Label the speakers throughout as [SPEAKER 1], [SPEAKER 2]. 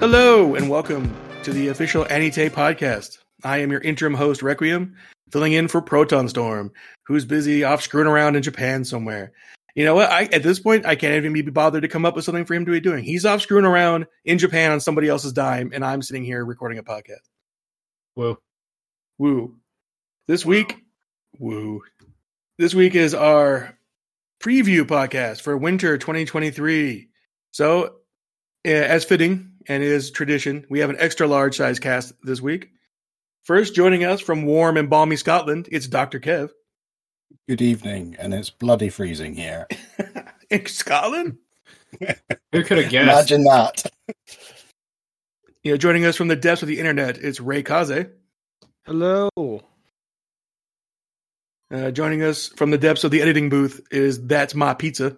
[SPEAKER 1] Hello and welcome to the official Anite podcast. I am your interim host Requiem, filling in for Proton Storm, who's busy off screwing around in Japan somewhere. You know what? I at this point I can't even be bothered to come up with something for him to be doing. He's off screwing around in Japan on somebody else's dime, and I'm sitting here recording a podcast.
[SPEAKER 2] Whoa.
[SPEAKER 1] Woo! This week, woo! This week is our preview podcast for winter 2023. So, eh, as fitting and is tradition, we have an extra large size cast this week. First, joining us from warm and balmy Scotland, it's Dr. Kev.
[SPEAKER 3] Good evening, and it's bloody freezing here.
[SPEAKER 1] in Scotland?
[SPEAKER 2] Who could have guessed?
[SPEAKER 3] Imagine that.
[SPEAKER 1] You know, joining us from the depths of the internet, it's Ray Kaze.
[SPEAKER 4] Hello.
[SPEAKER 1] Uh, joining us from the depths of the editing booth is That's My Pizza.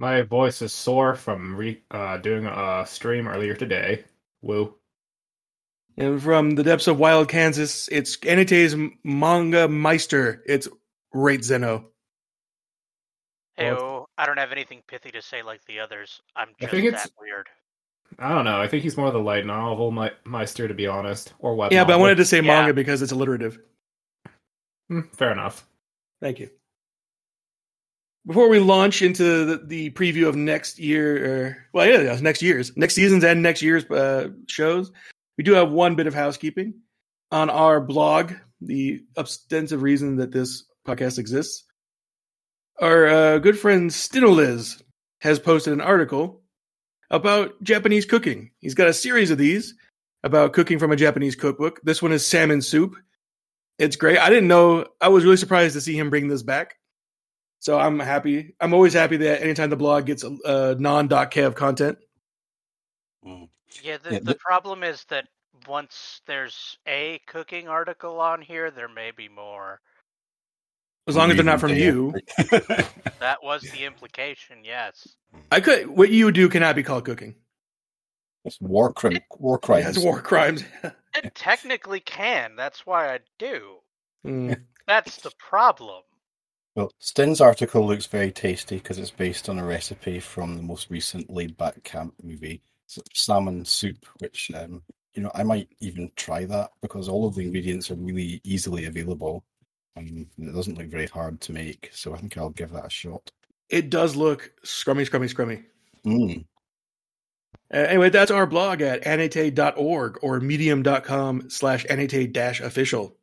[SPEAKER 2] My voice is sore from re- uh, doing a stream earlier today. Woo.
[SPEAKER 1] And from the depths of wild Kansas, it's Anite's manga meister. It's Rate Zeno.
[SPEAKER 5] Hey,
[SPEAKER 2] Well,
[SPEAKER 5] I don't have anything pithy to say like the others. I'm
[SPEAKER 2] I
[SPEAKER 5] just
[SPEAKER 2] think it's-
[SPEAKER 5] that weird.
[SPEAKER 2] I don't know. I think he's more the light novel me- meister, to be honest, or web.
[SPEAKER 1] Yeah, but I wanted to say
[SPEAKER 5] Yeah.
[SPEAKER 1] manga because it's alliterative.
[SPEAKER 2] Hmm, fair enough.
[SPEAKER 1] Thank you. Before we launch into the, the preview of next year, or, well, yeah, yeah, next year's, next season's, and next year's uh, shows, we do have one bit of housekeeping on our blog. The ostensive reason that this podcast exists, our uh, good friend Stinoliz has posted an article about Japanese cooking. He's got a series of these about cooking from a Japanese cookbook. This one is salmon soup. It's great. I didn't know. I was really surprised to see him bring this back. So I'm happy. I'm always happy that anytime the blog gets uh, non doc Kev content.
[SPEAKER 5] Yeah, the,
[SPEAKER 3] Yeah,
[SPEAKER 5] the
[SPEAKER 3] th-
[SPEAKER 5] problem is that once there's a cooking article on here, there may be more.
[SPEAKER 1] As long as they're not from you,
[SPEAKER 5] That was the implication, yes.
[SPEAKER 1] I could. What you do cannot be called cooking.
[SPEAKER 3] it's war, crim- war
[SPEAKER 1] Right.
[SPEAKER 3] crimes.
[SPEAKER 1] That's war crimes.
[SPEAKER 5] It technically can. That's why I do.
[SPEAKER 1] Mm.
[SPEAKER 5] That's the problem.
[SPEAKER 3] Well, Stin's article looks very tasty because it's based on a recipe from the most recent Laid Back Camp movie, s- salmon soup, which, um, you know, I might even try that because all of the ingredients are really easily available. Um, and it doesn't look very hard to make, so I think I'll give that a shot.
[SPEAKER 1] It does look scrummy, scrummy, scrummy.
[SPEAKER 3] Mm.
[SPEAKER 1] Uh, anyway, that's our blog at anate.org or medium.com slash anate dash official.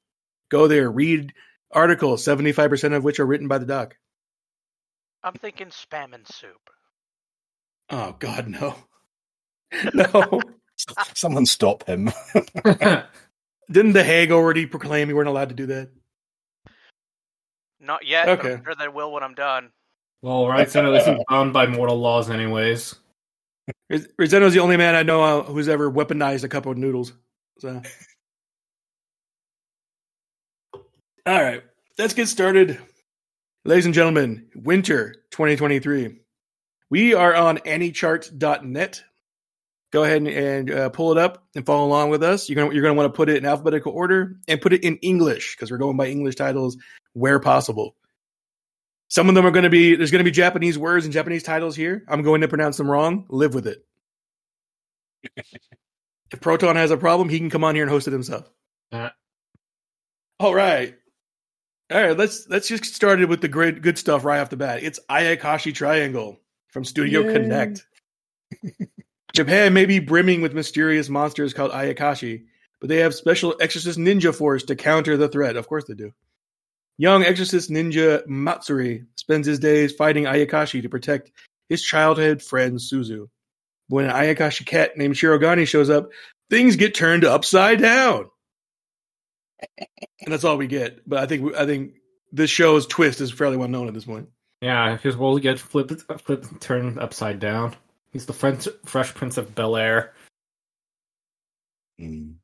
[SPEAKER 1] Go there, read articles, 75% of which are written by the doc.
[SPEAKER 5] I'm thinking spam and soup.
[SPEAKER 1] Oh, God, no. no.
[SPEAKER 3] Someone stop him.
[SPEAKER 1] Didn't the Hague already proclaim you weren't allowed to do that?
[SPEAKER 5] Not yet. but
[SPEAKER 1] Okay.
[SPEAKER 5] I'm sure they will when I'm done.
[SPEAKER 2] well, right, so this is bound by mortal laws, anyways.
[SPEAKER 1] Riz- Rizzeno's the only man I know uh, who's ever weaponized a cup of noodles. So, all right, let's get started, ladies and gentlemen. Winter 2023. We are on anychart.net. Go ahead and, and uh, pull it up and follow along with us. You're gonna you're gonna want to put it in alphabetical order and put it in English because we're going by English titles where possible. Some of them are going to be there's going to be Japanese words and Japanese titles here. I'm going to pronounce them wrong. Live with it. if Proton has a problem, he can come on here and host it himself.
[SPEAKER 2] Uh.
[SPEAKER 1] All right. All right, let's let's just get started with the great good stuff right off the bat. It's Ayakashi Triangle from Studio
[SPEAKER 3] Yay.
[SPEAKER 1] Connect. Japan may be brimming with mysterious monsters called Ayakashi, but they have special exorcist ninja force to counter the threat. Of course they do. Young exorcist ninja Matsuri spends his days fighting Ayakashi to protect his childhood friend Suzu. When an Ayakashi cat named Shirogane shows up, things get turned upside down. and that's all we get. But I think I think this show's twist is fairly well known at this point.
[SPEAKER 2] Yeah, his world gets flipped, flipped, turned upside down. He's the French, Fresh Prince of Bel Air.
[SPEAKER 3] Mm.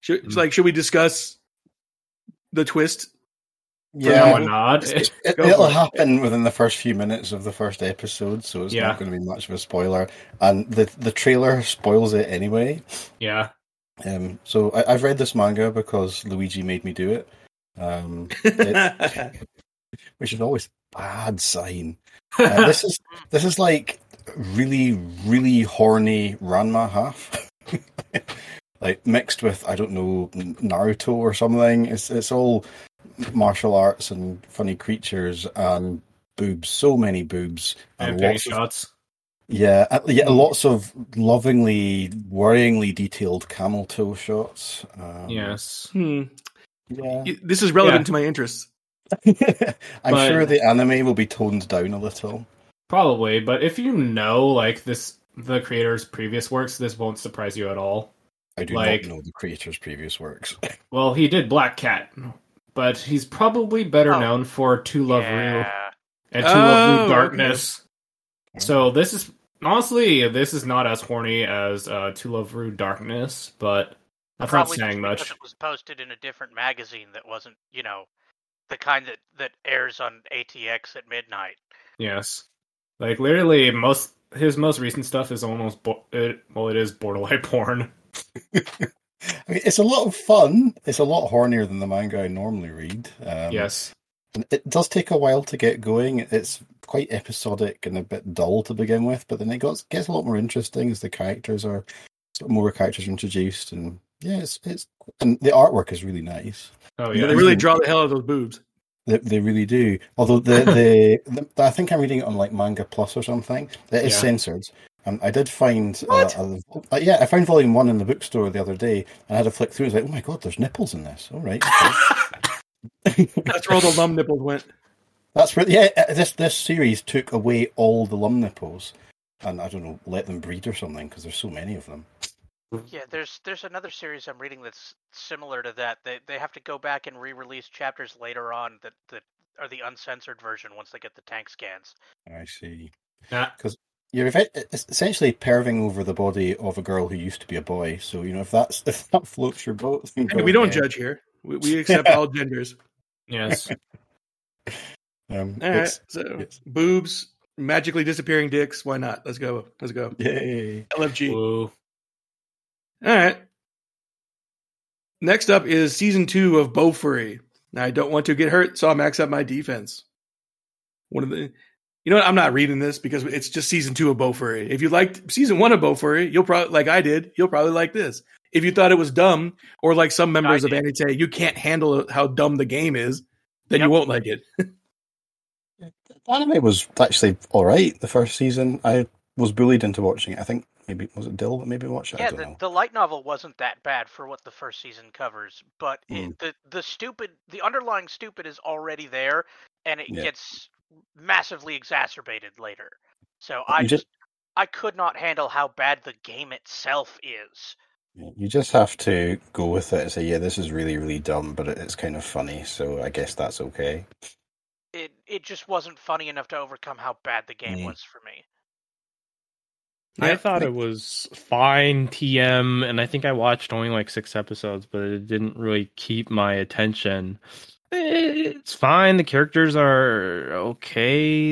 [SPEAKER 1] Should,
[SPEAKER 2] Mm.
[SPEAKER 3] Hmm.
[SPEAKER 1] Like, should we discuss the twist?
[SPEAKER 3] Yeah,
[SPEAKER 1] now
[SPEAKER 2] Or
[SPEAKER 1] on.
[SPEAKER 2] not.
[SPEAKER 3] It,
[SPEAKER 1] Go
[SPEAKER 3] will
[SPEAKER 1] for it.
[SPEAKER 3] happen within the first few minutes of the first episode, so it's
[SPEAKER 2] Yeah.
[SPEAKER 3] not going to be much of a spoiler. And the the trailer spoils it anyway.
[SPEAKER 2] yeah.
[SPEAKER 3] Um, so I, I've read this manga because Luigi made me do it, um, It- which is always a bad sign. Uh, this is this is like really really horny Ranma half, like mixed with I don't know Naruto or something. It's it's all martial arts and funny creatures and boobs, so many boobs
[SPEAKER 2] and big
[SPEAKER 3] lots of
[SPEAKER 2] shots.
[SPEAKER 3] yeah, uh, yeah, lots of lovingly, worryingly detailed camel toe shots. Um,
[SPEAKER 2] yes.
[SPEAKER 1] Hmm.
[SPEAKER 3] yeah.
[SPEAKER 1] Y- This is relevant
[SPEAKER 2] Yeah.
[SPEAKER 1] to my interests.
[SPEAKER 3] I'm
[SPEAKER 2] But-
[SPEAKER 3] sure the anime will be toned down a little.
[SPEAKER 2] Probably, but if you know like this the creator's previous works, this won't surprise you at all.
[SPEAKER 3] I do
[SPEAKER 2] Like-
[SPEAKER 3] not know the creator's previous works.
[SPEAKER 2] Well, he did Black Cat, but he's probably better
[SPEAKER 5] Oh.
[SPEAKER 2] known for To Love Ru
[SPEAKER 5] yeah.
[SPEAKER 2] and To Love
[SPEAKER 1] Oh,
[SPEAKER 2] Ru Darkness. So this is honestly this is not as horny as uh, To Love Ru Darkness, but that's
[SPEAKER 5] Probably
[SPEAKER 2] not saying
[SPEAKER 5] just
[SPEAKER 2] much.
[SPEAKER 5] because It was posted in a different magazine that wasn't, you know, the kind that that airs on ATX at midnight.
[SPEAKER 2] Yes, like literally most his most recent stuff is almost bo- it, well, it is borderline porn.
[SPEAKER 3] I mean, it's a lot of fun. It's a lot hornier than the manga I normally read. Um,
[SPEAKER 2] yes,
[SPEAKER 3] and It does take a while to get going. It's quite episodic and a bit dull to begin with, but then it gets, gets a lot more interesting as the characters are, more characters are introduced. And yeah, it's, it's, and the artwork is really nice.
[SPEAKER 2] oh
[SPEAKER 1] Yeah,
[SPEAKER 2] yeah,
[SPEAKER 1] they really draw the hell out of those boobs.
[SPEAKER 3] They, they really do. Although the, the, the I think I'm reading it on like Manga Plus or something. It is
[SPEAKER 2] Yeah.
[SPEAKER 3] censored. Um, I did find uh,
[SPEAKER 1] What?
[SPEAKER 3] a- uh, yeah, I found volume one in the bookstore the other day, and I had a flick through. I was like, oh my god, there's nipples in this. All right, okay.
[SPEAKER 1] That's where all the lum nipples went.
[SPEAKER 3] that's really yeah. uh, This this series took away all the lum nipples, and I don't know, let them breed or something because there's so many of them.
[SPEAKER 5] Yeah, there's there's another series I'm reading that's similar to that. They they have to go back and re-release chapters later on that that are the uncensored version once they get the tank scans.
[SPEAKER 3] I see.
[SPEAKER 2] Nah.
[SPEAKER 3] You're eff- it's essentially perving over the body of a girl who used to be a boy. So you know if that's if that floats your boat, then
[SPEAKER 1] And
[SPEAKER 3] go
[SPEAKER 1] we don't
[SPEAKER 3] ahead.
[SPEAKER 1] judge here. We, we accept all genders.
[SPEAKER 2] yes.
[SPEAKER 3] Um,
[SPEAKER 1] All
[SPEAKER 3] it's-
[SPEAKER 1] right. So
[SPEAKER 3] it's-
[SPEAKER 1] boobs, magically disappearing dicks. Why not? Let's go. Let's go.
[SPEAKER 3] Yay.
[SPEAKER 1] LFG.
[SPEAKER 2] Woo.
[SPEAKER 1] All right. Next up is season two of Beaufury. Now, I don't want to get hurt, so I max up my defense. One of the, you know what? I'm not reading this because it's just season two of Beaufury. If you liked season one of Beaufury, you'll probably like I did. You'll probably like this. If you thought it was dumb, or like some members of
[SPEAKER 5] did.
[SPEAKER 1] Annie say, you can't handle how dumb the game is, then
[SPEAKER 5] Yep.
[SPEAKER 1] you won't like it.
[SPEAKER 3] The anime was actually all right the first season. I was bullied into watching it. I think maybe was it Dill that maybe watched it. I
[SPEAKER 5] yeah,
[SPEAKER 3] don't
[SPEAKER 5] the,
[SPEAKER 3] know.
[SPEAKER 5] the light novel wasn't that bad for what the first season covers, but
[SPEAKER 3] Hmm.
[SPEAKER 5] it, the the stupid the underlying stupid is already there, and it
[SPEAKER 3] Yeah.
[SPEAKER 5] gets massively exacerbated later. So I
[SPEAKER 3] You
[SPEAKER 5] just,
[SPEAKER 3] just-
[SPEAKER 5] I could not handle how bad the game itself is.
[SPEAKER 3] Yeah, You just have to go with it and say, yeah, this is really really dumb, but it- it's kind of funny. So I guess that's okay.
[SPEAKER 5] It it just wasn't funny enough to overcome how bad the game
[SPEAKER 3] Mm.
[SPEAKER 5] was for me.
[SPEAKER 1] Yeah.
[SPEAKER 4] I thought it was fine TM, and I think I watched only like six episodes, but it didn't really keep my attention. It's fine. The characters are okay.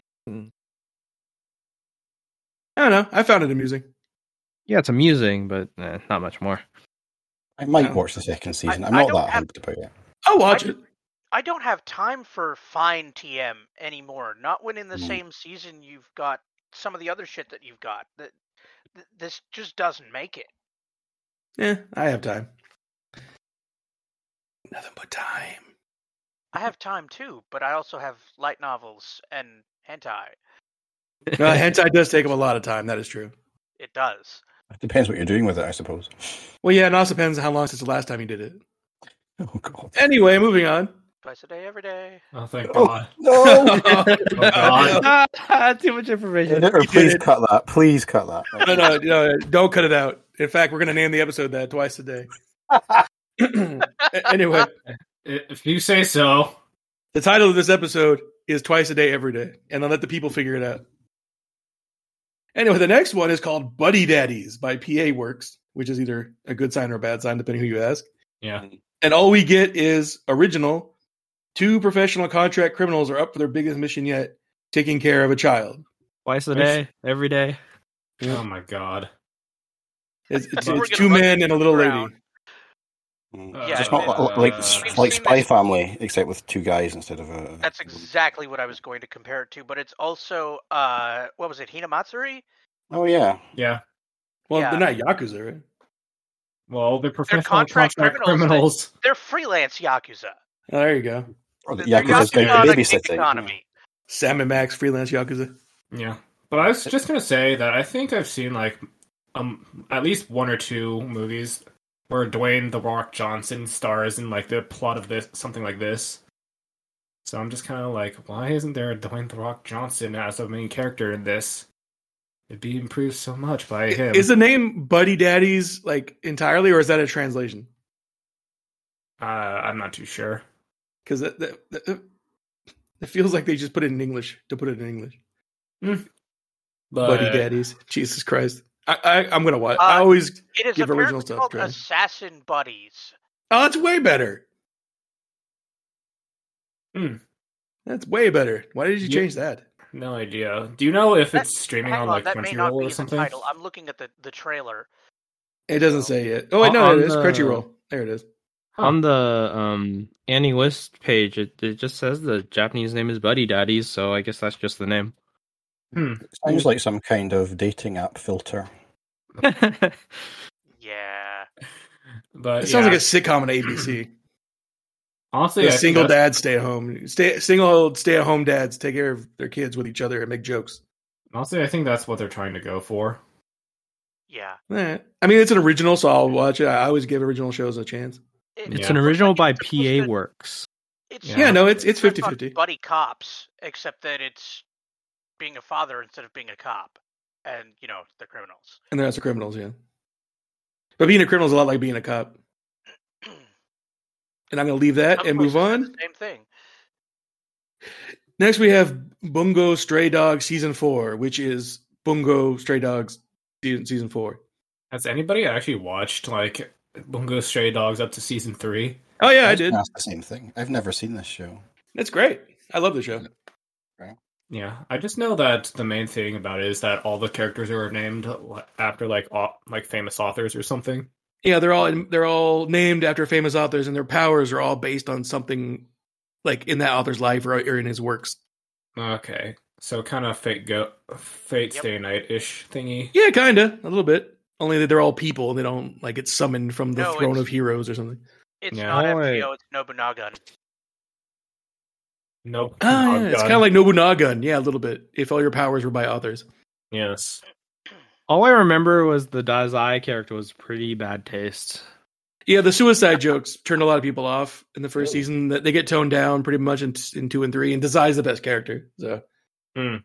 [SPEAKER 1] I don't know. I found it amusing.
[SPEAKER 4] Yeah, it's amusing, but eh, not much more.
[SPEAKER 3] I might
[SPEAKER 1] Um,
[SPEAKER 3] watch the second season.
[SPEAKER 5] I-
[SPEAKER 3] I'm
[SPEAKER 5] I
[SPEAKER 3] not
[SPEAKER 5] don't
[SPEAKER 3] that
[SPEAKER 5] have-
[SPEAKER 3] hyped about it.
[SPEAKER 1] I'll watch
[SPEAKER 5] I-
[SPEAKER 1] it.
[SPEAKER 5] I don't have time for fine TM anymore. Not when in the
[SPEAKER 3] Mm.
[SPEAKER 5] same season you've got some of the other shit that you've got. That th- this just doesn't make it.
[SPEAKER 1] Yeah, Eh, I have time. Nothing but time.
[SPEAKER 5] I
[SPEAKER 3] Mm-hmm.
[SPEAKER 5] have time too, but I also have light novels and hentai.
[SPEAKER 1] No, hentai does take up a lot of time. That is true.
[SPEAKER 5] It does.
[SPEAKER 3] It depends what you're doing with it, I suppose.
[SPEAKER 1] Well, yeah, it also depends on how long since the last time you did it.
[SPEAKER 3] Oh god.
[SPEAKER 1] Anyway, moving on.
[SPEAKER 5] Twice a day, every day.
[SPEAKER 2] Oh, thank
[SPEAKER 3] Oh.
[SPEAKER 2] God.
[SPEAKER 3] No.
[SPEAKER 2] God.
[SPEAKER 4] Ah, Too much information.
[SPEAKER 3] Editor,
[SPEAKER 1] You did
[SPEAKER 3] please
[SPEAKER 1] it.
[SPEAKER 3] cut that. Please cut that.
[SPEAKER 1] no, no, no, don't cut it out. In fact, we're going to name the episode that twice a day. A- anyway,
[SPEAKER 2] I- If you say so.
[SPEAKER 1] the title of this episode is Twice a Day, Every Day, and I'll let the people figure it out. Anyway, the next one is called Buddy Daddies by PA Works, which is either a good sign or a bad sign, depending who you ask.
[SPEAKER 2] Yeah.
[SPEAKER 1] And all we get is original Two professional contract criminals are up for their biggest mission yet: taking care of a child.
[SPEAKER 4] Twice a
[SPEAKER 2] There's-
[SPEAKER 4] day, every day.
[SPEAKER 2] Oh my god.
[SPEAKER 1] It's, it's,
[SPEAKER 5] We're
[SPEAKER 1] it's
[SPEAKER 5] gonna
[SPEAKER 1] two
[SPEAKER 5] run
[SPEAKER 1] men
[SPEAKER 5] into
[SPEAKER 1] and a little
[SPEAKER 5] the
[SPEAKER 1] lady.
[SPEAKER 5] ground.
[SPEAKER 3] Mm.
[SPEAKER 5] Yeah,
[SPEAKER 3] it's not
[SPEAKER 5] uh,
[SPEAKER 3] li- like
[SPEAKER 5] we've
[SPEAKER 3] like
[SPEAKER 5] seen
[SPEAKER 3] Spy
[SPEAKER 5] this-
[SPEAKER 3] Family, except with two guys instead of a.
[SPEAKER 5] That's exactly what I was going to compare it to, but it's also uh, what was it, Hinamatsuri?
[SPEAKER 3] Oh yeah,
[SPEAKER 2] Yeah.
[SPEAKER 1] Well,
[SPEAKER 5] Yeah.
[SPEAKER 1] they're not yakuza, right?
[SPEAKER 2] Well, they're professional
[SPEAKER 5] contract
[SPEAKER 2] contract,
[SPEAKER 5] criminals,
[SPEAKER 2] criminals.
[SPEAKER 5] They're freelance yakuza.
[SPEAKER 1] Oh, there you go.
[SPEAKER 3] or the
[SPEAKER 5] They're
[SPEAKER 3] Yakuza's
[SPEAKER 5] yakuza
[SPEAKER 3] going
[SPEAKER 5] on a
[SPEAKER 3] to
[SPEAKER 5] gig
[SPEAKER 3] babysitting. yeah.
[SPEAKER 5] economy.
[SPEAKER 1] Sam and Max, freelance yakuza.
[SPEAKER 2] Yeah, but I was just gonna say that I think I've seen like um at least one or two movies where Dwayne the Rock Johnson stars in like the plot of this something like this. So I'm just kind of like, why isn't there a Dwayne the Rock Johnson as a main character in this? It'd be improved so much by him.
[SPEAKER 1] Is the name Buddy Daddies like entirely, or is that a translation?
[SPEAKER 2] uh, I'm not too sure.
[SPEAKER 1] Because that, that, that, it feels like they just put it in English to put it in English.
[SPEAKER 2] But
[SPEAKER 1] Buddy Daddies, Jesus Christ! I, I, I'm gonna watch. I
[SPEAKER 5] Uh,
[SPEAKER 1] always.
[SPEAKER 5] It is
[SPEAKER 1] Give original
[SPEAKER 5] apparently
[SPEAKER 1] stuff,
[SPEAKER 5] called
[SPEAKER 1] Trey.
[SPEAKER 5] Assassin Buddies.
[SPEAKER 1] Oh, it's way better.
[SPEAKER 2] Hmm.
[SPEAKER 1] That's way better. Why did you
[SPEAKER 2] Yeah.
[SPEAKER 1] change that?
[SPEAKER 2] no idea. Do you know if
[SPEAKER 5] That-
[SPEAKER 2] it's streaming
[SPEAKER 5] Hang
[SPEAKER 2] on like
[SPEAKER 5] that may not
[SPEAKER 2] Crunchyroll
[SPEAKER 5] be
[SPEAKER 2] or
[SPEAKER 5] in the
[SPEAKER 2] something?
[SPEAKER 5] title. I'm looking at the, the trailer.
[SPEAKER 1] It doesn't say yet. Oh wait, no,
[SPEAKER 4] On
[SPEAKER 1] it is
[SPEAKER 2] uh,
[SPEAKER 4] the-
[SPEAKER 1] Crunchyroll. There it is.
[SPEAKER 2] Huh.
[SPEAKER 4] On the um Annie List page, it, it just says the Japanese name is Buddy Daddies, so I guess that's just the name.
[SPEAKER 3] It sounds like some kind of dating app filter.
[SPEAKER 5] Yeah.
[SPEAKER 2] But
[SPEAKER 1] It sounds
[SPEAKER 2] uh,
[SPEAKER 1] like
[SPEAKER 2] yeah.
[SPEAKER 1] a sitcom on ABC.
[SPEAKER 2] honestly
[SPEAKER 1] The
[SPEAKER 2] I think
[SPEAKER 1] single
[SPEAKER 2] that's-
[SPEAKER 1] dads stay at home. Stay single stay at home dads take care of their kids with each other and make jokes.
[SPEAKER 2] Honestly, I think that's what they're trying to go for.
[SPEAKER 5] Yeah.
[SPEAKER 1] Eh. I mean, it's an original, so I'll watch it. I always give original shows a chance.
[SPEAKER 5] It-
[SPEAKER 4] It's
[SPEAKER 2] Yeah.
[SPEAKER 4] an
[SPEAKER 5] looks
[SPEAKER 4] original
[SPEAKER 5] like
[SPEAKER 4] by
[SPEAKER 5] it's supposed
[SPEAKER 4] PA
[SPEAKER 5] to-
[SPEAKER 4] Works.
[SPEAKER 5] It's
[SPEAKER 2] Yeah.
[SPEAKER 1] Yeah, no, it's it's
[SPEAKER 5] it's
[SPEAKER 1] 50
[SPEAKER 5] on
[SPEAKER 1] 50.
[SPEAKER 5] Buddy cops, except that it's being a father instead of being a cop, and you know the criminals.
[SPEAKER 1] And they're also criminals, yeah. But being a criminal is a lot like being a cop. And I'm going to leave that
[SPEAKER 5] Of
[SPEAKER 1] and
[SPEAKER 5] course,
[SPEAKER 1] move
[SPEAKER 5] it's
[SPEAKER 1] on.
[SPEAKER 5] the Same thing.
[SPEAKER 1] Next, we have Bungo Stray Dog Season 4, which is Bungo Stray Dogs Season, season 4.
[SPEAKER 2] Has anybody actually watched like Bungo Stray Dogs up to season three?
[SPEAKER 1] Oh, yeah, I
[SPEAKER 3] was
[SPEAKER 1] did.
[SPEAKER 3] gonna ask the same thing. I've never seen this show.
[SPEAKER 1] That's great. I love the show.
[SPEAKER 2] Yeah, I just know that the main thing about it is that all the characters are named after like au- like famous authors or something.
[SPEAKER 1] Yeah, they're all they're all named after famous authors, and their powers are all based on something like in that author's life or, or in his works.
[SPEAKER 2] Okay, so kind of fate go fate
[SPEAKER 5] Yep.
[SPEAKER 2] stay night ish thingy.
[SPEAKER 1] Yeah, kind of a little bit. Only that they're all people, and they don't like get summoned from the
[SPEAKER 5] No,
[SPEAKER 1] throne
[SPEAKER 5] it's-
[SPEAKER 1] of heroes or something.
[SPEAKER 5] It's
[SPEAKER 2] Yeah.
[SPEAKER 5] not
[SPEAKER 4] Oh, wait.
[SPEAKER 5] FTO. It's Nobunaga.
[SPEAKER 2] Nope.
[SPEAKER 1] Ah, yeah,
[SPEAKER 2] Dog
[SPEAKER 1] it's
[SPEAKER 2] gun.
[SPEAKER 1] kind of like Nobunaga. Yeah, a little bit. If all your powers were by authors,
[SPEAKER 2] yes.
[SPEAKER 4] All I remember was the Dazai character was pretty bad taste.
[SPEAKER 1] yeah, the suicide jokes turned a lot of people off in the first
[SPEAKER 3] Oh.
[SPEAKER 1] season. That they get toned down pretty much in, in two and three. And Desai's the best character. So
[SPEAKER 2] Hmm.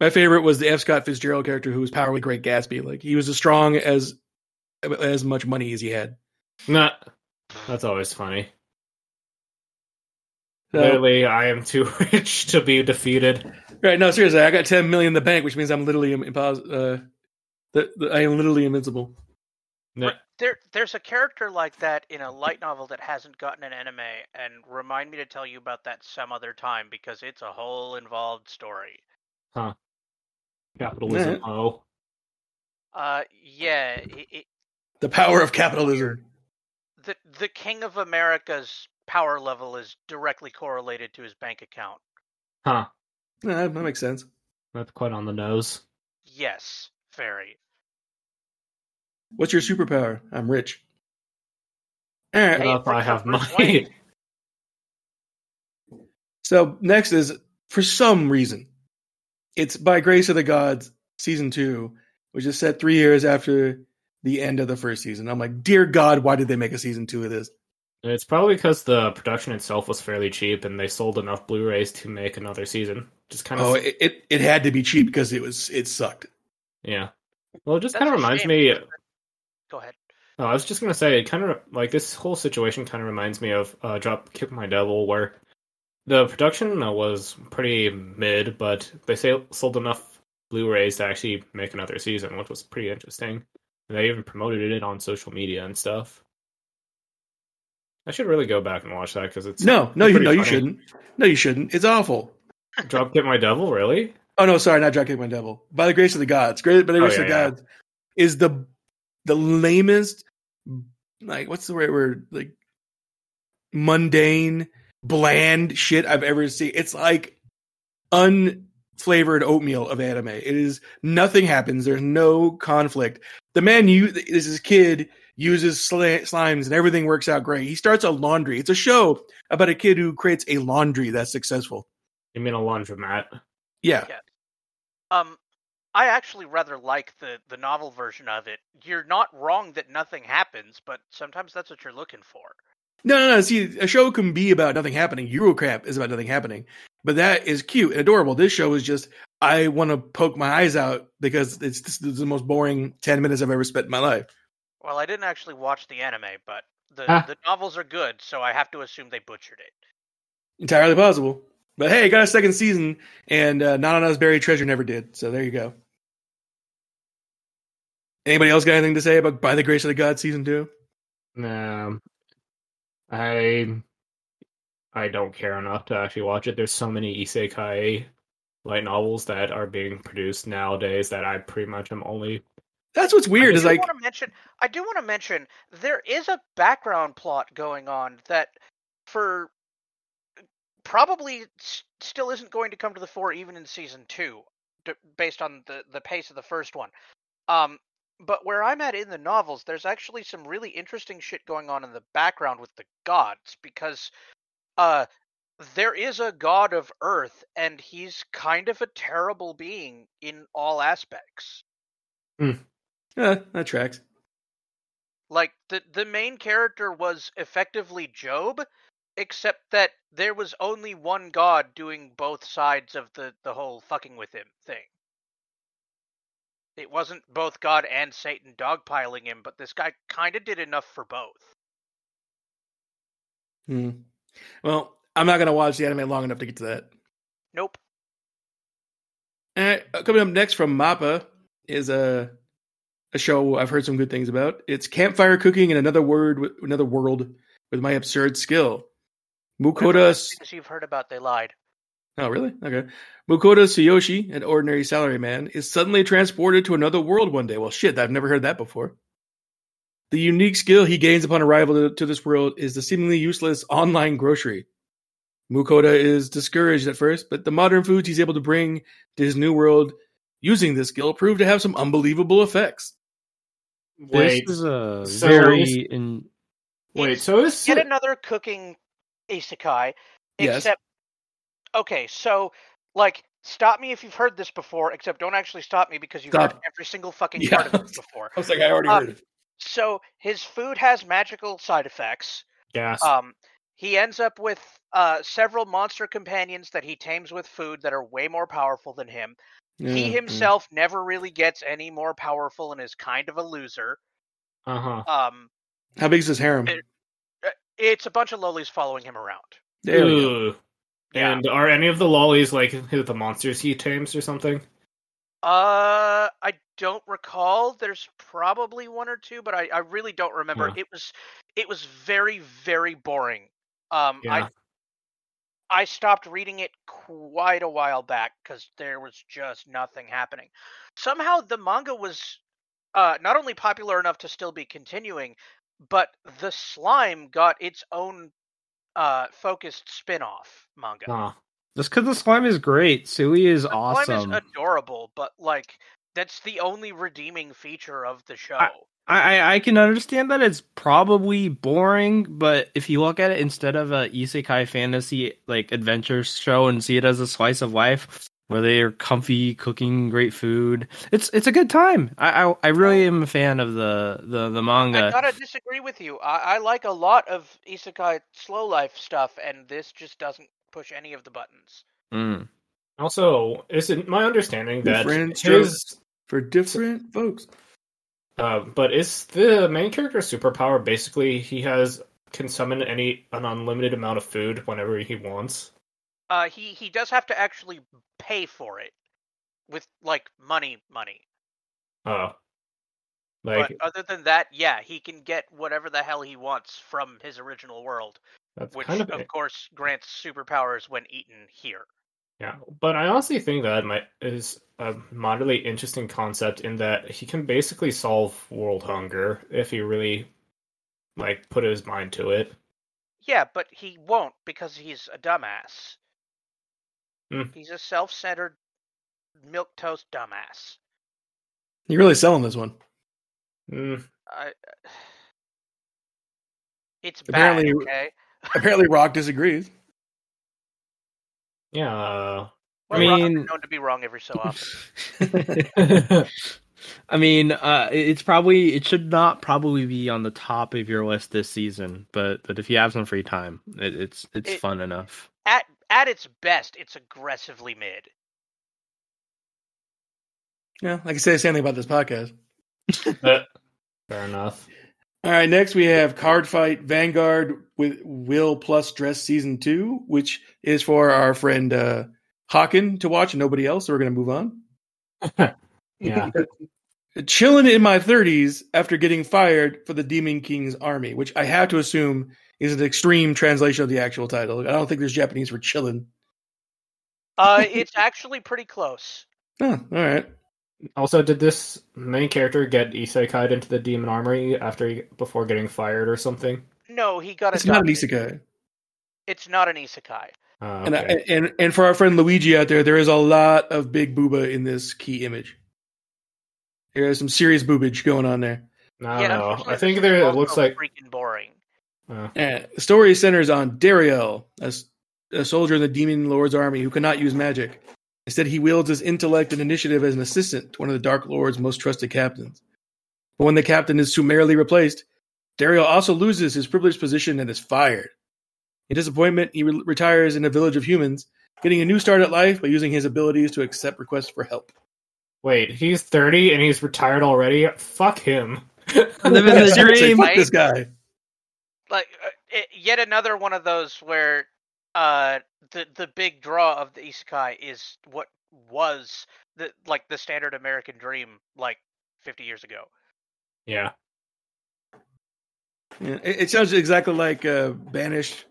[SPEAKER 1] my favorite was the F. Scott Fitzgerald character, who was powered with Great Gatsby. Like he was as strong as as much money as he had.
[SPEAKER 2] Nah, that's always funny.
[SPEAKER 1] So-
[SPEAKER 2] Literally, I am too rich to be defeated.
[SPEAKER 1] Right? No, seriously, I got ten million in the bank, which means I'm literally im- impos- uh, the, the, I am literally invincible.
[SPEAKER 5] There, there's a character like that in a light novel that hasn't gotten an anime, and remind me to tell you about that some other time because it's a whole involved story.
[SPEAKER 2] Capitalism. Oh,
[SPEAKER 5] Uh, yeah, i i
[SPEAKER 1] The power of capitalism.
[SPEAKER 5] the the King of America's power level is directly correlated to his bank account.
[SPEAKER 2] huh.
[SPEAKER 1] Yeah, that makes sense.
[SPEAKER 2] That's quite on the nose.
[SPEAKER 5] Yes, very.
[SPEAKER 1] What's your superpower? I'm rich. All right.
[SPEAKER 5] Hey,
[SPEAKER 2] Well, if
[SPEAKER 5] for-
[SPEAKER 2] I
[SPEAKER 5] for
[SPEAKER 2] have
[SPEAKER 5] Bruce
[SPEAKER 2] money.
[SPEAKER 5] Wayne.
[SPEAKER 1] So next is for some reason, it's by grace of the gods season two, which is set three years after the end of the first season. I'm like, dear God, why did they make a season two of this?
[SPEAKER 2] It's probably because the production itself was fairly cheap, and they sold enough Blu-rays to make another season. Just kind of,
[SPEAKER 1] Oh, it it, it had to be cheap because it was it sucked.
[SPEAKER 2] yeah. Well, it just
[SPEAKER 5] That's
[SPEAKER 2] kind of
[SPEAKER 5] a
[SPEAKER 2] reminds
[SPEAKER 5] shame
[SPEAKER 2] me.
[SPEAKER 5] because- Go ahead.
[SPEAKER 2] Oh, I was just gonna say, it kind of like this whole situation kind of reminds me of uh, "Drop Kick My Devil," where the production uh, was pretty mid, but they sa- sold enough Blu-rays to actually make another season, which was pretty interesting. And they even promoted it on social media and stuff. I should really go back and watch that because it's
[SPEAKER 1] No, no, you
[SPEAKER 2] pretty
[SPEAKER 1] no, you
[SPEAKER 2] funny.
[SPEAKER 1] shouldn't. No, you shouldn't. It's awful.
[SPEAKER 2] Dropkick My Devil. Really?
[SPEAKER 1] Oh no, sorry, not Dropkick My Devil. By the grace of the gods, great by the
[SPEAKER 2] Oh,
[SPEAKER 1] grace
[SPEAKER 2] yeah,
[SPEAKER 1] of the
[SPEAKER 2] yeah.
[SPEAKER 1] gods is the the lamest, like what's the right word? Like mundane, bland shit I've ever seen. It's like unflavored oatmeal of anime. It is nothing happens. There's no conflict. The man you is his kid uses sli- slimes and everything works out great. He starts a laundry. It's a show about a kid who creates a laundry that's successful.
[SPEAKER 2] You mean a laundromat?
[SPEAKER 1] Yeah.
[SPEAKER 5] Um, I actually rather like the the novel version of it. You're not wrong that nothing happens, but sometimes that's what you're looking for.
[SPEAKER 1] No, no, no. See, a show can be about nothing happening. Eurocrap is about nothing happening, but that is cute and adorable. This show is just I want to poke my eyes out because it's this is the most boring ten minutes I've ever spent in my life.
[SPEAKER 5] Well, I didn't actually watch the anime, but the
[SPEAKER 2] Ah.
[SPEAKER 5] the novels are good, so I have to assume they butchered it.
[SPEAKER 1] Entirely possible. But hey, it got a second season, and uh, Nanana's Buried Treasure never did. So there you go. Anybody else got anything to say about By the Grace of the God season two?
[SPEAKER 2] No, I I don't care enough to actually watch it. There's so many isekai light novels that are being produced nowadays that I pretty much am only.
[SPEAKER 1] That's what's weird.
[SPEAKER 5] I
[SPEAKER 1] Is
[SPEAKER 5] do
[SPEAKER 1] like
[SPEAKER 5] want to mention. I do want to mention there is a background plot going on that, for probably s- still isn't going to come to the fore even in season two, d- based on the the pace of the first one. Um, but where I'm at in the novels, there's actually some really interesting shit going on in the background with the gods because, uh. There is a god of Earth, and he's kind of a terrible being in all aspects.
[SPEAKER 1] eh, that tracks.
[SPEAKER 5] Like the the main character was effectively Job, except that there was only one god doing both sides of the the whole fucking with him thing. It wasn't both God and Satan dogpiling him, but this guy kind of did enough for both.
[SPEAKER 1] Hmm. Well, I'm not gonna watch the anime long enough to get to that.
[SPEAKER 5] Nope.
[SPEAKER 1] All right, uh, coming up next from Mappa is a a show I've heard some good things about. It's campfire cooking in another word, with, another world with my absurd skill. Mukoda. S-
[SPEAKER 5] Because you've heard about they lied.
[SPEAKER 1] Oh, really? Okay. Mukoda Tsuyoshi, an ordinary salaryman, is suddenly transported to another world one day. Well, shit, I've never heard that before. The unique skill he gains upon arrival to, to this world is the seemingly useless online grocery. Mukoda is discouraged at first, but the modern foods he's able to bring to his new world using this skill prove to have some unbelievable effects.
[SPEAKER 2] Wait,
[SPEAKER 4] this is a
[SPEAKER 2] so-
[SPEAKER 4] very in,
[SPEAKER 2] wait.
[SPEAKER 5] It's
[SPEAKER 2] So this
[SPEAKER 5] Yet another cooking isekai,
[SPEAKER 1] Yes.
[SPEAKER 5] except okay, so like stop me if you've heard this before, except don't actually stop me because you've heard
[SPEAKER 1] Stop.
[SPEAKER 5] every single fucking
[SPEAKER 1] Yeah.
[SPEAKER 5] part of it before.
[SPEAKER 1] I was like, I already
[SPEAKER 5] Uh,
[SPEAKER 1] heard it.
[SPEAKER 5] so his food has magical side effects.
[SPEAKER 2] gas.
[SPEAKER 5] Um, he ends up with uh, several monster companions that he tames with food that are way more powerful than him.
[SPEAKER 1] Yeah,
[SPEAKER 5] he
[SPEAKER 1] yeah.
[SPEAKER 5] himself never really gets any more powerful and is kind of a loser.
[SPEAKER 2] Uh huh.
[SPEAKER 5] Um,
[SPEAKER 1] How big is his harem?
[SPEAKER 5] It- it's a bunch of lolies following him around.
[SPEAKER 1] There we go.
[SPEAKER 5] Yeah.
[SPEAKER 2] And are any of the lollies like who the monsters he tames or something?
[SPEAKER 5] Uh, I don't recall. There's probably one or two, but I, I really don't remember.
[SPEAKER 2] Huh.
[SPEAKER 5] It was it was very very boring. Um,
[SPEAKER 2] Yeah.
[SPEAKER 5] I I stopped reading it quite a while back because there was just nothing happening. Somehow the manga was uh not only popular enough to still be continuing, but the slime got its own uh focused spin-off manga.
[SPEAKER 2] Huh.
[SPEAKER 4] just because the slime is great. Sui is
[SPEAKER 5] The
[SPEAKER 4] awesome.
[SPEAKER 5] Slime is adorable, but like that's the only redeeming feature of the show.
[SPEAKER 4] I, I I can understand that it's probably boring, but if you look at it instead of a isekai fantasy like adventure show and see it as a slice of life where they are comfy cooking great food, it's it's a good time. I I, I really am a fan of the the, the
[SPEAKER 5] I
[SPEAKER 4] manga.
[SPEAKER 5] gotta disagree with you. I, I like a lot of isekai slow life stuff, and this just doesn't push any of the buttons.
[SPEAKER 4] Mm.
[SPEAKER 2] Also, is it my understanding that
[SPEAKER 1] Different
[SPEAKER 2] his
[SPEAKER 1] strokes. For different folks.
[SPEAKER 2] uh, but is the main character's superpower basically he has can summon any an unlimited amount of food whenever he wants?
[SPEAKER 5] Uh, he he does have to actually pay for it with like money, money.
[SPEAKER 2] Oh, Uh, Like
[SPEAKER 5] but other than that, yeah, he can get whatever the hell he wants from his original world,
[SPEAKER 2] that's
[SPEAKER 5] which
[SPEAKER 2] kind of,
[SPEAKER 5] of course grants superpowers when eaten here.
[SPEAKER 2] yeah. But I honestly think that might is a moderately interesting concept in that he can basically solve world hunger if he really like put his mind to it.
[SPEAKER 5] Yeah, but he won't because he's a dumbass.
[SPEAKER 2] Mm.
[SPEAKER 5] He's a self-centered milk toast dumbass.
[SPEAKER 1] You're really selling this one.
[SPEAKER 2] Mm,
[SPEAKER 5] I... uh, It's
[SPEAKER 1] Apparently-
[SPEAKER 5] bad. Okay.
[SPEAKER 1] Apparently, Rock disagrees.
[SPEAKER 2] yeah. uh,
[SPEAKER 4] I
[SPEAKER 5] Well, Rock is
[SPEAKER 4] mean-
[SPEAKER 5] known to be wrong every so often.
[SPEAKER 4] I mean, uh, it- it's probably it should not probably be on the top of your list this season, but but if you have some free time, it, it's it's
[SPEAKER 5] It-
[SPEAKER 4] fun enough.
[SPEAKER 5] at at its best, it's aggressively mid.
[SPEAKER 1] Yeah, I can say the same thing about this podcast.
[SPEAKER 2] but- fair enough.
[SPEAKER 1] All right, next we have Card Fight Vanguard with Will Plus Dress Season 2, which is for our friend uh, Hawken to watch and nobody else, so we're going to move on.
[SPEAKER 2] Yeah.
[SPEAKER 1] Chilling in my 30s after getting fired for the Demon King's army, which I have to assume is an extreme translation of the actual title. I don't think there's Japanese for chilling.
[SPEAKER 5] Uh, it's actually pretty close.
[SPEAKER 1] Oh, all right.
[SPEAKER 2] Also, did this main character get isekai'd into the demon armory after he, before getting fired or something?
[SPEAKER 5] No, he got
[SPEAKER 1] It's not an
[SPEAKER 5] adopted.
[SPEAKER 1] isekai.
[SPEAKER 5] It's not an isekai.
[SPEAKER 2] Uh,
[SPEAKER 1] And, I,
[SPEAKER 2] okay.
[SPEAKER 1] and and for our friend Luigi out there, there is a lot of big booba in this key image. There is some serious boobage going on there.
[SPEAKER 2] I,
[SPEAKER 5] Yeah,
[SPEAKER 2] don't know.
[SPEAKER 5] unfortunately,
[SPEAKER 2] I think
[SPEAKER 5] this
[SPEAKER 2] there
[SPEAKER 5] is
[SPEAKER 2] it
[SPEAKER 5] also
[SPEAKER 2] looks like
[SPEAKER 5] freaking boring.
[SPEAKER 2] uh,
[SPEAKER 1] Uh, the story centers on Dariel, a, s- a soldier in the Demon Lord's army who cannot use magic. Instead, he wields his intellect and initiative as an assistant to one of the Dark Lord's most trusted captains. But when the captain is summarily replaced, Dariel also loses his privileged position and is fired. In disappointment, he re- retires in a village of humans, getting a new start at life by using his abilities to accept requests for help.
[SPEAKER 2] wait, he's thirty and he's retired already. Fuck him.
[SPEAKER 4] Living
[SPEAKER 1] Yeah,
[SPEAKER 4] the
[SPEAKER 1] seriously,
[SPEAKER 4] dream.
[SPEAKER 1] fuck this guy.
[SPEAKER 5] Like uh, it, yet another one of those where uh the the big draw of the isekai is what was the like the standard American dream like 50 years ago.
[SPEAKER 2] yeah,
[SPEAKER 1] Yeah, it, it sounds exactly like uh, Banished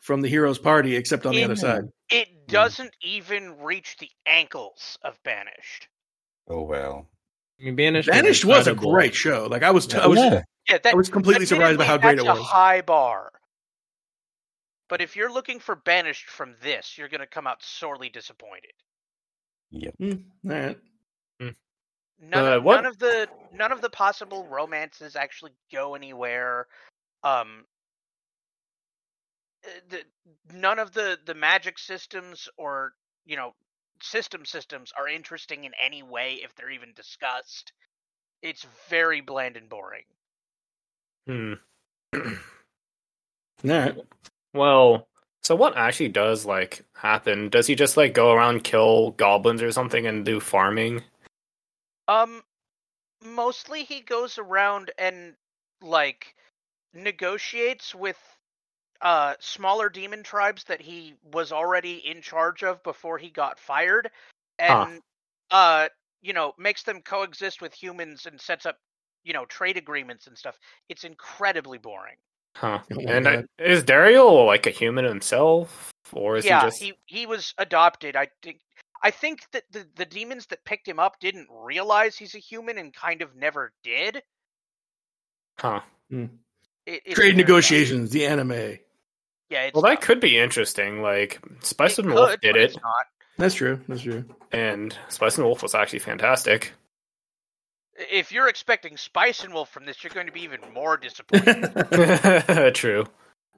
[SPEAKER 1] from the Hero's Party, except on the other
[SPEAKER 5] Yeah.
[SPEAKER 1] side.
[SPEAKER 5] It doesn't even reach the ankles of Banished.
[SPEAKER 3] Oh well.
[SPEAKER 4] I mean, Banished,
[SPEAKER 1] Banished was a
[SPEAKER 4] incredible.
[SPEAKER 1] great show. Like I was, I was,
[SPEAKER 3] yeah.
[SPEAKER 5] Yeah, that
[SPEAKER 1] I was completely surprised by how great
[SPEAKER 5] Admittedly,
[SPEAKER 1] it
[SPEAKER 5] that's
[SPEAKER 1] was.
[SPEAKER 5] A high bar. But if you're looking for banished from this, you're going to come out sorely disappointed.
[SPEAKER 1] Mm, all right.
[SPEAKER 5] None,
[SPEAKER 2] Uh,
[SPEAKER 5] of,
[SPEAKER 2] what-
[SPEAKER 5] none of the none of the possible romances actually go anywhere. Um, uh, the, none of the the magic systems or you know system systems are interesting in any way if they're even discussed. It's very bland and boring.
[SPEAKER 2] Hmm.
[SPEAKER 1] All right.
[SPEAKER 2] Well, so what actually does like happen? Does he just like go around kill goblins or something and do farming?
[SPEAKER 5] Um, mostly he goes around and like negotiates with uh smaller demon tribes that he was already in charge of before he got fired,
[SPEAKER 2] Huh.
[SPEAKER 5] and uh you know makes them coexist with humans and sets up you know trade agreements and stuff. It's incredibly boring.
[SPEAKER 2] Huh.
[SPEAKER 1] Oh my
[SPEAKER 2] and I,
[SPEAKER 1] God.
[SPEAKER 2] is Dario like a human himself, or is
[SPEAKER 5] yeah,
[SPEAKER 2] he just?
[SPEAKER 5] he he was adopted. I think I think that the the demons that picked him up didn't realize he's a human and kind of never did.
[SPEAKER 2] Huh.
[SPEAKER 5] It, it's
[SPEAKER 1] Trade
[SPEAKER 5] very bad.
[SPEAKER 1] negotiations, the anime.
[SPEAKER 5] Yeah, it's
[SPEAKER 2] Well, that
[SPEAKER 5] not-
[SPEAKER 2] could be interesting. Like Spice
[SPEAKER 5] it
[SPEAKER 2] and Wolf
[SPEAKER 5] could,
[SPEAKER 2] did
[SPEAKER 5] but
[SPEAKER 2] it,
[SPEAKER 5] it's not.
[SPEAKER 1] That's true. That's true.
[SPEAKER 2] and Spice and Wolf was actually fantastic.
[SPEAKER 5] If you're expecting Spice and Wolf from this, you're going to be even more disappointed.
[SPEAKER 2] True.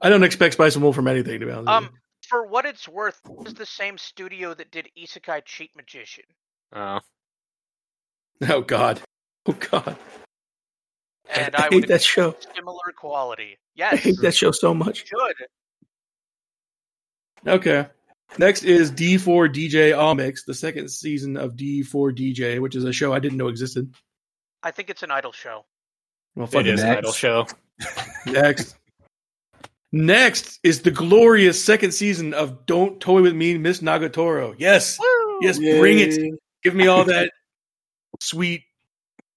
[SPEAKER 1] I don't expect Spice and Wolf from anything to be honest. with
[SPEAKER 5] um, for what it's worth, this is the same studio that did Isekai Cheat Magician.
[SPEAKER 2] Oh.
[SPEAKER 5] Um,
[SPEAKER 1] you. Oh God. Oh God.
[SPEAKER 5] And
[SPEAKER 1] I
[SPEAKER 5] I,
[SPEAKER 1] hate
[SPEAKER 5] would
[SPEAKER 1] that show.
[SPEAKER 5] expect similar quality.
[SPEAKER 1] I
[SPEAKER 5] Yes,
[SPEAKER 1] hate that show so much.
[SPEAKER 5] should.
[SPEAKER 1] Okay. Next is D4 DJ All Mix, the second season of D4 DJ, which is a show I didn't know existed.
[SPEAKER 5] I think it's an idol show.
[SPEAKER 1] Well, fuck
[SPEAKER 2] It
[SPEAKER 1] it.
[SPEAKER 2] is an idol
[SPEAKER 3] next.
[SPEAKER 2] show.
[SPEAKER 1] Next. Next is the glorious second season of Don't Toy With Me, Miss Nagatoro. Yes. Yes, bring it. Give me all that sweet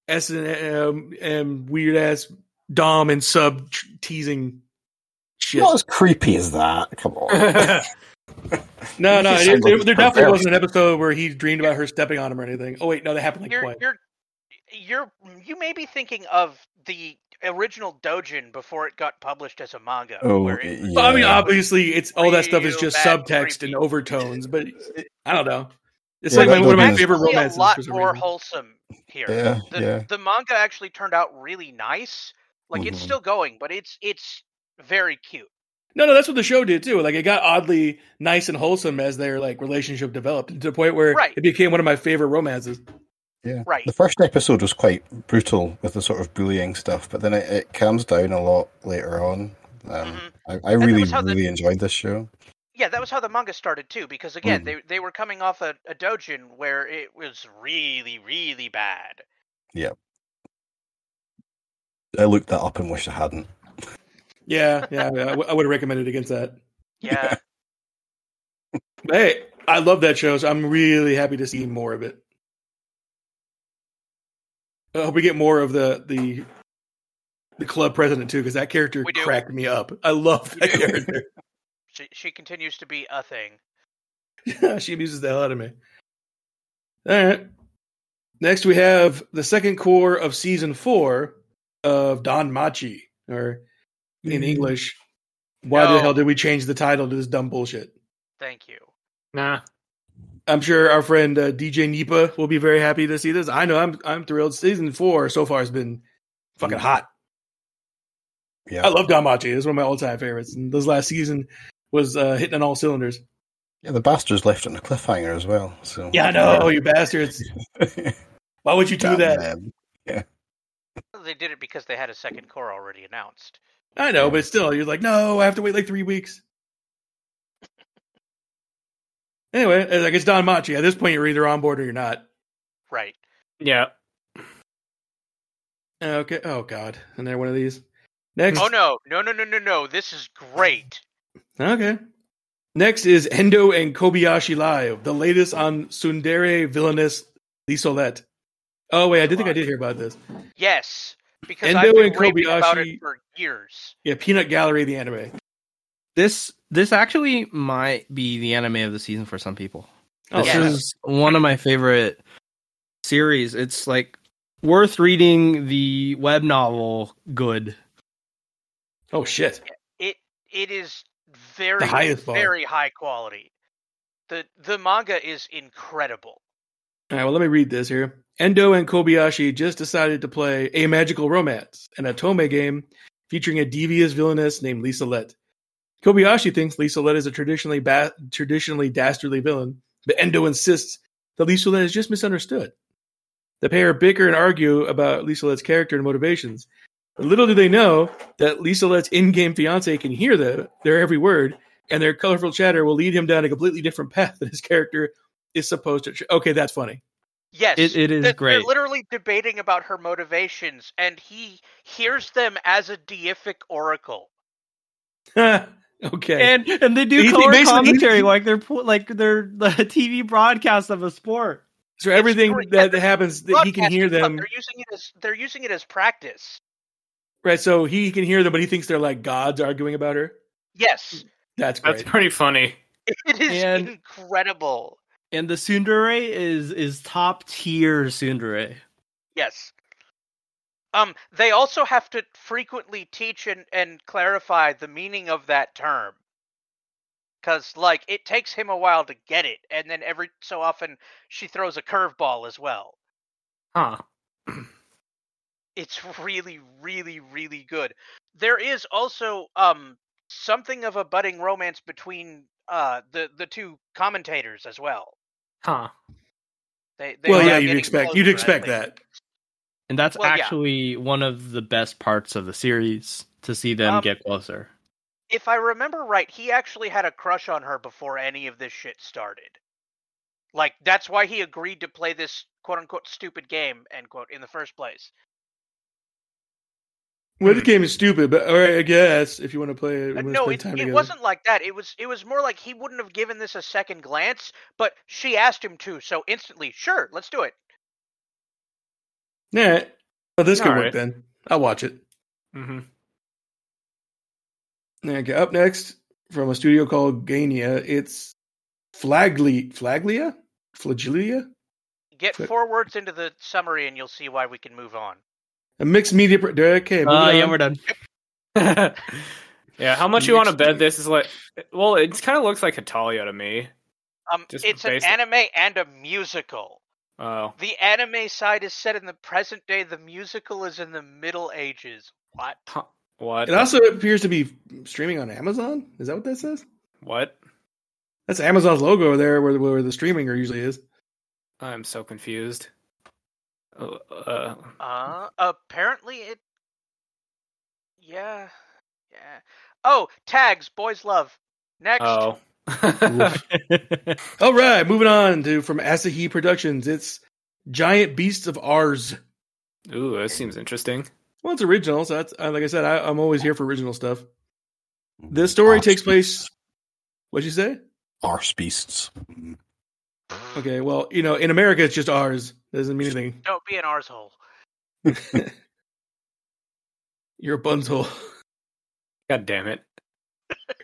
[SPEAKER 1] S and um, and weird ass dom and sub tr- teasing shit.
[SPEAKER 3] Not as creepy as that. Come on.
[SPEAKER 1] No, no,
[SPEAKER 3] You just
[SPEAKER 1] it,
[SPEAKER 3] sound like
[SPEAKER 1] it- there definitely
[SPEAKER 3] Barbarian.
[SPEAKER 1] wasn't an episode where he dreamed about her stepping on him or anything. Oh wait, no, that happened like
[SPEAKER 5] you're,
[SPEAKER 1] twice.
[SPEAKER 5] you're you're you may be thinking of the original Dojin before it got published as a manga.
[SPEAKER 3] Oh,
[SPEAKER 5] where it was
[SPEAKER 3] yeah.
[SPEAKER 1] Well, I mean, obviously, it's all that stuff is
[SPEAKER 5] Real
[SPEAKER 1] just
[SPEAKER 5] bad
[SPEAKER 1] subtext
[SPEAKER 5] creepy.
[SPEAKER 1] and overtones, but I don't know. It's
[SPEAKER 3] Yeah,
[SPEAKER 1] like
[SPEAKER 3] that
[SPEAKER 1] my, one of my
[SPEAKER 3] Dojin is-
[SPEAKER 1] favorite
[SPEAKER 5] actually
[SPEAKER 1] romances.
[SPEAKER 5] A lot
[SPEAKER 1] for some
[SPEAKER 5] more
[SPEAKER 1] reason.
[SPEAKER 5] wholesome here.
[SPEAKER 3] Yeah,
[SPEAKER 5] the,
[SPEAKER 3] yeah.
[SPEAKER 5] the manga actually turned out really nice. Like it's
[SPEAKER 3] Mhm.
[SPEAKER 5] still going, but it's it's very cute.
[SPEAKER 1] No, no, that's what the show did too. Like it got oddly nice and wholesome as their like relationship developed to the point where
[SPEAKER 5] Right.
[SPEAKER 1] it became one of my favorite romances.
[SPEAKER 5] Right.
[SPEAKER 3] The first episode was quite brutal with the sort of bullying stuff, but then it, it calms down a lot later on. Um,
[SPEAKER 5] Mhm.
[SPEAKER 3] I, I
[SPEAKER 5] that
[SPEAKER 3] really,
[SPEAKER 5] was how the-
[SPEAKER 3] really enjoyed this show.
[SPEAKER 5] Yeah, that was how the manga started too, because again,
[SPEAKER 3] Mm-hmm.
[SPEAKER 5] they they were coming off a, a dojin where it was really, really bad.
[SPEAKER 3] I looked that up and wish I hadn't.
[SPEAKER 1] Yeah, yeah, I, would have recommended against that.
[SPEAKER 5] Yeah.
[SPEAKER 1] But hey, I love that show, so I'm really happy to see more of it. I hope we get more of the the the club president too, because that character
[SPEAKER 5] We do.
[SPEAKER 1] cracked me up. I love that character.
[SPEAKER 5] she she continues to be a thing.
[SPEAKER 1] she abuses the hell out of me. All right. Next, we have the second core of season four of Don Machi, or
[SPEAKER 5] Mm-hmm.
[SPEAKER 1] in English, why the
[SPEAKER 5] No.
[SPEAKER 1] hell did we change the title to this dumb bullshit?
[SPEAKER 5] Thank you.
[SPEAKER 2] Nah.
[SPEAKER 1] I'm sure our friend uh, DJ Nipa will be very happy to see this. I know I'm I'm thrilled. Season four so far has been fucking hot.
[SPEAKER 3] Yeah.
[SPEAKER 1] I love Don Machi. It's one of my all time favorites. And this last season was uh, hitting on all cylinders.
[SPEAKER 3] Yeah, the bastards left it on a cliffhanger as well. So
[SPEAKER 1] Yeah, I know, you bastards. Why would you do
[SPEAKER 3] Damn
[SPEAKER 1] that?
[SPEAKER 3] them.
[SPEAKER 5] They did it because they had a second core already announced.
[SPEAKER 1] I know, but still, you're like, no, I have to wait like three weeks. Anyway, it's like it's Don Machi. At this point, you're either on board or you're not.
[SPEAKER 5] Right.
[SPEAKER 2] Yeah.
[SPEAKER 1] Okay. Oh God, another one of these. Next.
[SPEAKER 5] Oh no, no, no, no, no, no. This is great.
[SPEAKER 1] Okay. Next is Endo and Kobayashi Live, the latest on Sundere villainess Lisolette. Oh wait, I did think I did hear about this.
[SPEAKER 5] Yes, because
[SPEAKER 1] Endo
[SPEAKER 5] I've been
[SPEAKER 1] and
[SPEAKER 5] raving about
[SPEAKER 1] Kobayashi-
[SPEAKER 5] it for years.
[SPEAKER 1] Yeah, Peanut Gallery, the anime.
[SPEAKER 4] This this actually might be the anime of the season for some people.
[SPEAKER 1] Oh,
[SPEAKER 4] This
[SPEAKER 5] yeah.
[SPEAKER 4] is one of my favorite series. It's like worth reading the web novel good.
[SPEAKER 1] oh shit!
[SPEAKER 5] It it is very
[SPEAKER 1] The highest bar.
[SPEAKER 5] very high quality. The the manga is incredible.
[SPEAKER 1] All right, well, let me read this here. Endo and Kobayashi just decided to play A Magical Romance, an Atome game featuring a devious villainess named Lisa Lett. Kobayashi thinks Lisa Lett is a traditionally ba- traditionally dastardly villain, but Endo insists that Lisa Lett is just misunderstood. The pair bicker and argue about Lisa Lett's character and motivations. But little do they know that Lisa Lett's in-game fiance can hear the, their every word, and their colorful chatter will lead him down a completely different path than his character is supposed to. Okay, that's funny.
[SPEAKER 5] Yes,
[SPEAKER 4] It- it
[SPEAKER 5] they're-
[SPEAKER 4] is
[SPEAKER 5] They're
[SPEAKER 4] great.
[SPEAKER 5] literally debating about her motivations, and he hears them as a deific oracle.
[SPEAKER 1] okay.
[SPEAKER 4] And and they
[SPEAKER 1] He- he
[SPEAKER 4] do color
[SPEAKER 1] basically-
[SPEAKER 4] commentary like they're po- like they're the TV broadcast of a sport.
[SPEAKER 1] so everything
[SPEAKER 5] great.
[SPEAKER 1] that happens, that he can
[SPEAKER 5] Broadcasting
[SPEAKER 1] hear
[SPEAKER 5] club,
[SPEAKER 1] them.
[SPEAKER 5] They're using it as they're using it as practice.
[SPEAKER 1] Right. So he can hear them, but he thinks they're like gods arguing about her.
[SPEAKER 5] Yes,
[SPEAKER 1] That's
[SPEAKER 2] That's
[SPEAKER 1] great.
[SPEAKER 2] pretty funny.
[SPEAKER 1] Mm.
[SPEAKER 5] it is
[SPEAKER 4] And-
[SPEAKER 5] incredible.
[SPEAKER 4] And the tsundere is is top tier tsundere.
[SPEAKER 5] Yes. Um, they also have to frequently teach and, and clarify the meaning of that term. Cause like it takes him a while to get it, and then every so often she throws a curveball as well.
[SPEAKER 2] Huh.
[SPEAKER 5] It's really, really, really good. There is also um something of a budding romance between uh the, the two commentators as well.
[SPEAKER 2] Huh.
[SPEAKER 5] They, they
[SPEAKER 1] well,
[SPEAKER 5] are
[SPEAKER 1] yeah, you'd
[SPEAKER 5] getting
[SPEAKER 1] expect
[SPEAKER 5] closer,
[SPEAKER 1] you'd
[SPEAKER 5] I
[SPEAKER 1] expect
[SPEAKER 5] think.
[SPEAKER 1] that.
[SPEAKER 4] And that's
[SPEAKER 5] Well, yeah.
[SPEAKER 4] actually one of the best parts of the series to see them
[SPEAKER 5] Um,
[SPEAKER 4] get closer.
[SPEAKER 5] If I remember right, he actually had a crush on her before any of this shit started. Like that's why he agreed to play this quote unquote stupid game, end quote, in the first place.
[SPEAKER 1] Well, the game is stupid, but all right, I guess if you want to play it, we
[SPEAKER 5] Uh,
[SPEAKER 1] want to
[SPEAKER 5] Hmm. no,
[SPEAKER 1] spend
[SPEAKER 5] it,
[SPEAKER 1] time
[SPEAKER 5] it
[SPEAKER 1] together.
[SPEAKER 5] wasn't like that. It was it was more like he wouldn't have given this a second glance, but she asked him to, so instantly, sure, let's do it.
[SPEAKER 1] Yeah, Oh, this could
[SPEAKER 2] All
[SPEAKER 1] work
[SPEAKER 2] right.
[SPEAKER 1] then. I'll watch it.
[SPEAKER 2] Mm-hmm.
[SPEAKER 1] Okay, up next from a studio called Gania, it's Flagli Flaglia? Flagilia?
[SPEAKER 5] Get
[SPEAKER 1] Click.
[SPEAKER 5] four words into the summary and you'll see why we can move on.
[SPEAKER 1] A mixed media pro- okay, moving
[SPEAKER 4] Uh, yeah,
[SPEAKER 1] on.
[SPEAKER 4] we're done.
[SPEAKER 2] yeah, how much you want to
[SPEAKER 1] Mixed
[SPEAKER 2] bet
[SPEAKER 1] meat.
[SPEAKER 2] this is like? Well, it kind of looks like Italia to me.
[SPEAKER 5] Um,
[SPEAKER 2] Just
[SPEAKER 5] it's
[SPEAKER 2] basic.
[SPEAKER 5] an anime and a musical.
[SPEAKER 2] Oh,
[SPEAKER 5] The anime side is set in the present day. The musical is in the Middle Ages. What?
[SPEAKER 2] huh, what?
[SPEAKER 1] It also appears to be streaming on Amazon. Is that what that says?
[SPEAKER 2] what?
[SPEAKER 1] That's Amazon's logo over there where, where the streaming usually is.
[SPEAKER 2] I'm so confused. Uh, uh,
[SPEAKER 5] Uh, apparently it. Yeah, yeah. Oh, tags. Boys love. Next.
[SPEAKER 2] oh.
[SPEAKER 1] All right, moving on to from Asahi Productions. It's Giant Beasts of Ours.
[SPEAKER 2] Ooh, that seems interesting.
[SPEAKER 1] Well, it's original, so that's uh, like I said, I, I'm always here for original stuff. This story takes place. What'd you say?
[SPEAKER 3] Arse beasts. Mm.
[SPEAKER 1] Okay, well, you know, in America, it's just ours. Doesn't mean anything.
[SPEAKER 5] Don't be an arsehole.
[SPEAKER 1] You're a bunzhole.
[SPEAKER 2] God damn it.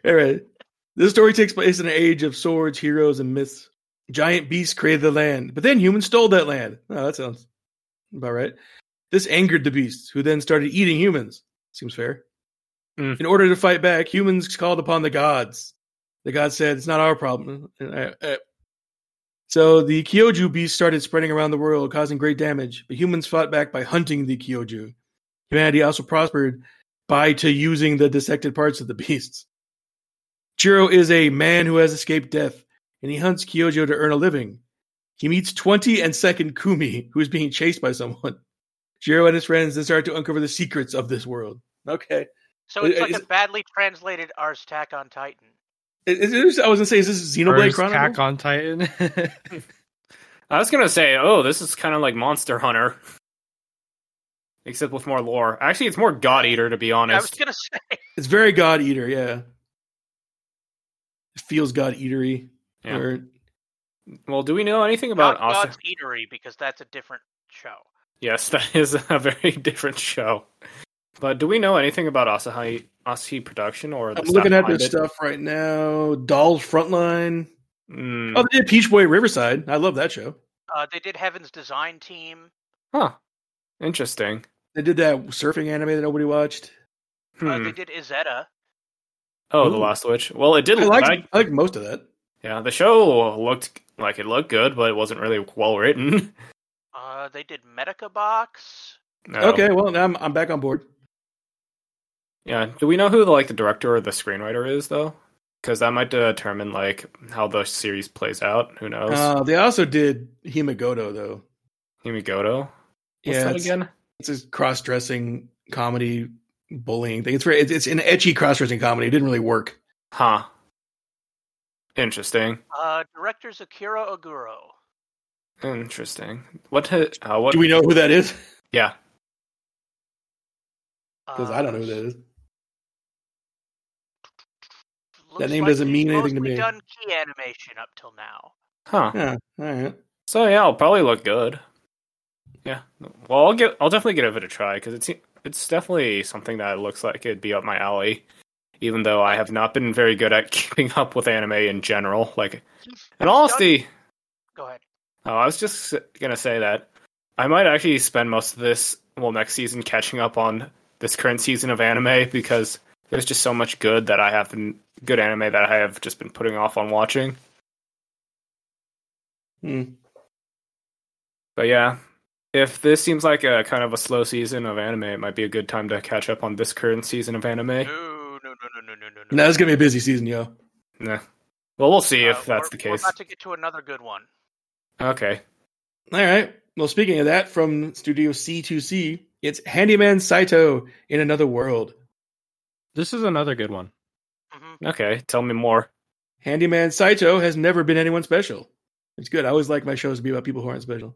[SPEAKER 1] All right. This story takes place in an age of swords, heroes, and myths. Giant beasts created the land, but then humans stole that land. Oh, that sounds about right. This angered the beasts, who then started eating humans. Seems fair.
[SPEAKER 2] Mm.
[SPEAKER 1] In order to fight back, humans called upon the gods. The gods said, It's not our problem. Uh, uh. So the Kyoju beasts started spreading around the world, causing great damage, but humans fought back by hunting the Kyoju. Humanity also prospered by to using the dissected parts of the beasts. Jiro is a man who has escaped death, and he hunts Kyojo to earn a living. He meets 20 and second Kumi, who is being chased by someone. Jiro and his friends then start to uncover the secrets of this world. Okay.
[SPEAKER 5] So it's
[SPEAKER 1] Uh,
[SPEAKER 5] like
[SPEAKER 1] is-
[SPEAKER 5] a badly translated Ars Attack on Titan.
[SPEAKER 1] Is- is- I was going to say, is this Xenoblade
[SPEAKER 4] First Attack
[SPEAKER 1] Chronicles?
[SPEAKER 4] on Titan.
[SPEAKER 2] I was gonna say, oh, this is kind of like Monster Hunter, except with more lore. Actually, it's more God Eater to be
[SPEAKER 5] I was
[SPEAKER 2] honest.
[SPEAKER 5] gonna say.
[SPEAKER 1] It's very God Eater, yeah. It feels God Eatery.
[SPEAKER 2] Yeah.
[SPEAKER 1] Or-
[SPEAKER 2] Well, do we know anything
[SPEAKER 5] Not
[SPEAKER 2] about Asa?
[SPEAKER 5] God's Eatery because that's a different show.
[SPEAKER 2] Yes, that is a very different show. But do we know anything about Asahi Asahi production or the
[SPEAKER 1] I'm
[SPEAKER 2] stuff
[SPEAKER 1] looking at
[SPEAKER 2] behind
[SPEAKER 1] their
[SPEAKER 2] it?
[SPEAKER 1] stuff right now. Doll Frontline.
[SPEAKER 2] Mm.
[SPEAKER 1] Oh, they did Peach Boy Riverside. I love that show.
[SPEAKER 5] Uh, they did Heaven's Design Team.
[SPEAKER 2] Huh. Interesting.
[SPEAKER 1] They did that surfing anime that nobody watched.
[SPEAKER 2] Hmm.
[SPEAKER 5] Uh, they did Izetta.
[SPEAKER 2] oh, the
[SPEAKER 1] Ooh.
[SPEAKER 2] Last Witch. Well, it did.
[SPEAKER 1] I
[SPEAKER 2] look
[SPEAKER 1] liked,
[SPEAKER 2] like-
[SPEAKER 1] I liked most of that.
[SPEAKER 2] yeah, the show looked like it looked good, but it wasn't really well written.
[SPEAKER 5] Uh, they did Medica Box.
[SPEAKER 2] No.
[SPEAKER 1] Okay, well now I'm I'm back on board.
[SPEAKER 2] Yeah. Do we know who the, like the director or the screenwriter is though? Because that might determine like how the series plays out. Who knows?
[SPEAKER 1] Uh, they also did Himagoto though.
[SPEAKER 2] Himigoto. What's
[SPEAKER 1] yeah,
[SPEAKER 2] that
[SPEAKER 1] it's,
[SPEAKER 2] again?
[SPEAKER 1] it's a cross-dressing comedy bullying thing. It's very, it's, it's an etchy cross-dressing comedy. It didn't really work.
[SPEAKER 2] Huh. Interesting.
[SPEAKER 5] Uh, directors Akira Oguro.
[SPEAKER 2] Interesting. What? ha- Uh, what?
[SPEAKER 1] Do we know who that is?
[SPEAKER 2] Yeah.
[SPEAKER 1] Because
[SPEAKER 5] Uh,
[SPEAKER 1] I don't know who
[SPEAKER 2] Uh,
[SPEAKER 1] that is.
[SPEAKER 5] looks
[SPEAKER 1] name
[SPEAKER 5] like
[SPEAKER 1] doesn't
[SPEAKER 5] they've
[SPEAKER 1] mean anything to
[SPEAKER 5] mostly
[SPEAKER 1] me.
[SPEAKER 5] Done key animation up till now.
[SPEAKER 2] Huh.
[SPEAKER 1] Yeah, all right.
[SPEAKER 2] So yeah, it'll probably look good. Yeah. Well, I'll get. I'll definitely give it a try because it's it's definitely something that looks like it'd be up my alley. Even though I have not been very good at keeping up with anime in general, like in all honesty,
[SPEAKER 5] Go ahead.
[SPEAKER 2] oh, I was just gonna say that I might actually spend most of this well next season catching up on this current season of anime because there's just so much good that I have been good anime that I have just been putting off on watching.
[SPEAKER 1] Hmm.
[SPEAKER 2] But yeah, if this seems like a kind of a slow season of anime, it might be a good time to catch up on this current season of anime.
[SPEAKER 5] No, no, no, no, no, no, no, no.
[SPEAKER 1] Now it's gonna be a busy season, yo.
[SPEAKER 2] Nah. Well, we'll see
[SPEAKER 5] Uh,
[SPEAKER 2] if that's
[SPEAKER 5] we're-
[SPEAKER 2] the
[SPEAKER 5] We're
[SPEAKER 2] case.
[SPEAKER 5] about to get to another good one.
[SPEAKER 2] Okay.
[SPEAKER 1] All right. Well, speaking of that, from Studio C2C, it's Handyman Saito in Another World.
[SPEAKER 4] this is another good one.
[SPEAKER 5] Mhm.
[SPEAKER 2] Okay. Tell me more.
[SPEAKER 1] Handyman Saito has never been anyone special. It's good. I always like my shows to be about people who aren't special.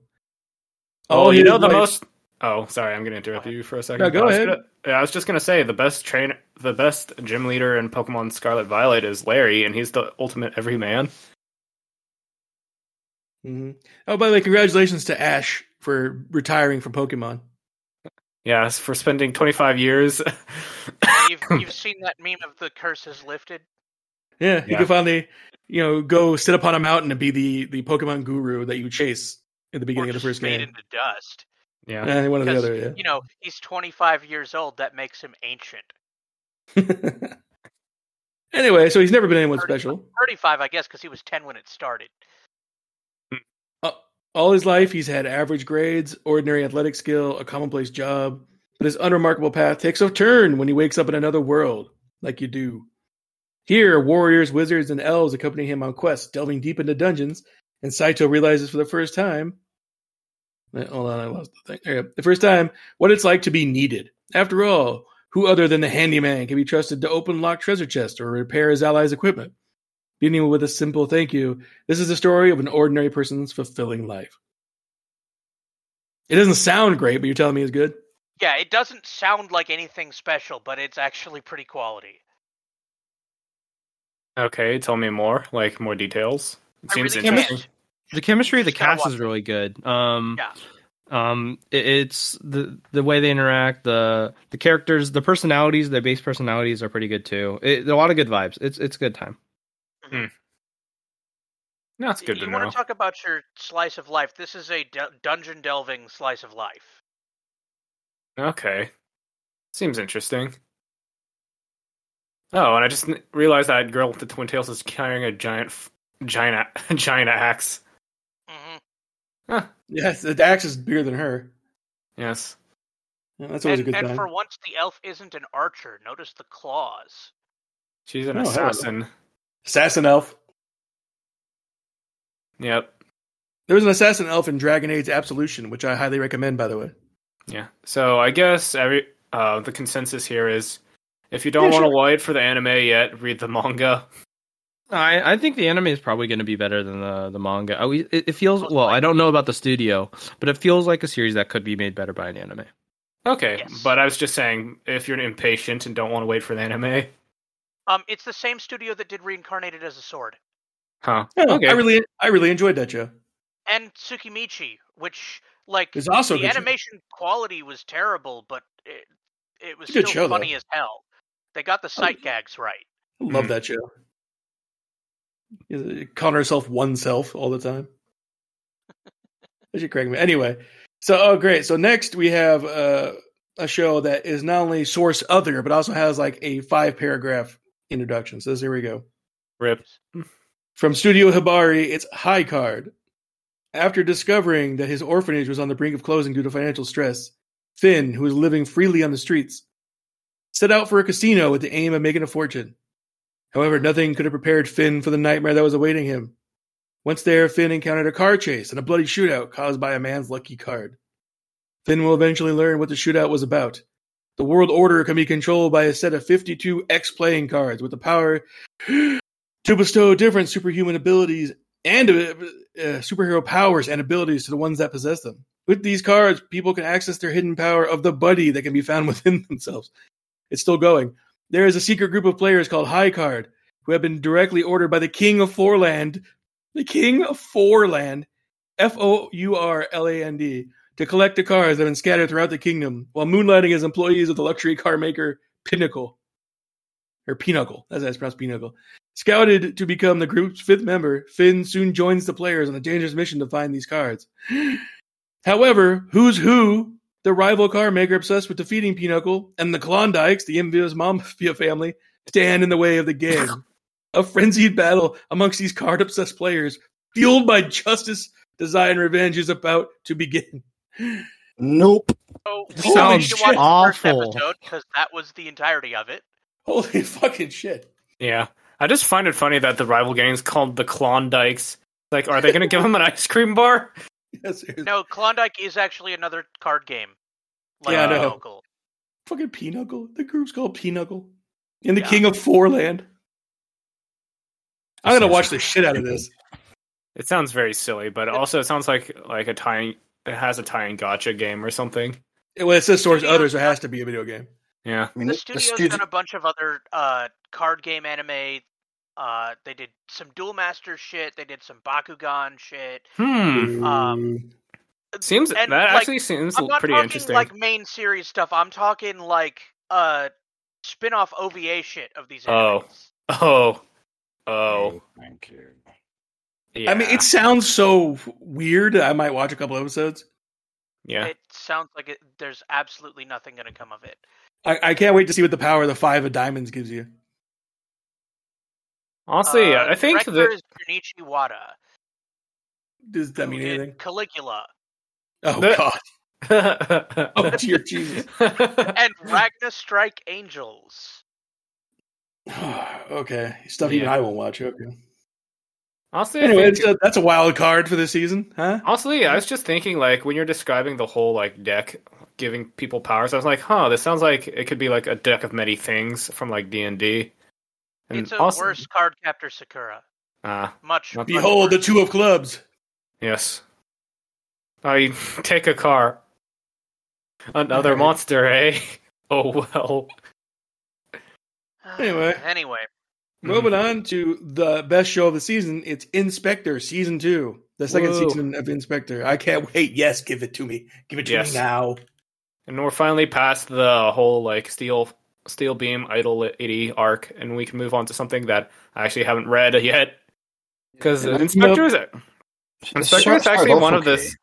[SPEAKER 2] Oh,
[SPEAKER 1] All
[SPEAKER 2] you
[SPEAKER 1] his
[SPEAKER 2] know the
[SPEAKER 1] life-
[SPEAKER 2] most. Oh, sorry. I'm going to interrupt you for a second.
[SPEAKER 1] No, go
[SPEAKER 2] I was
[SPEAKER 1] ahead.
[SPEAKER 2] gonna- yeah, I was just going to say the best trainer, the best gym leader in Pokemon Scarlet Violet is Larry, and he's the ultimate everyman.
[SPEAKER 1] Mm-hmm. hmm Oh, by the way, congratulations to Ash for retiring from Pokemon.
[SPEAKER 2] Yes, for spending 25 years.
[SPEAKER 5] You've you've seen that meme of the curse is lifted.
[SPEAKER 1] Yeah, you
[SPEAKER 2] Yeah.
[SPEAKER 1] can finally, you know, go sit upon a mountain and be the the Pokemon guru that you chase at the
[SPEAKER 5] or
[SPEAKER 1] beginning of the
[SPEAKER 5] just
[SPEAKER 1] first
[SPEAKER 5] made
[SPEAKER 1] game.
[SPEAKER 5] into dust.
[SPEAKER 2] yeah.
[SPEAKER 1] Eh, one or the
[SPEAKER 5] Because,
[SPEAKER 1] other, yeah.
[SPEAKER 5] You know, he's 25 years old. That makes him ancient.
[SPEAKER 1] anyway, so he's never been anyone special.
[SPEAKER 5] 35, I guess, because he was 10 when it started.
[SPEAKER 1] All his life, he's had average grades, ordinary athletic skill, a commonplace job. But his unremarkable path takes a turn when he wakes up in another world, like you do. Here, warriors, wizards, and elves accompany him on quests, delving deep into dungeons. And Saito realizes for the first time. Wait, Hold on, I lost the thing. There you go. The first time, what it's like to be needed. After all, who other than the handyman can be trusted to open locked treasure chests or repair his allies' equipment? Beginning with a simple thank you, this is the story of an ordinary person's fulfilling life. It doesn't sound great, but you're telling me it's good.
[SPEAKER 5] Yeah, it doesn't sound like anything special, but it's actually pretty quality.
[SPEAKER 2] Okay, tell me more, like more details. It
[SPEAKER 5] I
[SPEAKER 2] seems
[SPEAKER 5] really
[SPEAKER 2] interesting.
[SPEAKER 5] can't.
[SPEAKER 4] the chemistry of the
[SPEAKER 5] Just gotta
[SPEAKER 4] cast
[SPEAKER 5] watch
[SPEAKER 4] is really good. Um,
[SPEAKER 5] Yeah.
[SPEAKER 4] um, it- it's the the way they interact, the the characters, the personalities, their base personalities are pretty good too. It, a lot of good vibes. It's it's a good time.
[SPEAKER 2] No, it's good
[SPEAKER 5] you
[SPEAKER 2] to
[SPEAKER 5] want
[SPEAKER 2] know.
[SPEAKER 5] to talk about your slice of life? This is a du- dungeon delving slice of life.
[SPEAKER 2] Okay. Seems interesting. Oh, and I just n- realized that girl with the twin tails is carrying a giant, f- giant, a- giant axe.
[SPEAKER 5] hmm
[SPEAKER 1] Yes, the axe is bigger than her.
[SPEAKER 2] Yes.
[SPEAKER 1] Yeah, that's always
[SPEAKER 5] And,
[SPEAKER 1] a good
[SPEAKER 5] and
[SPEAKER 1] sign.
[SPEAKER 5] for once, the elf isn't an archer. Notice the claws.
[SPEAKER 2] She's an
[SPEAKER 1] Oh, hello.
[SPEAKER 2] assassin.
[SPEAKER 1] Assassin elf.
[SPEAKER 2] Yep.
[SPEAKER 1] There was an assassin elf in Dragon Age Absolution, which I highly recommend, by the way.
[SPEAKER 2] Yeah. So I guess every uh, the consensus here is, if you don't
[SPEAKER 1] Yeah,
[SPEAKER 2] want to
[SPEAKER 1] sure.
[SPEAKER 2] wait for the anime yet, read the manga.
[SPEAKER 4] I, I think the anime is probably going to be better than the, the manga. I, we- it, it feels
[SPEAKER 5] Most
[SPEAKER 4] well. I don't know about the studio, but it feels like a series that could be made better by an anime.
[SPEAKER 2] Okay,
[SPEAKER 5] Yes.
[SPEAKER 2] but I was just saying, if you're impatient and don't want to wait for the anime,
[SPEAKER 5] Um, it's the same studio that did Reincarnated as a Sword
[SPEAKER 2] huh?
[SPEAKER 1] Oh,
[SPEAKER 2] okay.
[SPEAKER 1] I really, I really enjoyed that show.
[SPEAKER 5] and Tsukimichi, which like
[SPEAKER 1] It's also a
[SPEAKER 5] the
[SPEAKER 1] good show.
[SPEAKER 5] animation quality was terrible, but it it was
[SPEAKER 1] It's a good
[SPEAKER 5] still
[SPEAKER 1] show, though.
[SPEAKER 5] funny as hell. They got the sight gags right.
[SPEAKER 1] I love
[SPEAKER 2] Mhm.
[SPEAKER 1] that show. Is- Calling herself oneself all the time. That should crack me. Anyway, so oh great. So next we have uh, a show that is not only source other, but also has like a five paragraph introduction. So this, here we go.
[SPEAKER 2] Rip.
[SPEAKER 1] From Studio Hibari, it's High Card. After discovering that his orphanage was on the brink of closing due to financial stress, Finn, who is living freely on the streets, set out for a casino with the aim of making a fortune. However, nothing could have prepared Finn for the nightmare that was awaiting him. Once there, Finn encountered a car chase and a bloody shootout caused by a man's lucky card. Finn will eventually learn what the shootout was about. The world order can be controlled by a set of 52 X playing cards with the power to bestow different superhuman abilities and uh, uh, superhero powers and abilities to the ones that possess them. With these cards, people can access their hidden power of the buddy that can be found within themselves. It's still going. There is a secret group of players called High Card who have been directly ordered by the King of Foreland, the King of Foreland, F O U R L A N D, to collect the cards that have been scattered throughout the kingdom while moonlighting as employees of the luxury car maker Pinnacle. Or Pinnacle. That's how it's pronounced Pinnacle. Scouted to become the group's fifth member, Finn soon joins the players on a dangerous mission to find these cards. However, who's who? The rival car maker obsessed with defeating Pinochle and the Klondikes, the envious mafia family, stand in the way of the game. a frenzied battle amongst these card obsessed players, fueled by justice, desire, and revenge, is about to begin.
[SPEAKER 3] Nope.
[SPEAKER 5] So we
[SPEAKER 1] Holy
[SPEAKER 5] only need to
[SPEAKER 1] shit.
[SPEAKER 5] watch the first
[SPEAKER 4] Awful.
[SPEAKER 5] episode because that was the entirety of it.
[SPEAKER 1] Holy fucking shit.
[SPEAKER 2] Yeah, I just find it funny that the rival gang's called the Klondikes. Like, are they going to give him an ice cream bar?
[SPEAKER 1] Yes, it is.
[SPEAKER 5] No, Klondike is actually another card game.
[SPEAKER 1] Yeah, I know.
[SPEAKER 5] Pinochle.
[SPEAKER 1] Fucking Pinochle. The group's called Pinochle. And the
[SPEAKER 5] Yeah.
[SPEAKER 1] King of Foreland. I'm gonna watch the shit out of this.
[SPEAKER 2] It sounds very silly, but also it sounds like like a tying. It has a tying gotcha game or something.
[SPEAKER 1] Well, it says source others, so it has to be a video game.
[SPEAKER 2] Yeah.
[SPEAKER 3] I mean,
[SPEAKER 5] The
[SPEAKER 3] the
[SPEAKER 5] studio's
[SPEAKER 3] studi-
[SPEAKER 5] done a bunch of other uh, card game anime. Uh, they did some Duel Master shit. They did some Bakugan shit.
[SPEAKER 2] Hmm.
[SPEAKER 5] Um,
[SPEAKER 2] Seems
[SPEAKER 5] Hmm. and,
[SPEAKER 2] that
[SPEAKER 5] like,
[SPEAKER 2] actually seems
[SPEAKER 5] I'm not
[SPEAKER 2] pretty
[SPEAKER 5] talking
[SPEAKER 2] interesting.
[SPEAKER 5] like main series stuff. I'm talking like uh spin-off OVA shit of these.
[SPEAKER 2] Oh.
[SPEAKER 5] animes.
[SPEAKER 2] oh, oh,
[SPEAKER 3] thank you.
[SPEAKER 2] yeah.
[SPEAKER 1] I mean, it sounds so weird. I might watch a couple episodes.
[SPEAKER 2] yeah.
[SPEAKER 5] It sounds like it, there's absolutely nothing going to come of it.
[SPEAKER 1] I, I can't wait to see what the power of the five of diamonds gives you.
[SPEAKER 2] Honestly,
[SPEAKER 5] Uh,
[SPEAKER 2] I think
[SPEAKER 5] director
[SPEAKER 2] the
[SPEAKER 5] is Junichi Wada.
[SPEAKER 1] Does that
[SPEAKER 2] Oh,
[SPEAKER 5] who
[SPEAKER 1] mean
[SPEAKER 5] did
[SPEAKER 1] anything?
[SPEAKER 5] Caligula
[SPEAKER 1] Oh
[SPEAKER 2] The-
[SPEAKER 1] god! Oh
[SPEAKER 2] oh
[SPEAKER 1] dear Jesus!
[SPEAKER 5] and Ragna Strike Angels.
[SPEAKER 1] okay, stuff even
[SPEAKER 2] Yeah.
[SPEAKER 1] I won't watch. Okay.
[SPEAKER 2] honestly, I
[SPEAKER 1] Anyway,
[SPEAKER 2] think-
[SPEAKER 1] it's a, that's a wild card for this season, huh?
[SPEAKER 2] honestly, I was just thinking like when you're describing the whole like deck giving people powers, I was like, huh, this sounds like it could be like a deck of many things from like D and D.
[SPEAKER 5] It's a worse card captor Sakura.
[SPEAKER 2] Ah,
[SPEAKER 5] Much.
[SPEAKER 2] Not-
[SPEAKER 5] much
[SPEAKER 1] Behold the
[SPEAKER 5] worse.
[SPEAKER 1] two of clubs.
[SPEAKER 2] Mm-hmm. yes. I take a car. Another
[SPEAKER 1] Alright.
[SPEAKER 2] monster, eh? Oh well.
[SPEAKER 1] Anyway.
[SPEAKER 5] Anyway.
[SPEAKER 1] Moving on to the best show of the season, it's Inspector season two, the second
[SPEAKER 2] Whoa.
[SPEAKER 1] season of Inspector. I can't wait. Yes, give it to me. Give it to
[SPEAKER 2] Yes.
[SPEAKER 1] me now.
[SPEAKER 2] And we're finally past the whole like steel steel beam idol itty arc, and we can move on to something that I actually haven't read yet. Because
[SPEAKER 1] And I-
[SPEAKER 2] Inspector is Inspector is actually one of
[SPEAKER 3] this.
[SPEAKER 2] this.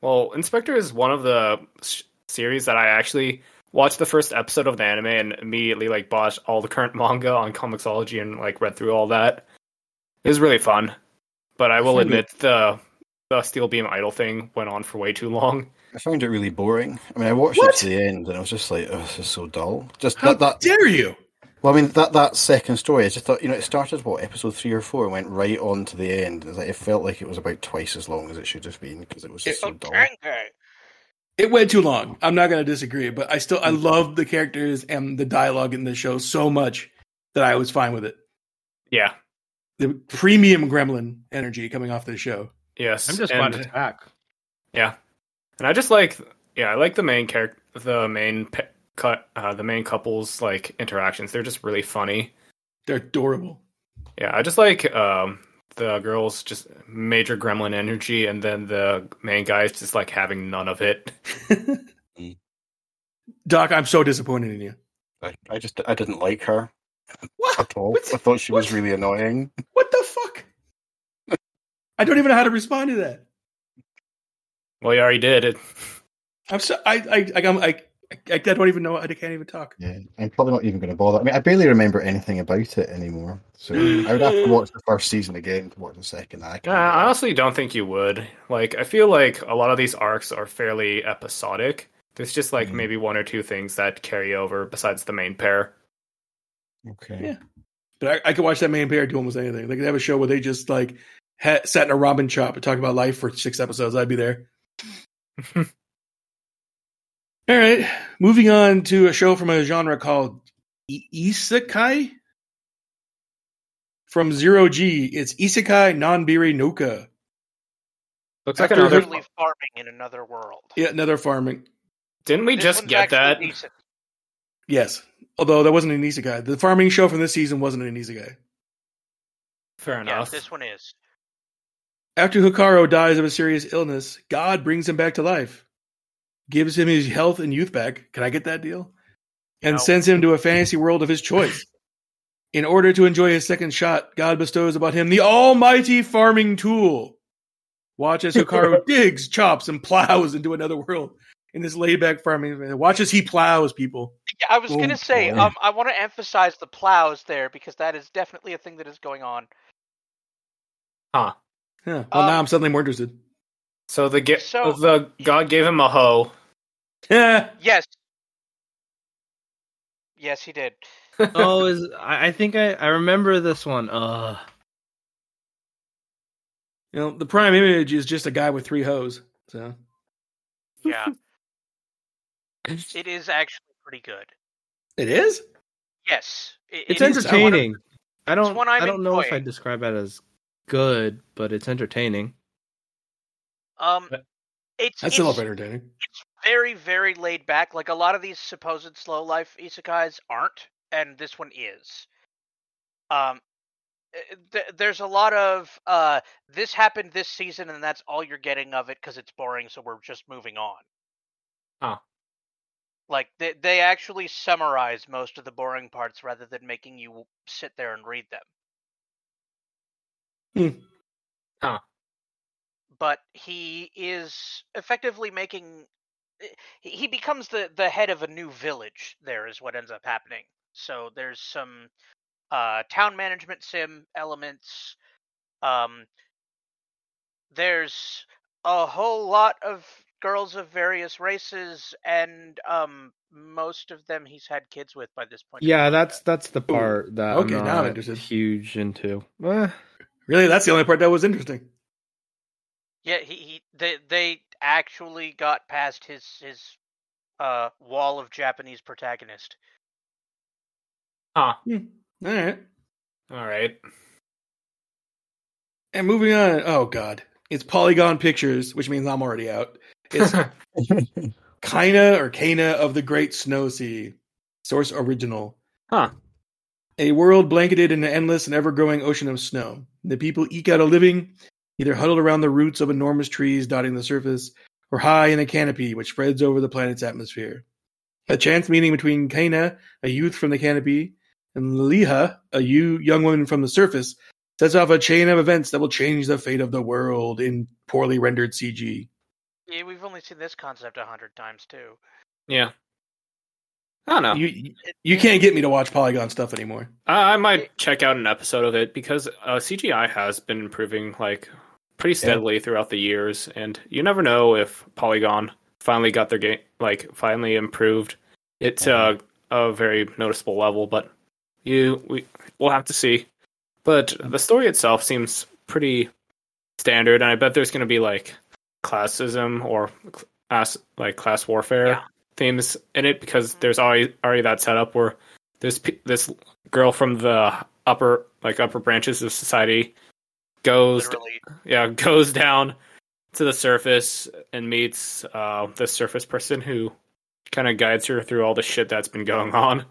[SPEAKER 2] Well, Inspector is one of the sh- series that I actually watched the first episode of the anime and immediately like bought all the current manga on Comixology and like read through all that. It was really fun, but I will
[SPEAKER 1] Really?
[SPEAKER 2] admit the the steel beam idol thing went on for way too long.
[SPEAKER 3] I found it really boring. I mean, I watched
[SPEAKER 1] What?
[SPEAKER 3] it to the end, and I was just like, "Oh, this is so dull." Just
[SPEAKER 1] How
[SPEAKER 3] that, that.
[SPEAKER 1] dare you?
[SPEAKER 3] Well, I mean, that that second story. I just thought, you know, it started what episode three or four, and went right on to the end. It, was like, it felt like it was about twice as long as it should have been because it was just so dull.
[SPEAKER 5] Okay.
[SPEAKER 1] It went too long. I'm not going to disagree, but I still I love the characters and the dialogue in the show so much that I was fine with it.
[SPEAKER 2] Yeah.
[SPEAKER 1] The premium gremlin energy coming off this show.
[SPEAKER 2] Yes.
[SPEAKER 4] I'm just
[SPEAKER 2] and,
[SPEAKER 4] glad it's back.
[SPEAKER 2] and I just like yeah, I like the main character, the main pe- cut, uh, the main couples like interactions. They're just really funny.
[SPEAKER 1] They're adorable.
[SPEAKER 2] Yeah, I just like um, the girls just major gremlin energy, and then the main guy's just like having none of it.
[SPEAKER 1] Doc, I'm so disappointed in you.
[SPEAKER 3] I, I just I didn't like her
[SPEAKER 1] What?
[SPEAKER 3] at all.
[SPEAKER 1] What's-
[SPEAKER 3] I thought she was
[SPEAKER 1] what?
[SPEAKER 3] really annoying.
[SPEAKER 1] What the fuck? I don't even know how to respond to that.
[SPEAKER 2] Well, you already did it.
[SPEAKER 1] I'm so I I I, I'm, I I I don't even know. I can't even talk.
[SPEAKER 3] Yeah, I'm probably not even going to bother. I mean, I barely remember anything about it anymore, so I would have to watch the first season again to watch the second. I
[SPEAKER 2] Uh,
[SPEAKER 3] can't
[SPEAKER 2] I
[SPEAKER 3] bother.
[SPEAKER 2] honestly don't think you would. Like, I feel like a lot of these arcs are fairly episodic. There's just like
[SPEAKER 5] Mm-hmm.
[SPEAKER 3] Mhm.
[SPEAKER 2] maybe one or two things that carry over besides the main pair.
[SPEAKER 3] Okay.
[SPEAKER 1] Yeah. But I, I could watch that main pair do almost anything. They could have a show where they just like ha- sat in a ramen shop and talked about life for six episodes. I'd be there. All right, moving on to a show from a genre called I- isekai. From zero G, it's isekai non-biri nuka.
[SPEAKER 2] Looks
[SPEAKER 1] like
[SPEAKER 2] like
[SPEAKER 1] After-
[SPEAKER 2] another.
[SPEAKER 1] another-
[SPEAKER 5] Literally farming in another world.
[SPEAKER 1] Yeah, another farming.
[SPEAKER 2] Didn't we
[SPEAKER 5] This
[SPEAKER 2] just
[SPEAKER 5] one's
[SPEAKER 2] get
[SPEAKER 5] actually
[SPEAKER 2] that?
[SPEAKER 5] decent.
[SPEAKER 1] Yes, although that wasn't an isekai. The farming show from this season wasn't an isekai.
[SPEAKER 2] Fair
[SPEAKER 5] Yeah,
[SPEAKER 2] enough.
[SPEAKER 5] this one is.
[SPEAKER 1] After Hikaru dies of a serious illness, God brings him back to life, gives him his health and youth back. Can I get that deal? And
[SPEAKER 5] No.
[SPEAKER 1] sends him to a fantasy world of his choice. In order to enjoy his second shot, God bestows upon him the almighty farming tool. Watch as Hikaru digs, chops, and plows into another world in this laid back farming. Watch as he plows, people.
[SPEAKER 5] Yeah, I was
[SPEAKER 1] Oh,
[SPEAKER 5] gonna say.
[SPEAKER 3] boy.
[SPEAKER 5] Um, I want to emphasize the plows there because that is definitely a thing that is going on.
[SPEAKER 1] Yeah, well,
[SPEAKER 5] Um,
[SPEAKER 1] now I'm suddenly more interested.
[SPEAKER 2] So the ge-
[SPEAKER 5] So-
[SPEAKER 2] the god gave him a hoe.
[SPEAKER 1] Yeah.
[SPEAKER 5] Yes. Yes, he did.
[SPEAKER 4] oh, is I, I think I, I remember this one. Uh
[SPEAKER 1] You know, the prime image is just a guy with three hoes. So.
[SPEAKER 5] Yeah. it is actually pretty good.
[SPEAKER 1] It is?
[SPEAKER 5] Yes, it,
[SPEAKER 4] it's
[SPEAKER 5] it is one of-
[SPEAKER 4] entertaining. I don't
[SPEAKER 5] it's one I'm
[SPEAKER 4] I don't know if I
[SPEAKER 5] enjoying.
[SPEAKER 4] describe it as good, but it's entertaining.
[SPEAKER 5] Um,
[SPEAKER 2] That-
[SPEAKER 5] it's
[SPEAKER 1] That's
[SPEAKER 5] it's,
[SPEAKER 1] a little bit entertaining.
[SPEAKER 5] it's very very laid back. Like a lot of these supposed slow life isekais aren't, and this one is. Um, uh, th- there's a lot of uh, this happened this season, and that's all you're getting of it because it's boring. So we're just moving on.
[SPEAKER 2] Huh.
[SPEAKER 5] Like they they actually summarize most of the boring parts rather than making you sit there and read them.
[SPEAKER 2] Huh.
[SPEAKER 5] But he is effectively making eh, he- he becomes the the head of a new village there is what ends up happening so there's some uh town management sim elements um there's a whole lot of girls of various races and um most of them he's had kids with by this point in
[SPEAKER 4] Yeah,
[SPEAKER 5] the
[SPEAKER 4] that's
[SPEAKER 5] manga.
[SPEAKER 4] that's the part that
[SPEAKER 1] okay,
[SPEAKER 4] I'm
[SPEAKER 1] now I'm
[SPEAKER 4] not
[SPEAKER 1] interested.
[SPEAKER 4] huge into. Eh,
[SPEAKER 1] Really, that's the only part that was interesting.
[SPEAKER 5] yeah he, he they they actually got past his his uh wall of japanese protagonist
[SPEAKER 1] All right.
[SPEAKER 2] All right.
[SPEAKER 1] And moving on. Oh God, it's Polygon Pictures, which means I'm already out. It's Kina or Kana of the Great Snow Sea, source original.
[SPEAKER 2] Huh.
[SPEAKER 1] A world blanketed in an endless and ever-growing ocean of snow. The people eke out a living, either huddled around the roots of enormous trees dotting the surface, or high in a canopy which spreads over the planet's atmosphere. A chance meeting between Kana, a youth from the canopy, and Liha, a you- young woman from the surface, sets off a chain of events that will change the fate of the world in poorly rendered CG.
[SPEAKER 5] yeah we've only seen this concept a hundred times too
[SPEAKER 2] yeah. I don't know.
[SPEAKER 1] You you can't get me to watch Polygon stuff anymore.
[SPEAKER 2] I, I might check out an episode of it because uh, CGI has been improving like pretty steadily throughout the years, and you never know if Polygon finally got their game like finally improved it to uh, a very noticeable level. But you we we'll have to see. But the story itself seems pretty standard, and I bet there's going to be like classism or class like class warfare
[SPEAKER 5] Yeah. Mm-hmm.
[SPEAKER 2] themes in it because there's already already that setup where this pe- this girl from the upper like upper branches of society goes
[SPEAKER 5] literally
[SPEAKER 2] yeah goes down to the surface and meets uh, this surface person who kind of guides her through all the shit that's been going on,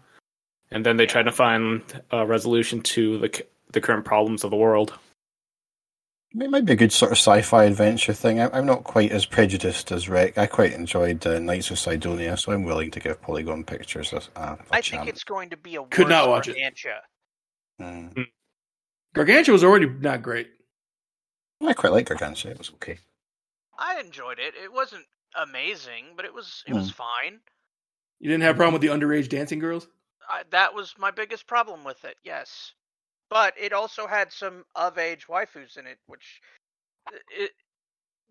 [SPEAKER 2] and then they try to find a resolution to the c- the current problems of the world.
[SPEAKER 3] It might be a good sort of sci-fi adventure thing. I- I'm not quite as prejudiced as Rick. I quite enjoyed uh, Knights of Sidonia, so I'm willing to give Polygon Pictures a, a, a
[SPEAKER 5] I
[SPEAKER 3] chance.
[SPEAKER 5] think it's going to be a
[SPEAKER 1] Could
[SPEAKER 5] worse
[SPEAKER 1] not watch it.
[SPEAKER 5] Gargantia.
[SPEAKER 3] Mm.
[SPEAKER 1] Gargantua was already not great.
[SPEAKER 3] I quite like Gargantia. It was okay.
[SPEAKER 5] I enjoyed it. It wasn't amazing, but it was it was
[SPEAKER 1] Mm.
[SPEAKER 5] fine.
[SPEAKER 1] You didn't have a problem with the underage dancing girls?
[SPEAKER 5] I, that was my biggest problem with it. Yes, but it also had some of age waifus in it, which it,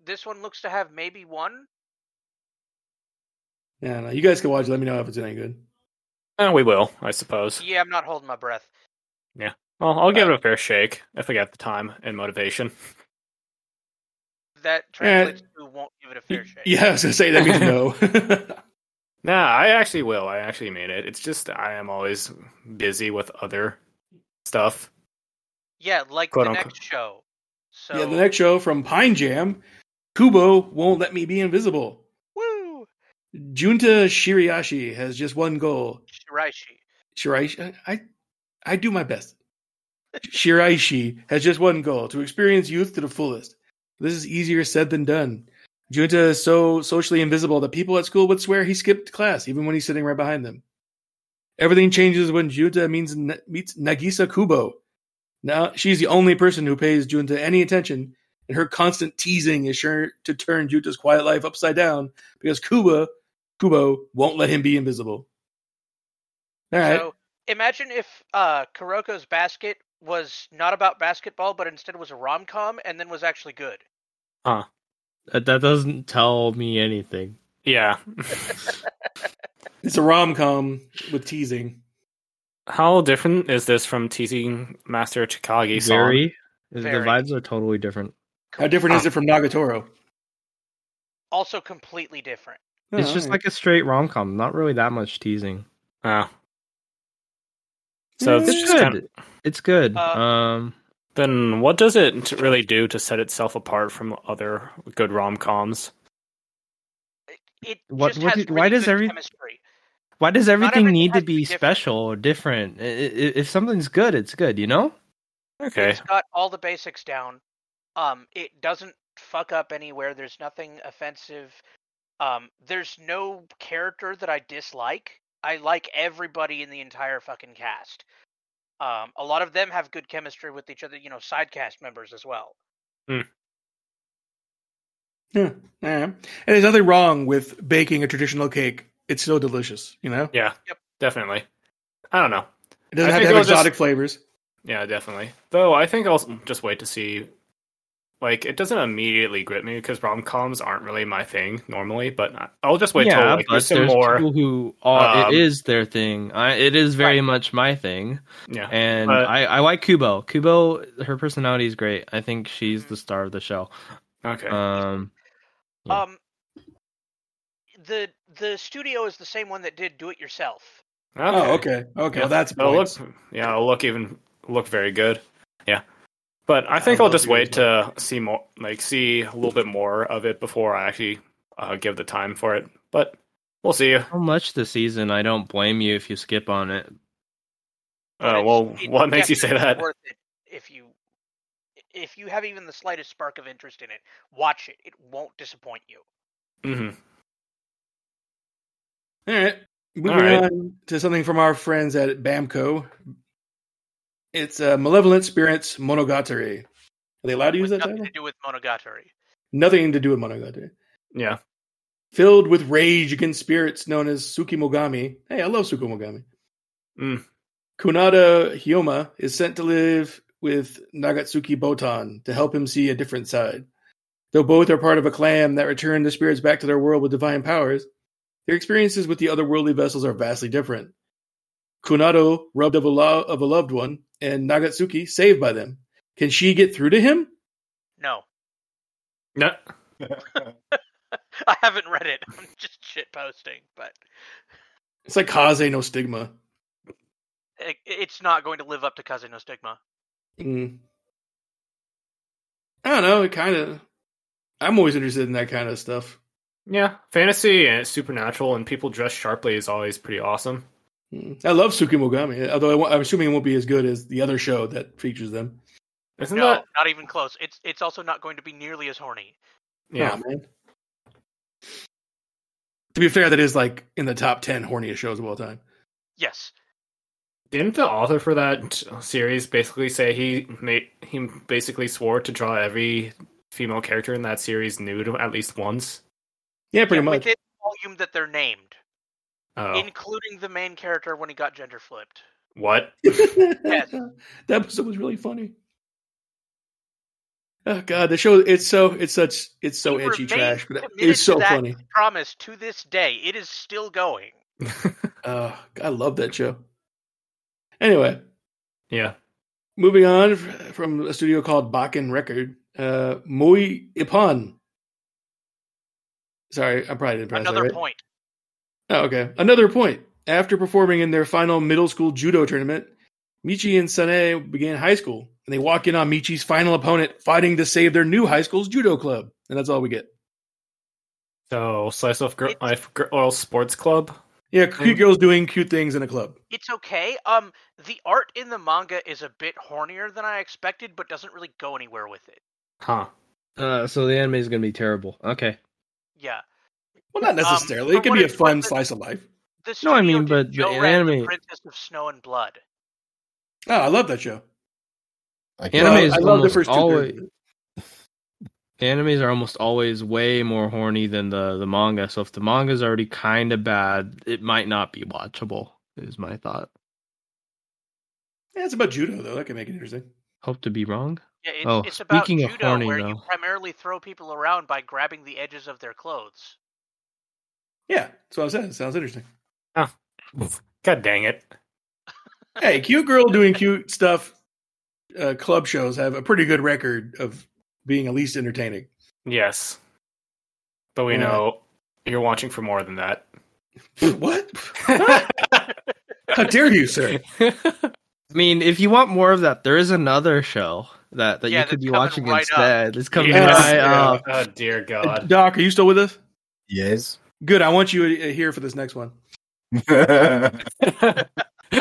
[SPEAKER 5] this one looks to have maybe one.
[SPEAKER 1] Yeah, no. You guys can watch. it. Let me know if it's any good.
[SPEAKER 2] And we will, I suppose.
[SPEAKER 5] Yeah, I'm not holding my breath.
[SPEAKER 2] Well, I'll give it a fair shake if I get the time and motivation.
[SPEAKER 5] That translates to won't give it a fair shake.
[SPEAKER 1] Eh, Yeah, I was gonna say that means no.
[SPEAKER 2] Nah, I actually will. I actually mean it. It's just I am always busy with other stuff.
[SPEAKER 5] yeah, like
[SPEAKER 2] Quote
[SPEAKER 5] the
[SPEAKER 2] unquote.
[SPEAKER 5] next show. So
[SPEAKER 1] Yeah, the next show from Pine Jam, Kubo won't let me be invisible.
[SPEAKER 5] woo
[SPEAKER 1] Junta Shiriashi has just one goal.
[SPEAKER 5] Shiraishi.
[SPEAKER 1] Shiraishi, uh, I, I do my best. Shiraishi has just one goal: to experience youth to the fullest. This is easier said than done. Junta is so socially invisible that people at school would swear he skipped class, even when he's sitting right behind them. Everything changes when Junta means, meets Nagisa Kubo. Now she's the only person who pays Junta any attention, and her constant teasing is sure to turn Junta's quiet life upside down because Kuba, Kubo won't let him be invisible. All right.
[SPEAKER 5] So imagine if uh Kuroko's basket was not about basketball, but instead was a rom com and then was actually good.
[SPEAKER 4] that, that doesn't tell me anything.
[SPEAKER 2] Yeah.
[SPEAKER 1] It's a rom com with teasing.
[SPEAKER 2] How different is this from teasing Master Chikagi song?
[SPEAKER 4] Very, the
[SPEAKER 5] Very.
[SPEAKER 4] vibes are totally different.
[SPEAKER 1] How different is it from Nagatoro?
[SPEAKER 5] Also completely different.
[SPEAKER 4] it's just like a straight rom com, not really that much teasing.
[SPEAKER 2] Oh. So it's
[SPEAKER 4] It's
[SPEAKER 2] just kind of,
[SPEAKER 4] good. It's good.
[SPEAKER 5] Uh,
[SPEAKER 4] um,
[SPEAKER 2] then what does it really do to set itself apart from other good rom coms?
[SPEAKER 5] It
[SPEAKER 4] What-
[SPEAKER 5] just
[SPEAKER 4] what
[SPEAKER 5] has
[SPEAKER 4] did- why
[SPEAKER 5] really
[SPEAKER 4] does
[SPEAKER 5] good
[SPEAKER 4] every-
[SPEAKER 5] chemistry.
[SPEAKER 4] why does everything
[SPEAKER 5] everything
[SPEAKER 4] need
[SPEAKER 5] has
[SPEAKER 4] to
[SPEAKER 5] to be
[SPEAKER 4] be
[SPEAKER 5] different.
[SPEAKER 4] special or different? I- I- If something's good, it's good. You know.
[SPEAKER 2] Okay.
[SPEAKER 5] It's got all the basics down. Um, it doesn't fuck up anywhere. There's nothing offensive. Um, there's no character that I dislike. I like everybody in the entire fucking cast. Um, a lot of them have good chemistry with each other. You know, side cast members as well.
[SPEAKER 1] Yeah. yeah. And there's nothing wrong with baking a traditional cake. It's still delicious, you know?
[SPEAKER 2] Yeah.
[SPEAKER 5] Yep.
[SPEAKER 2] Definitely. I don't know.
[SPEAKER 1] It doesn't
[SPEAKER 2] I
[SPEAKER 1] have to
[SPEAKER 2] think it
[SPEAKER 1] have
[SPEAKER 2] was just-
[SPEAKER 1] exotic flavors.
[SPEAKER 2] Yeah, definitely. Though I think I'll s- mm, just wait to see. Like, it doesn't immediately grip me because rom coms aren't really my thing normally. But I- I'll just wait till like, there's some more.
[SPEAKER 4] people who are,
[SPEAKER 2] um,
[SPEAKER 4] it is their thing. I, it is very
[SPEAKER 5] Right.
[SPEAKER 4] much my thing,
[SPEAKER 2] Yeah,
[SPEAKER 4] and
[SPEAKER 2] But-
[SPEAKER 4] I, I like Kubo. Kubo, her personality is great. I think she's the star of the show.
[SPEAKER 2] Mm-hmm. okay.
[SPEAKER 4] Um, Yeah.
[SPEAKER 5] Um, the the studio is the same one that did Do It Yourself.
[SPEAKER 1] Oh, okay. Okay.
[SPEAKER 2] Yeah.
[SPEAKER 1] Well, that's a
[SPEAKER 2] It'll
[SPEAKER 1] point.
[SPEAKER 2] look, yeah, it'll look even look very good. Yeah, but I think
[SPEAKER 1] I
[SPEAKER 2] I'll
[SPEAKER 1] love
[SPEAKER 2] just
[SPEAKER 1] you as
[SPEAKER 2] wait
[SPEAKER 1] well.
[SPEAKER 2] to see more, like see a little bit more of it before I actually uh, give the time for it. But we'll see. Uh,
[SPEAKER 4] so much this season. I don't blame you if you skip on it.
[SPEAKER 5] but
[SPEAKER 2] Oh,
[SPEAKER 5] it's-
[SPEAKER 2] well,
[SPEAKER 5] it
[SPEAKER 2] what makes you say
[SPEAKER 5] definitely
[SPEAKER 2] that?
[SPEAKER 5] Worth it if you if you have even the slightest spark of interest in it, watch it. It won't disappoint you.
[SPEAKER 2] hmm
[SPEAKER 1] All right. Moving
[SPEAKER 2] right.
[SPEAKER 1] on to something from our friends at Bamco. It's uh, Malevolent Spirits Monogatari. Are they allowed to use
[SPEAKER 5] With
[SPEAKER 1] that
[SPEAKER 5] nothing
[SPEAKER 1] title?
[SPEAKER 5] to do with Monogatari.
[SPEAKER 1] Nothing to do with Monogatari.
[SPEAKER 2] Yeah,
[SPEAKER 1] Filled with rage against spirits known as Tsukimogami. Hey, I love Tsukimogami.
[SPEAKER 2] Mm.
[SPEAKER 1] Kunada Hyoma is sent to live with Nagatsuki Botan to help him see a different side. Though both are part of a clan that returned the spirits back to their world with divine powers, their experiences with the otherworldly vessels are vastly different. Kunado robbed of a, lo- of a loved one, and Nagatsuki saved by them. Can she get through to him?
[SPEAKER 5] No,
[SPEAKER 2] no,
[SPEAKER 5] I haven't read it. I'm just shit posting, but
[SPEAKER 1] It's like Kaze no stigma.
[SPEAKER 5] it, it's not going to live up to Cousin No Stigma.
[SPEAKER 1] Mm. I don't know. It kind of. I'm always interested in that kind of stuff.
[SPEAKER 2] yeah. Fantasy and supernatural and people dressed sharply is always pretty awesome.
[SPEAKER 1] Mm. I love Tsukimogami, although I wa- I'm assuming it won't be as good as the other show that features them.
[SPEAKER 2] Isn't
[SPEAKER 5] No,
[SPEAKER 2] that?
[SPEAKER 5] not even close. It's it's also not going to be nearly as horny.
[SPEAKER 2] Yeah,
[SPEAKER 1] Aw, man. To be fair, that is like in the top ten horniest shows of all time.
[SPEAKER 5] Yes,
[SPEAKER 2] didn't the author for that series basically say he made he basically swore to draw every female character in that series nude at least once?
[SPEAKER 1] Yeah, pretty
[SPEAKER 5] Yeah,
[SPEAKER 1] much.
[SPEAKER 5] within the volume that they're named,
[SPEAKER 2] Oh,
[SPEAKER 5] including the main character when he got gender flipped.
[SPEAKER 2] what?
[SPEAKER 5] Yes.
[SPEAKER 1] that episode was really funny. Oh god, the show—it's so—it's such—it's so
[SPEAKER 5] He
[SPEAKER 1] edgy
[SPEAKER 5] remains
[SPEAKER 1] trash, but
[SPEAKER 5] committed
[SPEAKER 1] it's so
[SPEAKER 5] to that
[SPEAKER 1] funny.
[SPEAKER 5] Promise to this day, it is still going.
[SPEAKER 1] Uh, I love that show. Anyway,
[SPEAKER 2] yeah.
[SPEAKER 1] moving on f- from a studio called Bakken Record, uh, Moi Ipan. Sorry, I probably didn't pronounce
[SPEAKER 5] Another
[SPEAKER 1] that right.
[SPEAKER 5] point.
[SPEAKER 1] Oh, okay. Another point. After performing in their final middle school judo tournament, Michi and Sane began high school, and they walk in on Michi's final opponent fighting to save their new high school's judo club. And that's all we get.
[SPEAKER 2] So slice of girl,
[SPEAKER 5] It's-
[SPEAKER 2] life, girl sports club.
[SPEAKER 1] Yeah, cute
[SPEAKER 2] Mm.
[SPEAKER 1] girls doing cute things in a club.
[SPEAKER 5] It's okay. Um, the art in the manga is a bit hornier than I expected, but doesn't really go anywhere with it.
[SPEAKER 2] Huh.
[SPEAKER 4] Uh, so the anime is going to be terrible. Okay.
[SPEAKER 5] Yeah,
[SPEAKER 1] Well, not necessarily.
[SPEAKER 5] for
[SPEAKER 1] it could
[SPEAKER 5] Um, what
[SPEAKER 1] be a
[SPEAKER 5] it's
[SPEAKER 1] fun
[SPEAKER 5] worth,
[SPEAKER 1] slice of life.
[SPEAKER 5] the
[SPEAKER 4] No, I
[SPEAKER 5] studio
[SPEAKER 4] mean,
[SPEAKER 5] did
[SPEAKER 4] but the
[SPEAKER 5] Joran,
[SPEAKER 4] anime-
[SPEAKER 5] Princess of Snow and Blood.
[SPEAKER 1] Oh, I love that show.
[SPEAKER 3] I can't-
[SPEAKER 4] Anime
[SPEAKER 1] Well,
[SPEAKER 4] is
[SPEAKER 1] I love the
[SPEAKER 4] almost
[SPEAKER 1] first two
[SPEAKER 4] always-
[SPEAKER 1] thirds.
[SPEAKER 4] animes are almost always way more horny than the the manga. So if the manga's already kind of bad, it might not be watchable. Is my thought.
[SPEAKER 1] Yeah, it's about judo though. That could make it interesting.
[SPEAKER 4] Hope to be wrong.
[SPEAKER 5] Yeah, it's,
[SPEAKER 4] Oh,
[SPEAKER 5] it's about
[SPEAKER 4] speaking of
[SPEAKER 5] judo
[SPEAKER 4] horny,
[SPEAKER 5] where you
[SPEAKER 4] though.
[SPEAKER 5] primarily throw people around by grabbing the edges of their clothes.
[SPEAKER 1] Yeah, that's what I said. It sounds interesting.
[SPEAKER 2] God dang it.
[SPEAKER 1] Hey, cute girl doing cute stuff. Uh, club shows have a pretty good record of being at least entertaining.
[SPEAKER 2] Yes. But we
[SPEAKER 1] Yeah.
[SPEAKER 2] know you're watching for more than that.
[SPEAKER 1] what? How dare you, sir?
[SPEAKER 4] I mean, if you want more of that, there is another show that that
[SPEAKER 5] Yeah,
[SPEAKER 4] you could
[SPEAKER 5] that's
[SPEAKER 4] be
[SPEAKER 5] coming
[SPEAKER 4] watching
[SPEAKER 5] right up.
[SPEAKER 4] instead. It's coming
[SPEAKER 1] Yes.
[SPEAKER 4] right
[SPEAKER 1] Yeah.
[SPEAKER 4] up.
[SPEAKER 2] Oh dear God.
[SPEAKER 1] Uh, Doc, are you still with us?
[SPEAKER 3] Yes.
[SPEAKER 1] Good. I want you uh, here for this next one.
[SPEAKER 3] That's
[SPEAKER 1] All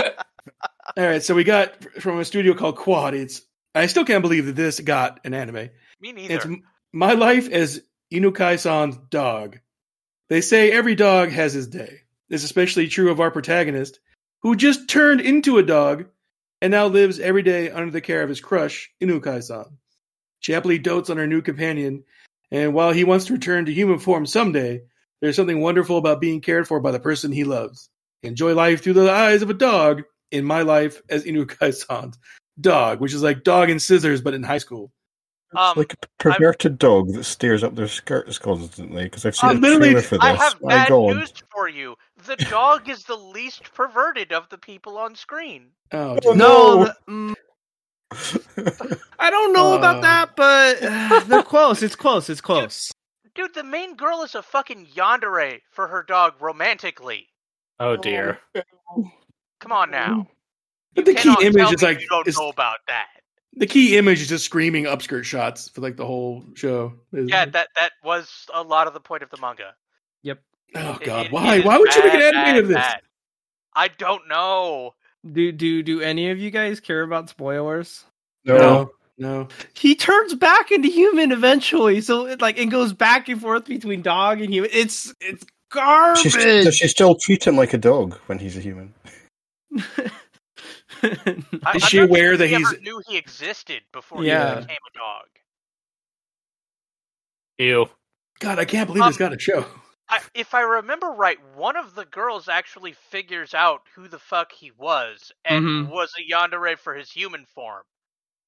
[SPEAKER 1] right. So we got from a studio called Quad. It's I still can't believe that this got an anime.
[SPEAKER 5] Me neither.
[SPEAKER 1] It's m- my life as Inukai-san's dog. They say every dog has his day. This is especially true of our protagonist, who just turned into a dog and now lives every day under the care of his crush, Inukai-san. She happily dotes on her new companion, and while he wants to return to human form someday, there's something wonderful about being cared for by the person he loves. Enjoy life through the eyes of a dog in my life as Inukai-san's dog, which is like dog and scissors, but in high school.
[SPEAKER 3] It's
[SPEAKER 5] Um,
[SPEAKER 3] like a perverted dog that stares up their skirts constantly because I've seen
[SPEAKER 1] I
[SPEAKER 3] a
[SPEAKER 1] literally-
[SPEAKER 3] trailer for this.
[SPEAKER 5] I have
[SPEAKER 3] My
[SPEAKER 5] bad
[SPEAKER 3] God,
[SPEAKER 5] news for you. The dog is the least perverted of the people on screen.
[SPEAKER 1] Oh,
[SPEAKER 3] Oh,
[SPEAKER 1] geez.
[SPEAKER 3] No.
[SPEAKER 4] th- mm, I don't know about that, but uh, they're close. It's close. It's close.
[SPEAKER 5] Dude, the main girl is a fucking yandere for her dog romantically.
[SPEAKER 2] Oh dear.
[SPEAKER 5] Come on now.
[SPEAKER 1] But the key
[SPEAKER 5] Cannot tell
[SPEAKER 1] image is
[SPEAKER 5] me
[SPEAKER 1] like
[SPEAKER 5] you don't
[SPEAKER 1] is-
[SPEAKER 5] know about that.
[SPEAKER 1] the key image is just screaming upskirt shots for like the whole show. Is-
[SPEAKER 5] Yeah, that that was a lot of the point of the manga.
[SPEAKER 1] oh
[SPEAKER 5] It-
[SPEAKER 1] god,
[SPEAKER 5] it-
[SPEAKER 1] why?
[SPEAKER 5] it is
[SPEAKER 1] Why would you make an
[SPEAKER 5] bad,
[SPEAKER 1] anime of
[SPEAKER 5] bad,
[SPEAKER 1] this?
[SPEAKER 5] bad. I don't know.
[SPEAKER 4] Do do do any of you guys care about spoilers?
[SPEAKER 3] No.
[SPEAKER 1] no.
[SPEAKER 4] He turns back into human eventually, so it like it goes back and forth between dog and human. It's it's
[SPEAKER 3] She,
[SPEAKER 4] garbage.
[SPEAKER 3] st- does she still treat him like a dog when he's a human?
[SPEAKER 5] I,
[SPEAKER 1] Is she
[SPEAKER 5] I'm not sure
[SPEAKER 1] aware
[SPEAKER 5] if
[SPEAKER 1] that
[SPEAKER 5] he ever
[SPEAKER 1] he's-
[SPEAKER 5] knew he existed before
[SPEAKER 4] Yeah.
[SPEAKER 5] he became a dog?
[SPEAKER 2] Ew.
[SPEAKER 1] God, I can't believe
[SPEAKER 5] Um,
[SPEAKER 1] this got a show.
[SPEAKER 5] I, if I remember right, one of the girls actually figures out who the fuck he was and
[SPEAKER 4] Mhm.
[SPEAKER 5] was a yandere for his human form.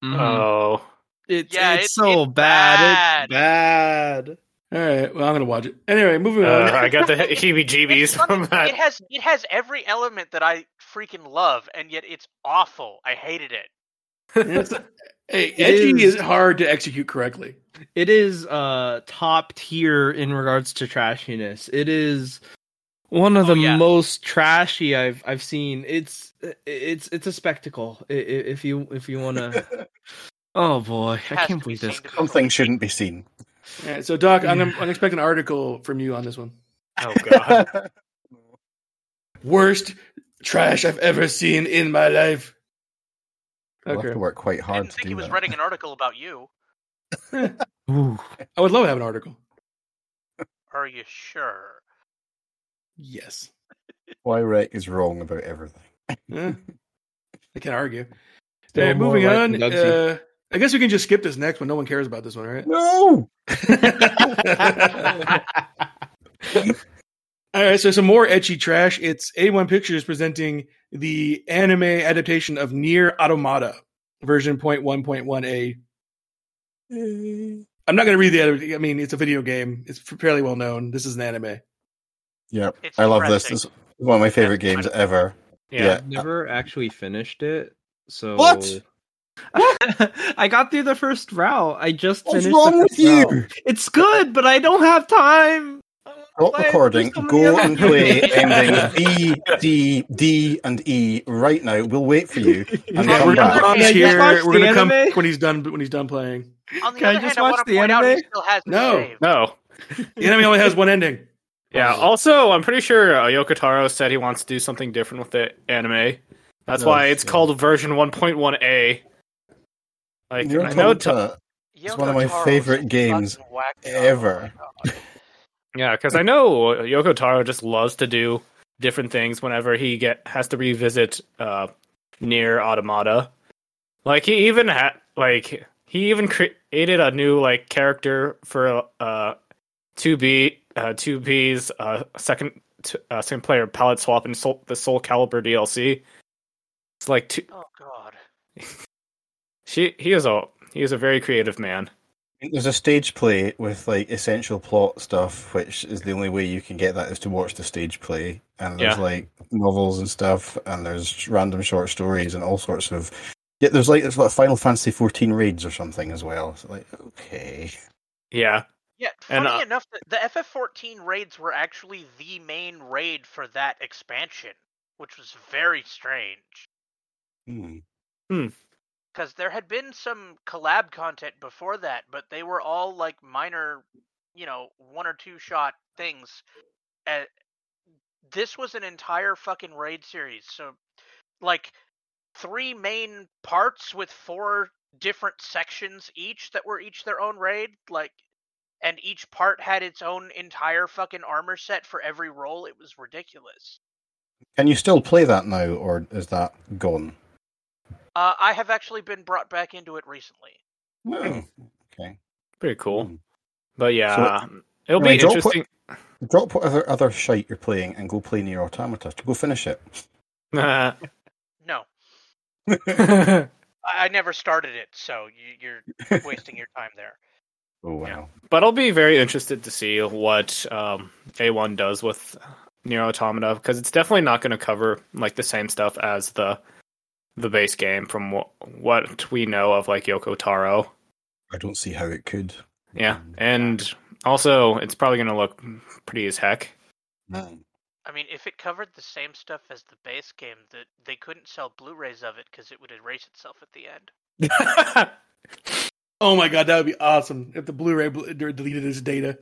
[SPEAKER 4] Mhm.
[SPEAKER 2] Oh.
[SPEAKER 4] it's,
[SPEAKER 5] Uh, yeah,
[SPEAKER 4] it's
[SPEAKER 5] it's-
[SPEAKER 4] so
[SPEAKER 5] it's
[SPEAKER 4] bad. It's bad.
[SPEAKER 1] All right, well, I'm gonna watch it anyway. Moving
[SPEAKER 2] Uh,
[SPEAKER 1] on.
[SPEAKER 2] I got the heebie-jeebies
[SPEAKER 5] It's funny,
[SPEAKER 2] from that.
[SPEAKER 5] It has it has every element that I freaking love, and yet it's awful. I hated it.
[SPEAKER 1] It's- hey, edgy
[SPEAKER 4] is-
[SPEAKER 1] is hard to execute correctly.
[SPEAKER 4] it is uh top tier in regards to trashiness it is one of
[SPEAKER 5] Oh,
[SPEAKER 4] the
[SPEAKER 5] yeah.
[SPEAKER 4] most trashy i've i've seen it's it's it's a spectacle i- i- if you if you want to oh boy
[SPEAKER 5] It
[SPEAKER 4] i
[SPEAKER 5] has
[SPEAKER 4] can't
[SPEAKER 5] to be
[SPEAKER 4] believe this
[SPEAKER 5] seen to be
[SPEAKER 3] Something shouldn't be seen.
[SPEAKER 1] All right, so Doc, I'm
[SPEAKER 4] Yeah.
[SPEAKER 1] I'm expecting an article from you on this one.
[SPEAKER 2] Oh god.
[SPEAKER 1] Worst trash I've ever seen in my life.
[SPEAKER 3] We'll have
[SPEAKER 1] Okay,
[SPEAKER 3] to work quite
[SPEAKER 5] I
[SPEAKER 3] hard
[SPEAKER 5] didn't
[SPEAKER 3] to
[SPEAKER 5] think
[SPEAKER 3] do
[SPEAKER 5] he was
[SPEAKER 3] that.
[SPEAKER 5] writing an article about you.
[SPEAKER 4] Ooh.
[SPEAKER 1] I would love to have an article.
[SPEAKER 5] Are you sure?
[SPEAKER 1] Yes,
[SPEAKER 3] Why Rick is wrong about everything.
[SPEAKER 1] Eh, I can't argue.
[SPEAKER 4] Still
[SPEAKER 1] Alright,
[SPEAKER 4] more
[SPEAKER 1] moving
[SPEAKER 4] right
[SPEAKER 1] on.
[SPEAKER 4] than Gugsy.
[SPEAKER 1] Uh, I guess we can just skip this next one. No one cares about this one, right?
[SPEAKER 3] No.
[SPEAKER 1] All right, so some more etchy trash. It's A1 Pictures presenting the anime adaptation of Near Automata, version 0.1.1a.
[SPEAKER 3] Eh.
[SPEAKER 1] I'm not going to read the other. I mean, it's a video game. It's fairly well known. This is an anime.
[SPEAKER 3] Yep.
[SPEAKER 5] It's
[SPEAKER 3] I love this.
[SPEAKER 5] depressing.
[SPEAKER 3] This is one of my favorite
[SPEAKER 5] That's
[SPEAKER 3] games
[SPEAKER 5] kind
[SPEAKER 3] ever.
[SPEAKER 2] Yeah.
[SPEAKER 4] I've never actually finished it. So
[SPEAKER 3] What?
[SPEAKER 4] I got through the first route. I just
[SPEAKER 3] What's
[SPEAKER 4] finished the
[SPEAKER 3] wrong with
[SPEAKER 4] first route.
[SPEAKER 3] you?
[SPEAKER 4] It's good, but I don't have time. I
[SPEAKER 3] Stop
[SPEAKER 4] wanna play-
[SPEAKER 3] recording.
[SPEAKER 4] there's so many
[SPEAKER 3] Go
[SPEAKER 4] other-
[SPEAKER 3] and play ending B, D, D, and E right now. We'll wait for you. And
[SPEAKER 1] Yeah,
[SPEAKER 3] come
[SPEAKER 1] we're
[SPEAKER 3] back.
[SPEAKER 1] gonna promise
[SPEAKER 4] Can I just
[SPEAKER 1] here.
[SPEAKER 4] watch
[SPEAKER 1] We're gonna
[SPEAKER 4] the
[SPEAKER 1] come
[SPEAKER 4] anime?
[SPEAKER 1] when he's done. When he's done playing,
[SPEAKER 5] On the
[SPEAKER 4] Can I
[SPEAKER 5] other
[SPEAKER 4] just
[SPEAKER 5] hand, I
[SPEAKER 4] watch
[SPEAKER 5] want to
[SPEAKER 4] the
[SPEAKER 5] point out he
[SPEAKER 4] anime?
[SPEAKER 5] still has his
[SPEAKER 1] No.
[SPEAKER 5] save.
[SPEAKER 2] No.
[SPEAKER 1] the anime only has one ending.
[SPEAKER 2] Yeah. Also, I'm pretty sure uh, Yokotaro said he wants to do something different with the anime. That's
[SPEAKER 3] No,
[SPEAKER 2] why it's
[SPEAKER 3] yeah.
[SPEAKER 2] called version 1.1a. Like
[SPEAKER 3] You're
[SPEAKER 2] I know,
[SPEAKER 3] talking
[SPEAKER 2] t-
[SPEAKER 3] to- It's one of my
[SPEAKER 5] Yokotaro
[SPEAKER 3] favorite
[SPEAKER 5] is a
[SPEAKER 3] games
[SPEAKER 5] fucking whack job.
[SPEAKER 3] ever.
[SPEAKER 5] Oh my God.
[SPEAKER 2] yeah, because I know Yokotaro just loves to do different things whenever he get has to revisit uh, near Automata. Like he even had like he even created a new like character for uh two B uh two B's uh second t- uh, second player palette swap and soul, the Soul Calibur DLC. It's like two,
[SPEAKER 5] Oh god.
[SPEAKER 2] she he is a he is a very creative man.
[SPEAKER 3] There's a stage play with like essential plot stuff, which is the only way you can get that is to watch the stage play. And there's
[SPEAKER 2] Yeah.
[SPEAKER 3] like novels and stuff, and there's random short stories and all sorts of. Yeah, there's like there's like Final Fantasy 14 raids or something as well. So like, okay,
[SPEAKER 2] Yeah,
[SPEAKER 5] Yeah,
[SPEAKER 2] And,
[SPEAKER 5] funny
[SPEAKER 2] uh,
[SPEAKER 5] enough, the, the FF14 raids were actually the main raid for that expansion, which was very strange.
[SPEAKER 3] Hmm.
[SPEAKER 5] Because there had been some collab content before that, but they were all like minor, you know, one or two shot things. Uh, this was an entire fucking raid series, so like three main parts with four different sections each that were each their own raid, like and each part had its own entire fucking armor set for every role. It was ridiculous.
[SPEAKER 3] Can you still play that now, or is that gone?
[SPEAKER 5] Uh, I have actually been brought back into it recently.
[SPEAKER 3] No. Hmm. Okay.
[SPEAKER 2] Pretty cool.
[SPEAKER 3] Hmm.
[SPEAKER 2] But yeah, it'll
[SPEAKER 3] Can I
[SPEAKER 2] be
[SPEAKER 3] drop what-
[SPEAKER 2] interesting.
[SPEAKER 3] Drop what other other shite you're playing and go play near Automata to go finish it.
[SPEAKER 2] Uh,
[SPEAKER 5] No,
[SPEAKER 2] oh
[SPEAKER 5] I, I never started it, so you, you're wasting your time there.
[SPEAKER 3] Oh wow.
[SPEAKER 2] Yeah. But I'll be very interested to see what um, A1 does with Near Automata because it's definitely not going to cover like the same stuff as the the base game from wh- what we know of like Yoko Taro.
[SPEAKER 3] I don't see how it could.
[SPEAKER 2] Yeah, and also it's probably going to look pretty as heck.
[SPEAKER 3] Mm.
[SPEAKER 5] I mean, if it covered the same stuff as the base game, that they couldn't sell Blu-rays of it because it would erase itself at the end.
[SPEAKER 1] Oh my god, that would be awesome if the Blu-ray bl- deleted its data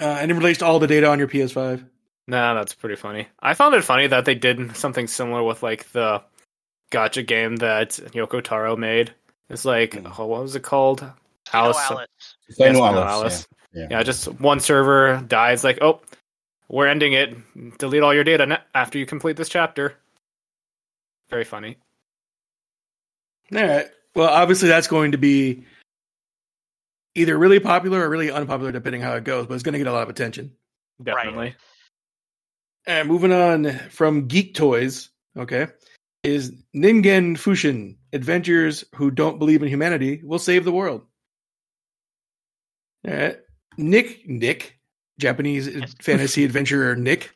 [SPEAKER 1] uh, and it released all the data on your PS5.
[SPEAKER 2] nah, that's pretty funny. I found it funny that they did something similar with like the gotcha game that Yoko Taro made. It's like,
[SPEAKER 3] Mm.
[SPEAKER 2] oh, what was it called?
[SPEAKER 5] Kino
[SPEAKER 2] Alice-
[SPEAKER 5] Alice.
[SPEAKER 3] Say
[SPEAKER 2] Yes,
[SPEAKER 3] no,
[SPEAKER 2] no,
[SPEAKER 3] Alice,
[SPEAKER 2] Alice.
[SPEAKER 3] Yeah.
[SPEAKER 2] Yeah, just one server dies. Like, oh, we're ending it. Delete all your data na- after you complete this chapter. Very funny.
[SPEAKER 1] All right. Well, obviously that's going to be either really popular or really unpopular, depending how it goes. But it's going to get a lot of attention.
[SPEAKER 2] Definitely.
[SPEAKER 1] And moving on from Geek Toys, okay, is Ningen Fushin Adventures Who Don't Believe in Humanity Will Save the World. All right. Nick, Nick, Japanese fantasy adventurer Nick,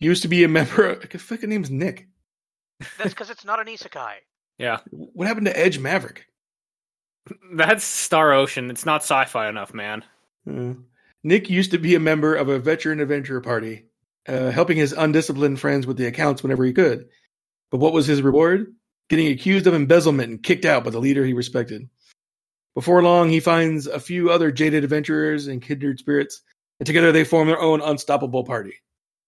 [SPEAKER 1] used to be a member. Of, the fucking name's Nick.
[SPEAKER 5] That's because it's not an isekai.
[SPEAKER 2] Yeah,
[SPEAKER 1] What happened to Edge Maverick?
[SPEAKER 2] that's Star Ocean. It's not sci-fi enough, man.
[SPEAKER 1] Uh, Nick used to be a member of a veteran adventurer party, uh, helping his undisciplined friends with the accounts whenever he could. But what was his reward? Getting accused of embezzlement and kicked out by the leader he respected. Before long, he finds a few other jaded adventurers and kindred spirits, and together they form their own unstoppable party.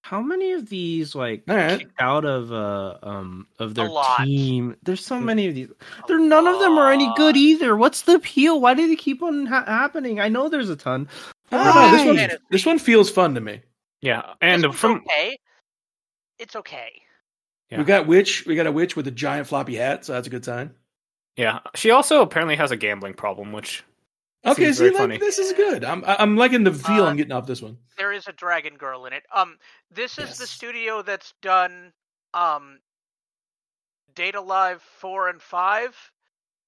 [SPEAKER 4] How many of these like
[SPEAKER 1] All right.
[SPEAKER 4] kicked out of uh um of their
[SPEAKER 5] lot.
[SPEAKER 4] team? There's so many of these.
[SPEAKER 5] A
[SPEAKER 4] There none of them are any
[SPEAKER 5] lot.
[SPEAKER 4] good either. What's the appeal? Why do they keep on ha- happening? I know there's a ton.
[SPEAKER 1] I don't know, this,
[SPEAKER 5] Right.
[SPEAKER 1] one, this one feels fun to me.
[SPEAKER 2] Yeah,
[SPEAKER 5] This
[SPEAKER 2] and
[SPEAKER 5] one's
[SPEAKER 2] from
[SPEAKER 5] okay, it's okay.
[SPEAKER 2] Yeah.
[SPEAKER 1] We got witch. We got a witch with a giant floppy hat, so that's a good sign.
[SPEAKER 2] yeah, she also apparently has a gambling problem, which
[SPEAKER 1] Okay,
[SPEAKER 2] Seems
[SPEAKER 1] see,
[SPEAKER 2] very
[SPEAKER 1] like,
[SPEAKER 2] funny.
[SPEAKER 1] this is good. I'm I'm liking the feel
[SPEAKER 5] Uh,
[SPEAKER 1] I'm getting off this one.
[SPEAKER 5] There is a dragon girl in it. Um, this is the
[SPEAKER 1] Yes.
[SPEAKER 5] studio that's done um, Data Live four and five,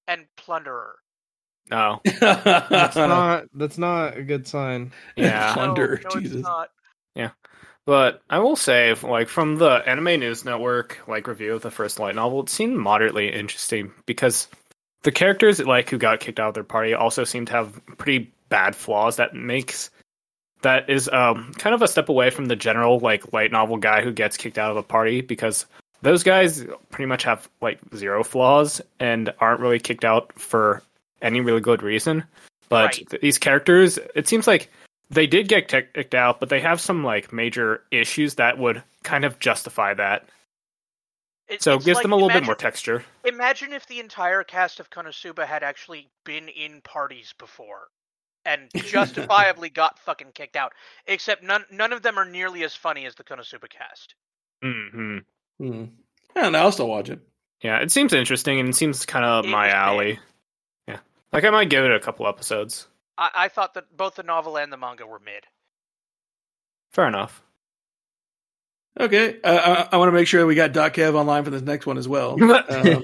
[SPEAKER 5] and Plunderer.
[SPEAKER 2] no,
[SPEAKER 4] That's not that's not a good sign.
[SPEAKER 2] yeah,
[SPEAKER 5] No,
[SPEAKER 1] Plunderer,
[SPEAKER 5] no,
[SPEAKER 1] Jesus.
[SPEAKER 5] It's not.
[SPEAKER 2] But I will say, if, like from the Anime News Network like review of the first light novel, it seemed moderately interesting because the characters like who got kicked out of their party also seem to have pretty bad flaws that makes that is um, kind of a step away from the general like light novel guy who gets kicked out of a party because those guys pretty much have like zero flaws and aren't really kicked out for any really good reason. But
[SPEAKER 5] Right.
[SPEAKER 2] th- these characters, it seems like they did get kick- kicked out, but they have some like major issues that would kind of justify that.
[SPEAKER 5] It-
[SPEAKER 2] So it
[SPEAKER 5] it's
[SPEAKER 2] gives
[SPEAKER 5] like,
[SPEAKER 2] them a little bit
[SPEAKER 5] imagine-
[SPEAKER 2] more texture.
[SPEAKER 5] Imagine if the entire cast of Konosuba had actually been in parties before and justifiably got fucking kicked out. Except none none of them are nearly as funny as the Konosuba cast.
[SPEAKER 2] hmm
[SPEAKER 1] Hmm. I don't know. I'll still watch it.
[SPEAKER 2] Yeah, it seems interesting and it seems kind of
[SPEAKER 5] It
[SPEAKER 2] my
[SPEAKER 5] is big.
[SPEAKER 2] alley. Yeah, like I might give it a couple episodes.
[SPEAKER 5] I, I thought that both the novel and the manga were mid.
[SPEAKER 2] Fair enough.
[SPEAKER 1] Okay, uh, I, I want to make sure we got Doc Kev online for this next one as well. Um,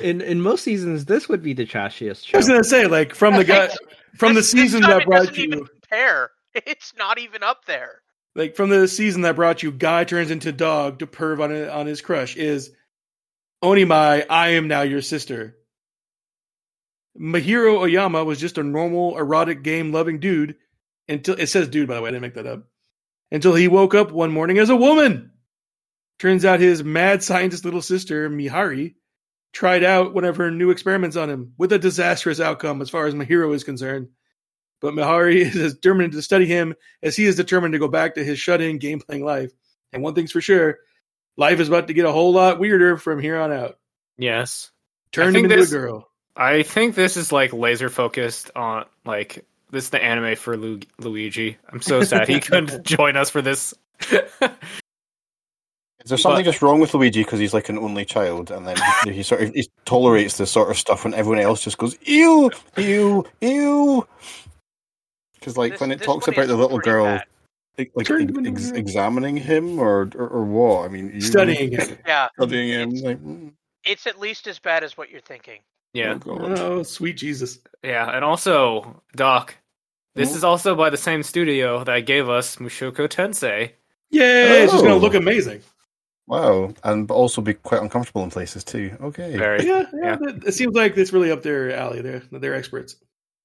[SPEAKER 4] in in most seasons, this would be the trashiest
[SPEAKER 1] I was
[SPEAKER 4] show.
[SPEAKER 1] gonna say, like from the guy, from the
[SPEAKER 5] This- this
[SPEAKER 1] season
[SPEAKER 5] time
[SPEAKER 1] that
[SPEAKER 5] it
[SPEAKER 1] brought
[SPEAKER 5] doesn't even
[SPEAKER 1] you,
[SPEAKER 5] compare. It's not even up there.
[SPEAKER 1] like from the season that brought you, guy turns into dog to perv on on his crush is Onimai. I am now your sister. Mahiro Oyama was just a normal, erotic, game-loving dude until it says "dude." By the way, I didn't make that up. Until he woke up one morning as a woman. Turns out his mad scientist little sister Mihari tried out one of her new experiments on him with a disastrous outcome as far as Mahiro is concerned. But Mihari is as determined to study him as he is determined to go back to his shut-in game-playing life. And one thing's for sure, life is about to get a whole lot weirder from here on out.
[SPEAKER 2] yes.
[SPEAKER 1] Turned
[SPEAKER 2] think
[SPEAKER 1] him into a
[SPEAKER 2] this-
[SPEAKER 1] girl.
[SPEAKER 2] I think this is like laser focused on like this is the anime for Lu- Luigi. I'm so sad he couldn't join us for this.
[SPEAKER 3] Is there something
[SPEAKER 2] But-
[SPEAKER 3] just wrong with Luigi because he's like an only child, and then he, he sort of he tolerates this sort of stuff when everyone else just goes ew, ew, ew? Because like
[SPEAKER 5] This-
[SPEAKER 3] when it
[SPEAKER 5] this
[SPEAKER 3] talks
[SPEAKER 5] one
[SPEAKER 3] about
[SPEAKER 5] is
[SPEAKER 3] the little
[SPEAKER 5] pretty
[SPEAKER 3] girl,
[SPEAKER 5] bad.
[SPEAKER 3] like, like
[SPEAKER 1] Turned him into a
[SPEAKER 3] ex-
[SPEAKER 1] girl.
[SPEAKER 3] examining him or, or or what? I mean, you-
[SPEAKER 1] Studying it.
[SPEAKER 5] Yeah,
[SPEAKER 3] studying him. Like, mm,
[SPEAKER 5] it's at least as bad as what you're thinking.
[SPEAKER 2] yeah,
[SPEAKER 3] oh God.
[SPEAKER 1] Oh, sweet Jesus.
[SPEAKER 2] yeah, and also Doc. This
[SPEAKER 3] Hmm?
[SPEAKER 2] is also by the same studio that gave us Mushoku Tensei.
[SPEAKER 1] Yay, it's just going
[SPEAKER 3] Oh.
[SPEAKER 1] to look amazing.
[SPEAKER 3] Wow, and but also be quite uncomfortable in places too. Okay,
[SPEAKER 2] Very
[SPEAKER 1] Yeah, yeah,
[SPEAKER 2] Yeah.
[SPEAKER 1] that- it seems like it's really up their alley. They're, they're experts.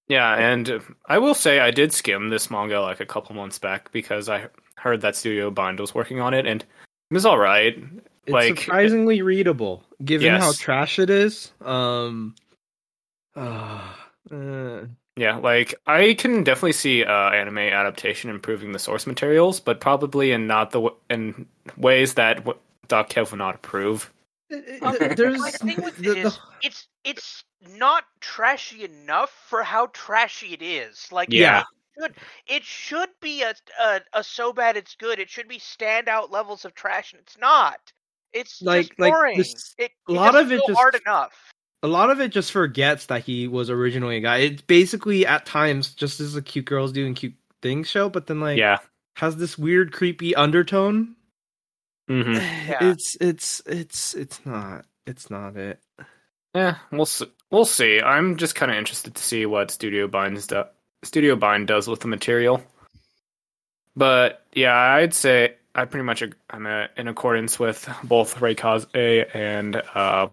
[SPEAKER 2] Yeah, and uh, I will say I did skim this manga like a couple months back because I heard that Studio Bind was working on it, and it was all right.
[SPEAKER 4] It's
[SPEAKER 2] Like-
[SPEAKER 4] surprisingly readable, given how
[SPEAKER 2] Yes.
[SPEAKER 4] trash it is. Um, ah, uh,
[SPEAKER 2] Yeah, like I can definitely see uh, anime adaptation improving the source materials, but probably in not the w- in ways that w- Doc Kev would not approve.
[SPEAKER 4] th- there's
[SPEAKER 5] My thing with
[SPEAKER 4] the-
[SPEAKER 5] it is, it's it's not trashy enough for how trashy it is. Like
[SPEAKER 2] Yeah.
[SPEAKER 5] it should, it should be a, a a so bad it's good. It should be standout levels of trash, and it's not. It's
[SPEAKER 4] Like-
[SPEAKER 5] just
[SPEAKER 4] like
[SPEAKER 5] boring.
[SPEAKER 4] this-
[SPEAKER 5] it,
[SPEAKER 4] a lot
[SPEAKER 5] doesn't
[SPEAKER 4] of it
[SPEAKER 5] feel
[SPEAKER 4] just-
[SPEAKER 5] hard enough.
[SPEAKER 4] a lot of it just forgets that he was originally a guy. It basically at times just is a cute girls doing cute things show, but then like
[SPEAKER 2] yeah,
[SPEAKER 4] has this weird creepy undertone.
[SPEAKER 2] hmm
[SPEAKER 4] It's it's it's it's not it's not it.
[SPEAKER 2] yeah, Eh, we'll see. We'll see. I'm just kind of interested to see what Studio Bind's do- Studio Bind does with the material. But yeah, I'd say I pretty much ag- I'm uh in accordance with both Ray Kaze and uh,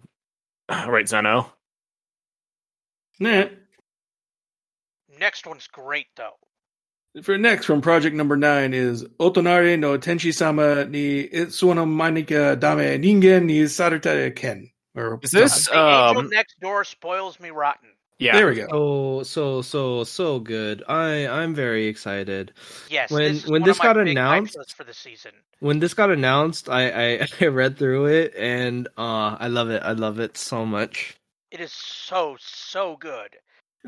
[SPEAKER 2] Right Zeno.
[SPEAKER 1] Nah.
[SPEAKER 5] Next one's great though.
[SPEAKER 1] For next from project number nine is Otonare no Tenshi sama ni Itsuno Manika Dame Ningen ni Sarutare Ken. Or
[SPEAKER 2] Is this
[SPEAKER 5] The angel
[SPEAKER 2] um?
[SPEAKER 5] next door spoils me rotten.
[SPEAKER 2] Yeah,
[SPEAKER 1] There we go.
[SPEAKER 4] Oh, so so so good. I I'm very excited.
[SPEAKER 5] Yes,
[SPEAKER 4] When-
[SPEAKER 5] this is one
[SPEAKER 4] when
[SPEAKER 5] of
[SPEAKER 4] this
[SPEAKER 5] my
[SPEAKER 4] got
[SPEAKER 5] big hype
[SPEAKER 4] announced-
[SPEAKER 5] lists for the season.
[SPEAKER 4] When this got announced, I I, I read through it and uh I love it. I love it so much.
[SPEAKER 5] It is so so good.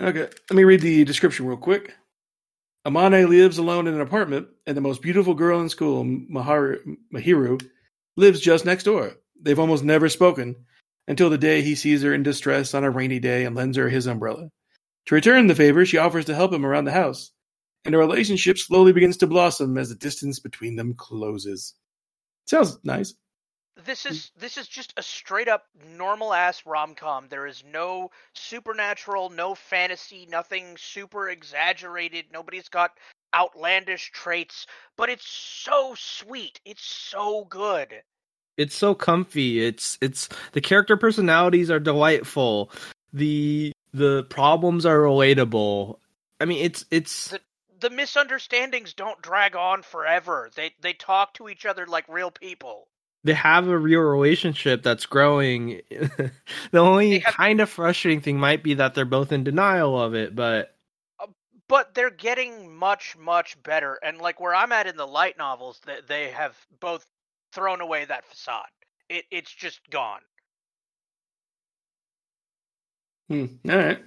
[SPEAKER 1] Okay, let me read the description real quick. Amane lives alone in an apartment, and the most beautiful girl in school, Maharu, Mahiru, lives just next door. They've almost never spoken until the day he sees her in distress on a rainy day and lends her his umbrella. To return the favor, she offers to help him around the house, and their relationship slowly begins to blossom as the distance between them closes. Sounds nice.
[SPEAKER 5] This is this is just a straight up normal ass rom com. There is no supernatural, no fantasy, nothing super exaggerated. Nobody's got outlandish traits, but it's so sweet. It's so good.
[SPEAKER 4] It's so comfy. It's it's the character personalities are delightful. The the problems are relatable. I mean, it's it's
[SPEAKER 5] The misunderstandings don't drag on forever. They they talk to each other like real people.
[SPEAKER 4] they have a real relationship that's growing. the only
[SPEAKER 5] They have-
[SPEAKER 4] kind of frustrating thing might be that they're both in denial of it, but
[SPEAKER 5] but they're getting much much better and like where i'm at in the light novels they, they have both thrown away that facade it, it's just gone
[SPEAKER 1] Hmm. All right.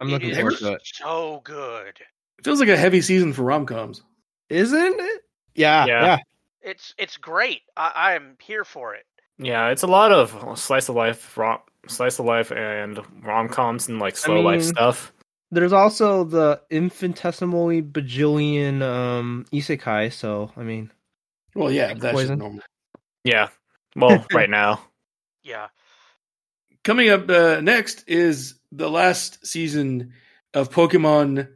[SPEAKER 4] I'm
[SPEAKER 5] It
[SPEAKER 4] looking
[SPEAKER 5] is
[SPEAKER 4] forward to it.
[SPEAKER 5] so good
[SPEAKER 1] Feels like a heavy season for rom coms.
[SPEAKER 4] Isn't it? Yeah,
[SPEAKER 2] Yeah.
[SPEAKER 4] yeah.
[SPEAKER 5] it's it's great i i'm here for it
[SPEAKER 2] Yeah, it's a lot of slice of life, rom- slice of life, and rom coms and like slow life
[SPEAKER 4] mean-
[SPEAKER 2] stuff.
[SPEAKER 4] There's also the infinitesimally bajillion um isekai, so I mean
[SPEAKER 1] Well, yeah, that's just
[SPEAKER 4] Poison.
[SPEAKER 1] normal.
[SPEAKER 2] Yeah, well, right now,
[SPEAKER 5] yeah
[SPEAKER 1] coming up uh, next is the last season of Pokemon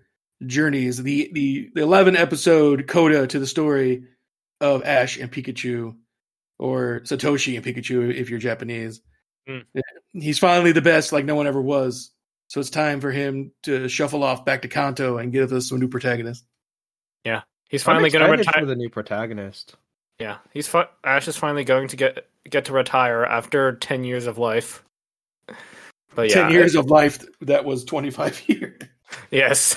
[SPEAKER 1] Journeys, the the, the eleven episode coda to the story of Ash and Pikachu, or Satoshi and Pikachu if you're Japanese.
[SPEAKER 2] Mm.
[SPEAKER 1] He's finally the best, like no one ever was. So it's time for him to shuffle off back to Kanto and give us some new protagonists.
[SPEAKER 2] he's finally going to
[SPEAKER 4] for
[SPEAKER 2] retire.
[SPEAKER 4] the new protagonist.
[SPEAKER 2] Yeah, he's fi- Ash is finally going to get get to retire after ten years of life. But yeah,
[SPEAKER 1] Ten years of life that was twenty five years.
[SPEAKER 2] yes,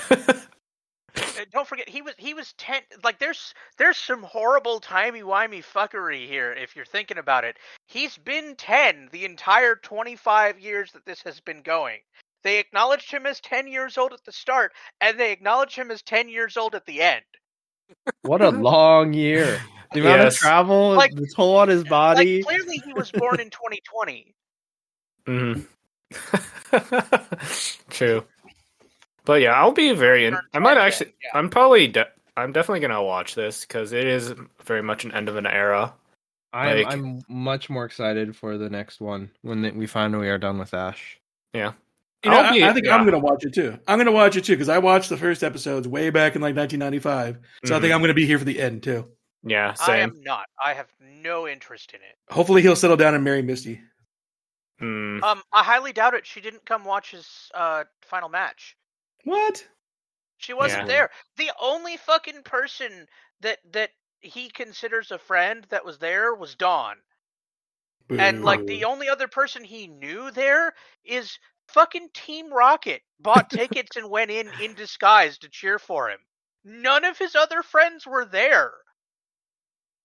[SPEAKER 5] Uh, don't forget he was he was ten. Like there's there's some horrible timey wimey fuckery here if you're thinking about it. He's been ten the entire 25 years that this has been going. They acknowledged him as 10 years old at the start, and they acknowledge him as 10 years old at the end.
[SPEAKER 4] What a long year. The amount
[SPEAKER 2] Yes.
[SPEAKER 4] of travel,
[SPEAKER 5] Like-
[SPEAKER 4] the toll on his body.
[SPEAKER 5] Like clearly he was born in 2020.
[SPEAKER 2] Mm-hmm. True. But yeah, I'll be very. In- I might actually.
[SPEAKER 5] Yeah.
[SPEAKER 2] I'm probably. De- I'm definitely gonna watch this because it is very much an end of an era.
[SPEAKER 4] I'm,
[SPEAKER 2] like-
[SPEAKER 4] I'm much more excited for the next one when th- we finally are done with Ash.
[SPEAKER 1] You know,
[SPEAKER 2] I'll be-
[SPEAKER 1] I, I think
[SPEAKER 2] yeah.
[SPEAKER 1] I'm going to watch it too. I'm going to watch it too because I watched the first episodes way back in like 1995. So I
[SPEAKER 2] Mm-hmm.
[SPEAKER 1] think I'm going to be here for the end too.
[SPEAKER 2] Yeah,
[SPEAKER 5] I
[SPEAKER 2] same.
[SPEAKER 5] am not. I have no interest in it.
[SPEAKER 1] Hopefully he'll settle down and marry Misty.
[SPEAKER 2] Mm.
[SPEAKER 5] Um, I highly doubt it. She didn't come watch his uh, final match.
[SPEAKER 1] What?
[SPEAKER 5] She wasn't
[SPEAKER 2] Yeah.
[SPEAKER 5] there. The only fucking person that that he considers a friend that was there was Dawn. And like the only other person he knew there is fucking Team Rocket bought tickets and went in in disguise to cheer for him. None of his other friends were there.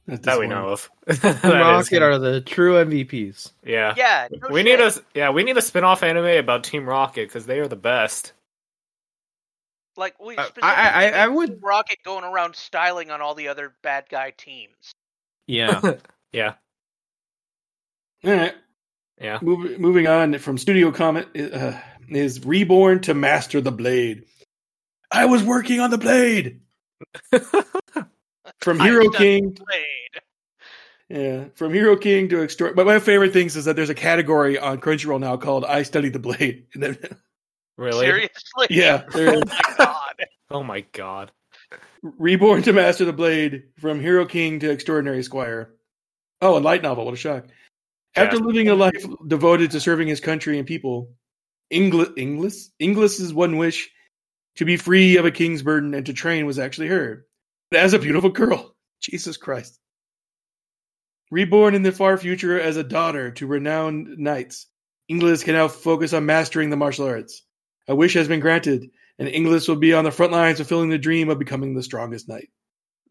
[SPEAKER 1] That's
[SPEAKER 2] That we
[SPEAKER 1] disappointing.
[SPEAKER 2] know of.
[SPEAKER 4] Team
[SPEAKER 2] That is-
[SPEAKER 4] Rocket are the true MVPs.
[SPEAKER 2] yeah.
[SPEAKER 5] Yeah, no
[SPEAKER 2] Uh, we
[SPEAKER 5] shit.
[SPEAKER 2] need a s- yeah. We need a spin-off anime about Team Rocket because they are the best.
[SPEAKER 5] like we.
[SPEAKER 2] uh,
[SPEAKER 4] I- I-
[SPEAKER 5] specifically
[SPEAKER 4] I-
[SPEAKER 5] need
[SPEAKER 4] I would-
[SPEAKER 5] Team Rocket going around styling on all the other bad guy teams.
[SPEAKER 4] Yeah.
[SPEAKER 2] yeah.
[SPEAKER 1] All right.
[SPEAKER 2] Yeah.
[SPEAKER 1] Move, moving on from Studio Comet uh, is Reborn to Master the Blade. I was working on the Blade from
[SPEAKER 5] I
[SPEAKER 1] Hero
[SPEAKER 5] studied
[SPEAKER 1] King.
[SPEAKER 5] Blade.
[SPEAKER 1] Yeah, from Hero King to Extort. But my favorite things is that there's a category on Crunchyroll now called "I Study the Blade." And then,
[SPEAKER 2] really?
[SPEAKER 5] Seriously?
[SPEAKER 1] yeah, there
[SPEAKER 5] Oh
[SPEAKER 1] is.
[SPEAKER 5] my god.
[SPEAKER 2] Oh my god.
[SPEAKER 1] Reborn to Master the Blade, from Hero King to Extraordinary Squire. Oh, a light novel. What a shock. After
[SPEAKER 2] Yeah.
[SPEAKER 1] living a life devoted to serving his country and people, Inglis, Inglis, Inglis's one wish to be free of a king's burden and to train was actually her. As a beautiful girl. Jesus Christ. Reborn in the far future as a daughter to renowned knights, Inglis can now focus on mastering the martial arts. A wish has been granted, and Inglis will be on the front lines fulfilling the dream of becoming the strongest knight.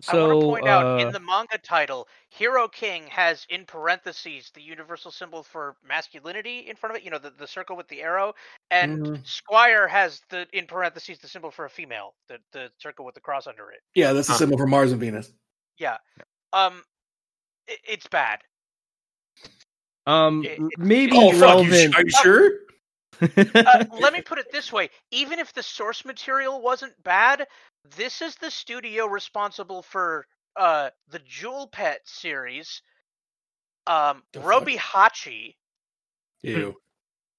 [SPEAKER 5] I want
[SPEAKER 4] So,
[SPEAKER 5] to point out
[SPEAKER 4] uh,
[SPEAKER 5] in the manga title, Hero King has in parentheses the universal symbol for masculinity in front of it, you know, the, the circle with the arrow, and
[SPEAKER 4] Mm-hmm.
[SPEAKER 1] Mhm.
[SPEAKER 5] Squire has the in parentheses the symbol for a female, the the circle with the cross under it.
[SPEAKER 1] Yeah, that's the
[SPEAKER 2] Huh.
[SPEAKER 1] symbol for Mars and Venus.
[SPEAKER 5] Um i- it's bad.
[SPEAKER 4] um,
[SPEAKER 5] it-
[SPEAKER 4] maybe
[SPEAKER 1] Oh, fuck. You
[SPEAKER 4] relevant.
[SPEAKER 1] are you sure?
[SPEAKER 5] Uh, let me put it this way, even if the source material wasn't bad, this is the studio responsible for uh the Jewel Pet series, um
[SPEAKER 1] The fuck?
[SPEAKER 5] Robi Hachi
[SPEAKER 1] Ew.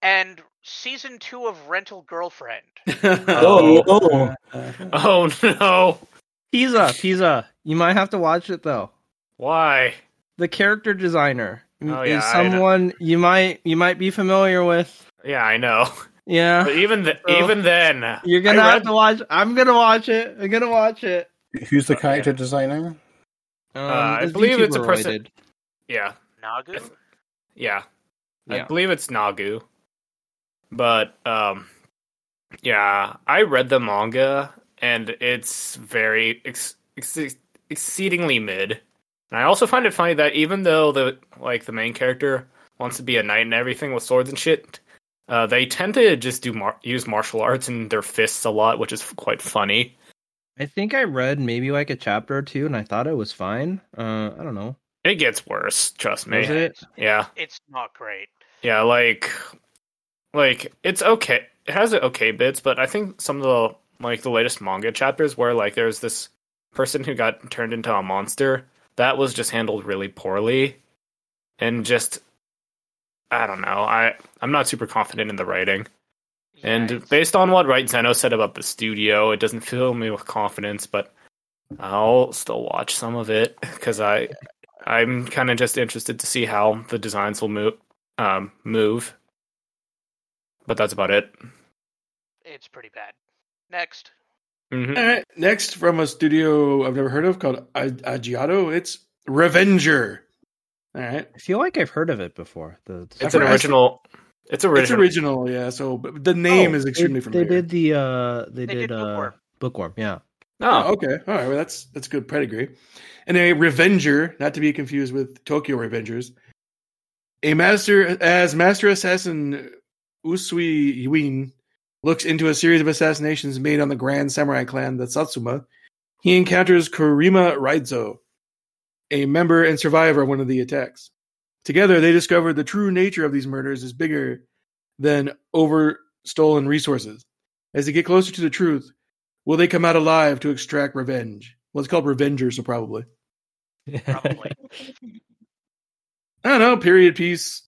[SPEAKER 5] and season 2 of Rental Girlfriend.
[SPEAKER 2] Oh.
[SPEAKER 1] Uh,
[SPEAKER 2] Oh no.
[SPEAKER 4] Pisa, Pisa. You might have to watch it though.
[SPEAKER 2] Why?
[SPEAKER 4] The character designer
[SPEAKER 2] Oh,
[SPEAKER 4] is
[SPEAKER 2] yeah, I know.
[SPEAKER 4] someone you might you might be familiar with.
[SPEAKER 2] Yeah, I know.
[SPEAKER 4] Yeah.
[SPEAKER 2] But even th-
[SPEAKER 4] So-
[SPEAKER 2] even then, uh,
[SPEAKER 4] You're gonna
[SPEAKER 2] I
[SPEAKER 4] have
[SPEAKER 2] read-
[SPEAKER 4] to watch. I'm gonna watch it. I'm gonna watch it.
[SPEAKER 3] Who's the
[SPEAKER 2] Oh, yeah.
[SPEAKER 3] character designer?
[SPEAKER 4] Um,
[SPEAKER 2] Uh, I
[SPEAKER 4] it's
[SPEAKER 2] believe it's a
[SPEAKER 4] VTuber
[SPEAKER 2] person-
[SPEAKER 4] related.
[SPEAKER 2] Yeah,
[SPEAKER 5] Nagu?
[SPEAKER 2] If- yeah. I
[SPEAKER 4] Yeah.
[SPEAKER 2] believe it's Nagu. But um, yeah, I read the manga and it's very ex- ex- exceedingly mid. And I also find it funny that even though the like the main character wants to be a knight and everything with swords and shit, uh, they tend to just do mar- use martial arts and their fists a lot, which is quite funny.
[SPEAKER 4] I think I read maybe like a chapter or two, and I thought it was fine. Uh, I don't know.
[SPEAKER 2] It gets worse, trust me.
[SPEAKER 4] Is it?
[SPEAKER 2] Yeah.
[SPEAKER 5] It's not great.
[SPEAKER 2] Yeah, like, like it's okay. It has okay bits, but I think some of the like the latest manga chapters where like there's this person who got turned into a monster that was just handled really poorly, and just I don't know. I I'm not super confident in the writing,
[SPEAKER 5] Yeah,
[SPEAKER 2] and
[SPEAKER 5] it's-
[SPEAKER 2] based on what Right Zeno said about the studio, it doesn't fill me with confidence. But I'll still watch some of it because I I'm kind of just interested to see how the designs will move um, move. But that's about it.
[SPEAKER 5] it's pretty bad. Next,
[SPEAKER 2] Mhm.
[SPEAKER 1] All right. Next from a studio I've never heard of called A- Agiato, it's Revenger. All right.
[SPEAKER 4] I feel like I've heard of it before. The, the
[SPEAKER 2] It's an
[SPEAKER 1] I've heard-
[SPEAKER 2] original. It's original.
[SPEAKER 1] It's original, yeah. So but the name is extremely
[SPEAKER 4] Oh, they,
[SPEAKER 1] familiar.
[SPEAKER 4] They did the uh, they,
[SPEAKER 5] They
[SPEAKER 4] did,
[SPEAKER 5] did
[SPEAKER 4] uh,
[SPEAKER 5] Bookworm.
[SPEAKER 4] bookworm. Yeah,
[SPEAKER 1] Oh, okay. All right. Well, that's that's good pedigree. And a Revenger, not to be confused with Tokyo Revengers. A master as master assassin Usui Yuin looks into a series of assassinations made on the Grand Samurai clan, the Satsuma. He encounters Kurima Raizo, a member and survivor of one of the attacks. Together, they discover the true nature of these murders is bigger than over stolen resources. As they get closer to the truth, Will they come out alive to extract revenge? Well, it's called Revengers, so probably. Oh.
[SPEAKER 5] Probably.
[SPEAKER 1] I don't know. Period piece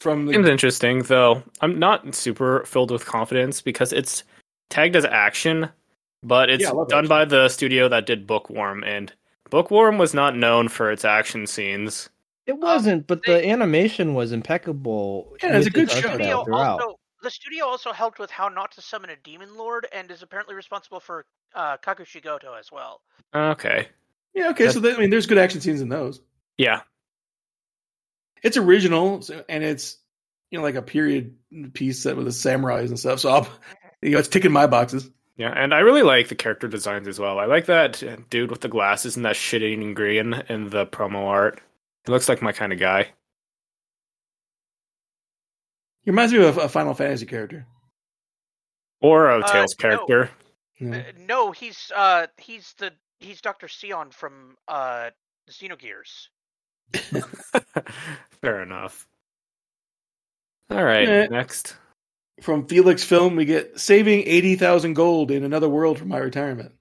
[SPEAKER 1] from
[SPEAKER 2] Seems
[SPEAKER 1] the.
[SPEAKER 2] interesting, though. I'm not super filled with confidence because it's tagged as action, but it's
[SPEAKER 1] Yeah, I
[SPEAKER 2] done
[SPEAKER 1] love action.
[SPEAKER 2] by the studio that did Bookworm, and Bookworm was not known for its action scenes.
[SPEAKER 5] Um,
[SPEAKER 4] It wasn't, but the animation was impeccable.
[SPEAKER 1] Yeah, it's a
[SPEAKER 4] with
[SPEAKER 1] good
[SPEAKER 4] the
[SPEAKER 1] show,
[SPEAKER 5] The
[SPEAKER 4] touchdown
[SPEAKER 1] though.
[SPEAKER 5] studio
[SPEAKER 4] throughout.
[SPEAKER 5] also the studio also helped with how not to summon a demon lord and is apparently responsible for uh, Kakushigoto as well.
[SPEAKER 2] Okay,
[SPEAKER 1] Yeah, okay. So that, I mean, there's good action scenes in those.
[SPEAKER 2] yeah,
[SPEAKER 1] It's original so- and it's you know like a period piece set with the samurais and stuff. So I'll, you know, it's ticking my boxes.
[SPEAKER 2] yeah, and I really like the character designs as well. I like that dude with the glasses and that shit-eating green in the promo art. He looks like my kind of guy.
[SPEAKER 1] He reminds me of a Final Fantasy character.
[SPEAKER 2] Or a
[SPEAKER 5] Uh,
[SPEAKER 2] Tails
[SPEAKER 5] no.
[SPEAKER 2] character.
[SPEAKER 4] Hmm.
[SPEAKER 1] Yeah.
[SPEAKER 5] Uh, no, he's uh he's the he's Doctor Sion from uh Xenogears.
[SPEAKER 2] Fair enough. All right,
[SPEAKER 1] Yeah.
[SPEAKER 2] next.
[SPEAKER 1] From Felix Film, we get saving eighty thousand gold in another world for my retirement.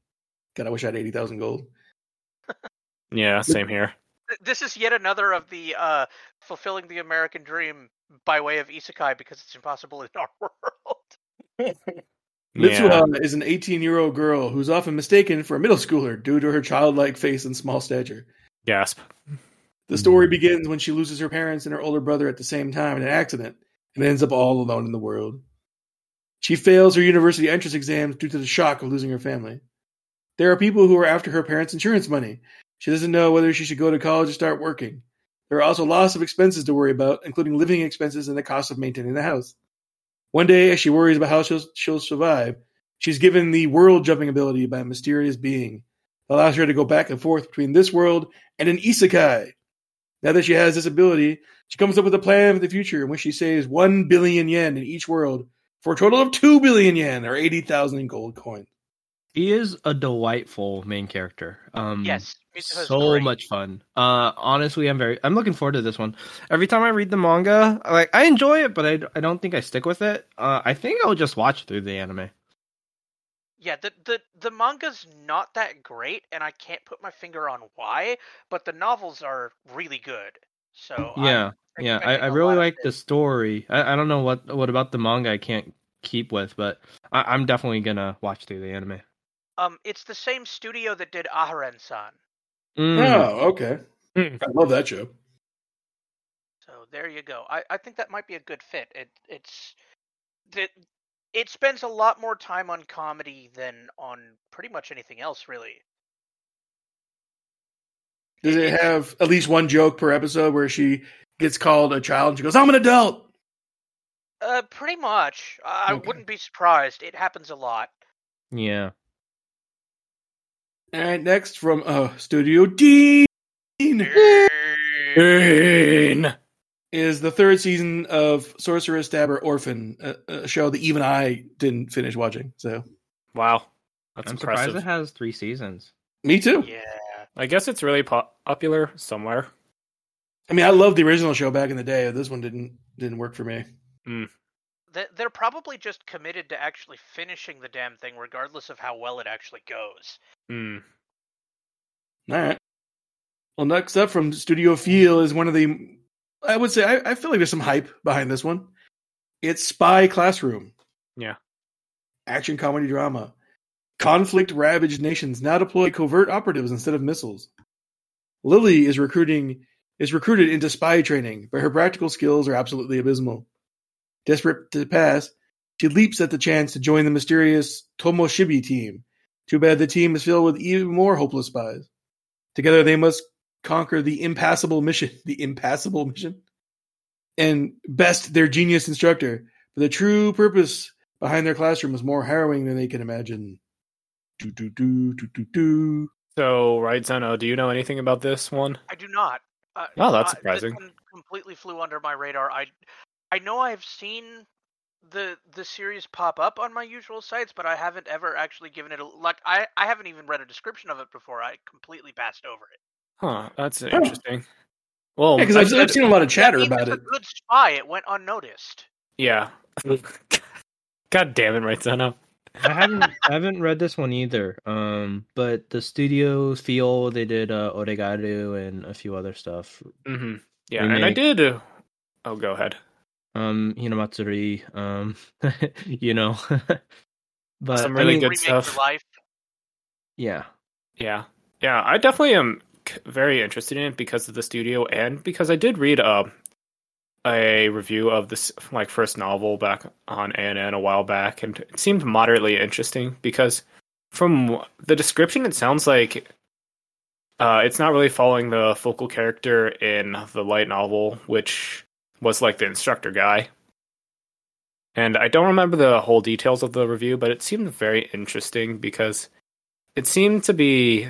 [SPEAKER 1] God, I wish I had eighty thousand gold.
[SPEAKER 2] Yeah, same here.
[SPEAKER 5] Th- This is yet another of the uh fulfilling the American dream by way of isekai because it's impossible in our world.
[SPEAKER 2] Yeah.
[SPEAKER 1] Mitsuha is an 18 year old girl who's often mistaken for a middle schooler due to her childlike face and small stature.
[SPEAKER 2] Gasp.
[SPEAKER 1] The story begins when she loses her parents and her older brother at the same time in an accident and ends up all alone in the world. She fails her university entrance exams due to the shock of losing her family. There are people who are after her parents' insurance money. She doesn't know whether she should go to college or start working. There are also lots of expenses to worry about, including living expenses and the cost of maintaining the house. One day, as she worries about how she'll, she'll survive, she's given the world jumping ability by a mysterious being that allows her to go back and forth between this world and an isekai. Now that she has this ability, she comes up with a plan for the future in which she saves 1 billion yen in each world for a total of 2 billion yen or 80,000 gold coins.
[SPEAKER 4] He is a delightful main character. Um,
[SPEAKER 5] Yes, Mitsuha's
[SPEAKER 4] so
[SPEAKER 5] great.
[SPEAKER 4] much fun. Uh, honestly, I'm very I'm looking forward to this one. Every time I read the manga, I like I enjoy it, but I, I don't think I stick with it. Uh, I think I'll just watch through the anime.
[SPEAKER 5] Yeah, the, the the manga's not that great, and I can't put my finger on why, but the novels are really good. So I'm
[SPEAKER 4] Mm, yeah, yeah. I,
[SPEAKER 5] expecting
[SPEAKER 4] I
[SPEAKER 5] a
[SPEAKER 4] really
[SPEAKER 5] lot of
[SPEAKER 4] like
[SPEAKER 5] this.
[SPEAKER 4] the story. I, I don't know what what about the manga I can't keep with, but I, I'm definitely gonna watch through the anime.
[SPEAKER 5] Um, it's the same studio that did Aharen-san,
[SPEAKER 4] Mm.
[SPEAKER 1] Oh, okay.
[SPEAKER 2] Hmm.
[SPEAKER 1] I love that show.
[SPEAKER 5] so there you go. I, I think that might be a good fit. It it's it, it spends a lot more time on comedy than on pretty much anything else, really.
[SPEAKER 1] Does it have at least one joke per episode where she gets called a child and she goes, I'm an adult?
[SPEAKER 5] Uh, pretty much. I, I
[SPEAKER 1] Okay.
[SPEAKER 5] wouldn't be surprised. It happens a lot.
[SPEAKER 4] Yeah.
[SPEAKER 1] All right, next from uh, Studio Dean
[SPEAKER 2] Green.
[SPEAKER 1] is the third season of Sorceress Stabber Orphan, a, a show that even I didn't finish watching. So,
[SPEAKER 2] Wow. That's
[SPEAKER 4] I'm surprised
[SPEAKER 2] impressive.
[SPEAKER 4] it has three seasons.
[SPEAKER 1] me too.
[SPEAKER 5] Yeah.
[SPEAKER 2] I guess it's really po- popular somewhere.
[SPEAKER 1] I mean, I loved the original show back in the day. This one didn't didn't work for me.
[SPEAKER 5] They- They're probably just committed to actually finishing the damn thing, regardless of how well it actually goes.
[SPEAKER 2] Hmm.
[SPEAKER 1] All right. Well, next up from Studio Feel is one of the, I would say, I, I feel like there's some hype behind this one. It's Spy Classroom.
[SPEAKER 2] Yeah.
[SPEAKER 1] Action comedy drama. Conflict ravaged nations now deploy covert operatives instead of missiles. Lily is recruiting is recruited into spy training, but her practical skills are absolutely abysmal. Desperate to pass, she leaps at the chance to join the mysterious Tomoshibi team. Too bad the team is filled with even more hopeless spies. Together they must conquer the impassable mission, the impassable mission, and best their genius instructor. But the true purpose behind their classroom is more harrowing than they can imagine. Do, do, do, do, do, do.
[SPEAKER 2] So, right, Zeno, do you know anything about this one?
[SPEAKER 5] I do not. Uh,
[SPEAKER 2] Oh, that's
[SPEAKER 5] uh, this
[SPEAKER 2] surprising.
[SPEAKER 5] one completely flew under my radar. I, I know I've seen the the series pop up on my usual sites, but I haven't ever actually given it a like. I I haven't even read a description of it before. I completely passed over it.
[SPEAKER 2] Huh, that's interesting. Well,
[SPEAKER 1] Yeah, because Oh, I've, I've seen a lot of chatter
[SPEAKER 5] Even
[SPEAKER 1] about
[SPEAKER 5] as
[SPEAKER 1] it.
[SPEAKER 5] A good spy. It went unnoticed.
[SPEAKER 2] yeah. God damn it, right, Zeno.
[SPEAKER 4] I haven't I haven't read this one either. Um, but the studio feel they did uh, Oregaru and a few other stuff.
[SPEAKER 2] Mm-hmm. Yeah, and I
[SPEAKER 4] Remake.
[SPEAKER 2] did. uh, Oh, go ahead.
[SPEAKER 4] Um, Hinamatsuri. Um, you know, but
[SPEAKER 2] Some
[SPEAKER 4] I
[SPEAKER 2] really
[SPEAKER 4] mean,
[SPEAKER 2] good
[SPEAKER 5] Remake
[SPEAKER 2] stuff.
[SPEAKER 5] Your life.
[SPEAKER 4] Yeah,
[SPEAKER 2] Yeah, yeah, I definitely am c- very interested in it because of the studio and because I did read uh, a review of this like first novel back on ANN a while back, and it seemed moderately interesting because from w- the description, it sounds like uh, it's not really following the focal character in the light novel, which was like the instructor guy. And I don't remember the whole details of the review, but it seemed very interesting because it seemed to be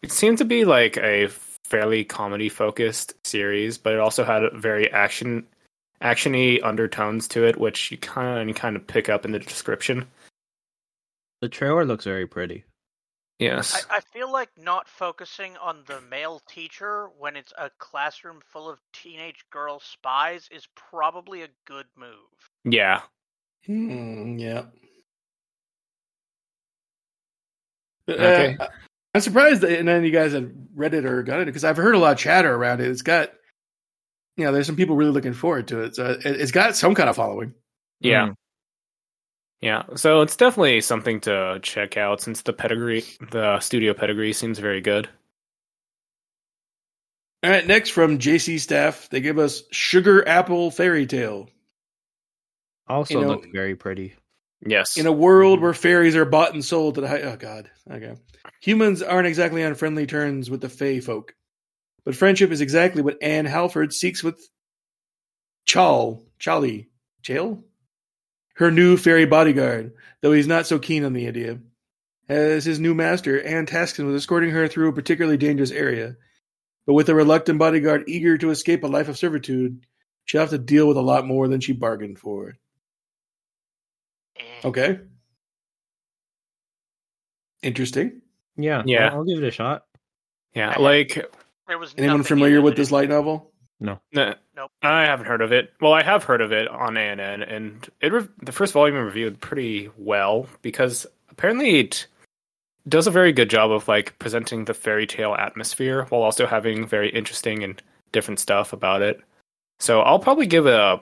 [SPEAKER 2] it seemed to be like a fairly comedy focused series but it also had very action actiony undertones to it which you kind of kind of pick up in the description
[SPEAKER 4] the trailer looks very pretty.
[SPEAKER 2] yes
[SPEAKER 5] I, I feel like not focusing on the male teacher when it's a classroom full of teenage girl spies is probably a good move.
[SPEAKER 2] yeah
[SPEAKER 1] Hmm, yeah. But, uh,
[SPEAKER 2] Okay.
[SPEAKER 1] I- I'm surprised that none of you guys have read it or got it because I've heard a lot of chatter around it. It's got, you know, there's some people really looking forward to it. So it- it's got some kind of following.
[SPEAKER 2] yeah
[SPEAKER 4] Mm.
[SPEAKER 2] yeah so it's definitely something to check out since the pedigree the studio pedigree seems very good
[SPEAKER 1] All right, next from JC Staff, they give us Sugar Apple Fairy Tale.
[SPEAKER 4] Also
[SPEAKER 1] You know-
[SPEAKER 4] looked very pretty.
[SPEAKER 2] yes
[SPEAKER 1] In a world where fairies are bought and sold to the high. Oh, God. Okay. Humans aren't exactly on friendly terms with the Fey folk. But friendship is exactly what Anne Halford seeks with Chal. Chali. Chal? Her new fairy bodyguard, though he's not so keen on the idea. As his new master, Anne tasks him with escorting her through a particularly dangerous area. But with a reluctant bodyguard eager to escape a life of servitude, she'll have to deal with a lot more than she bargained for.
[SPEAKER 5] Eh.
[SPEAKER 1] Okay. Interesting.
[SPEAKER 4] Yeah,
[SPEAKER 2] Yeah.
[SPEAKER 4] I'll, I'll give it a shot.
[SPEAKER 2] yeah like
[SPEAKER 5] There was
[SPEAKER 1] Anyone
[SPEAKER 5] nothing
[SPEAKER 1] familiar
[SPEAKER 5] in
[SPEAKER 1] with
[SPEAKER 5] it.
[SPEAKER 1] this light novel?
[SPEAKER 2] No,
[SPEAKER 5] Nope.
[SPEAKER 2] I haven't heard of it. Well, I have heard of it on ANN, and it re- the first volume reviewed pretty well because apparently it does a very good job of like presenting the fairy tale atmosphere while also having very interesting and different stuff about it. So I'll probably give it a,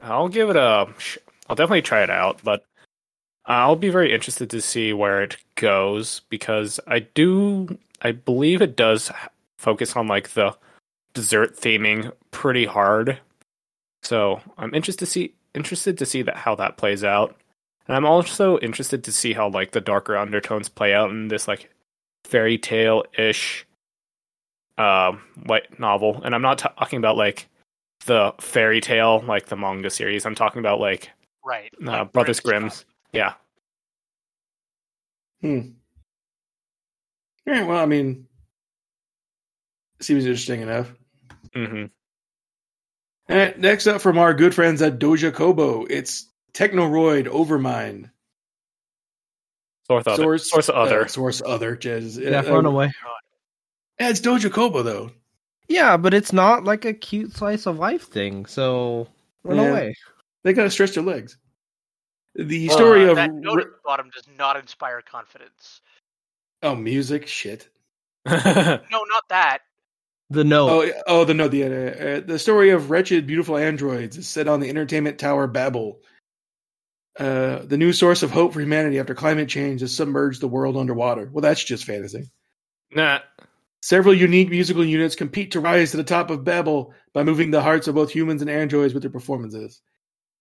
[SPEAKER 2] I'll give it a, sh- I'll definitely try it out, but I'll be very interested to see where it goes because I do, I believe it does h- focus on like the dessert theming pretty hard. So I'm interested to see interested to see that how that plays out. And I'm also interested to see how like the darker undertones play out in this like fairy tale ish um light novel. And I'm not ta- talking about like the fairy tale like the manga series. I'm talking about like
[SPEAKER 5] Right.
[SPEAKER 2] uh,
[SPEAKER 5] like
[SPEAKER 2] Brothers
[SPEAKER 5] Grimm
[SPEAKER 2] Grimm's.
[SPEAKER 5] stuff.
[SPEAKER 2] Yeah.
[SPEAKER 1] Yeah, well, I mean, seems interesting enough.
[SPEAKER 2] hmm
[SPEAKER 1] All right, next up from our good friends at Doja Kobo, it's Technoroid Overmind.
[SPEAKER 2] Source other.
[SPEAKER 1] Source,
[SPEAKER 2] Source other.
[SPEAKER 1] uh, source other. Jez.
[SPEAKER 4] Yeah,
[SPEAKER 1] Uh,
[SPEAKER 4] run away.
[SPEAKER 1] yeah, it's Doja Kobo though.
[SPEAKER 4] Yeah, but it's not like a cute slice of life thing. So run
[SPEAKER 1] Yeah.
[SPEAKER 4] away.
[SPEAKER 1] They gotta stretch their legs. The story
[SPEAKER 5] Uh,
[SPEAKER 1] of
[SPEAKER 5] that note
[SPEAKER 1] Ri-
[SPEAKER 5] at the bottom does not inspire confidence.
[SPEAKER 1] oh music shit.
[SPEAKER 5] No, not that.
[SPEAKER 4] The no.
[SPEAKER 1] Oh, yeah, oh, the no, the uh, uh, the story of wretched, beautiful androids is set on the entertainment tower Babel, uh, the new source of hope for humanity after climate change has submerged the world underwater. Well, that's just fantasy.
[SPEAKER 2] nah.
[SPEAKER 1] Several unique musical units compete to rise to the top of Babel by moving the hearts of both humans and androids with their performances.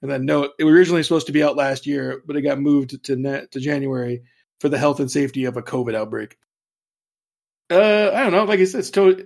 [SPEAKER 1] And then, no, it was originally supposed to be out last year, but it got moved to net, to January for the health and safety of a COVID outbreak. Uh, I don't know. Like I said, it's totally.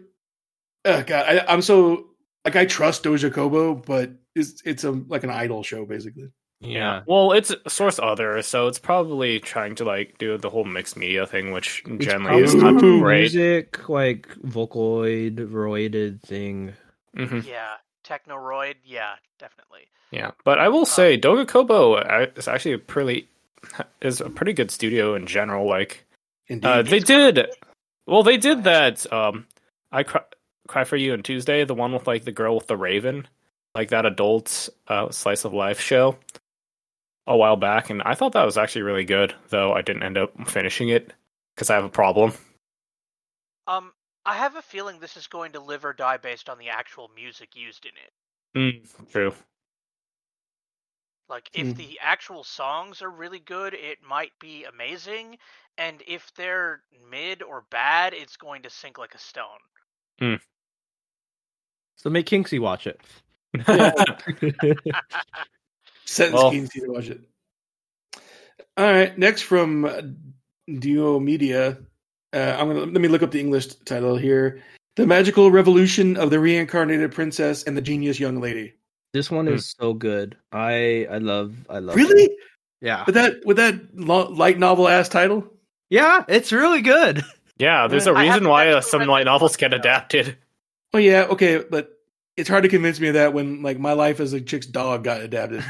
[SPEAKER 1] Uh, God, I, I'm so like I trust Doja Kobo, but it's it's a like an idol show basically.
[SPEAKER 4] Yeah.
[SPEAKER 2] Well, it's source other, so it's probably trying to like do the whole mixed media thing, which
[SPEAKER 4] It's
[SPEAKER 2] generally is not
[SPEAKER 4] probably
[SPEAKER 2] great.
[SPEAKER 4] music like vocaloid roided thing.
[SPEAKER 2] hmm
[SPEAKER 5] yeah, Technoroid. Yeah, definitely.
[SPEAKER 2] Yeah, but I
[SPEAKER 4] Uh,
[SPEAKER 2] will say Doga Kobo uh, is actually a pretty is a pretty good studio in general. Like
[SPEAKER 1] Indeed.
[SPEAKER 2] uh, they did, well, they did that. Um, I cry, cry for you on Tuesday, the one with like the girl with the raven, like that adult uh, slice of life show a while back, and I thought that was actually really good. Though I didn't end up finishing it because I have a problem.
[SPEAKER 5] Um, I have a feeling this is going to live or die based on the actual music used in it.
[SPEAKER 2] Mm, true.
[SPEAKER 5] Like, if
[SPEAKER 1] Mm.
[SPEAKER 5] the actual songs are really good, it might be amazing, and if they're mid or bad, it's going to sink like a stone.
[SPEAKER 4] So make Kinksy watch it.
[SPEAKER 1] Sentence
[SPEAKER 2] Well-
[SPEAKER 1] keen for you to watch it. All right, next from uh, Duo Media. Uh, I'm gonna let me look up the English title here: "The Magical Revolution of the Reincarnated Princess and the Genius Young Lady."
[SPEAKER 4] This one
[SPEAKER 2] Hmm.
[SPEAKER 4] is so good. I I love I love it.
[SPEAKER 1] Really?
[SPEAKER 4] Yeah.
[SPEAKER 1] With that with that lo- light novel ass title?
[SPEAKER 4] Yeah, it's really good.
[SPEAKER 2] yeah, there's a
[SPEAKER 5] Mm. I
[SPEAKER 2] reason
[SPEAKER 5] haven't
[SPEAKER 2] why uh,
[SPEAKER 5] actually
[SPEAKER 2] some
[SPEAKER 5] read
[SPEAKER 2] light
[SPEAKER 5] the
[SPEAKER 2] novels
[SPEAKER 5] book,
[SPEAKER 2] get
[SPEAKER 5] though.
[SPEAKER 2] adapted.
[SPEAKER 1] Oh yeah, okay, but it's hard to convince me of that when like my life as a chick's dog got adapted.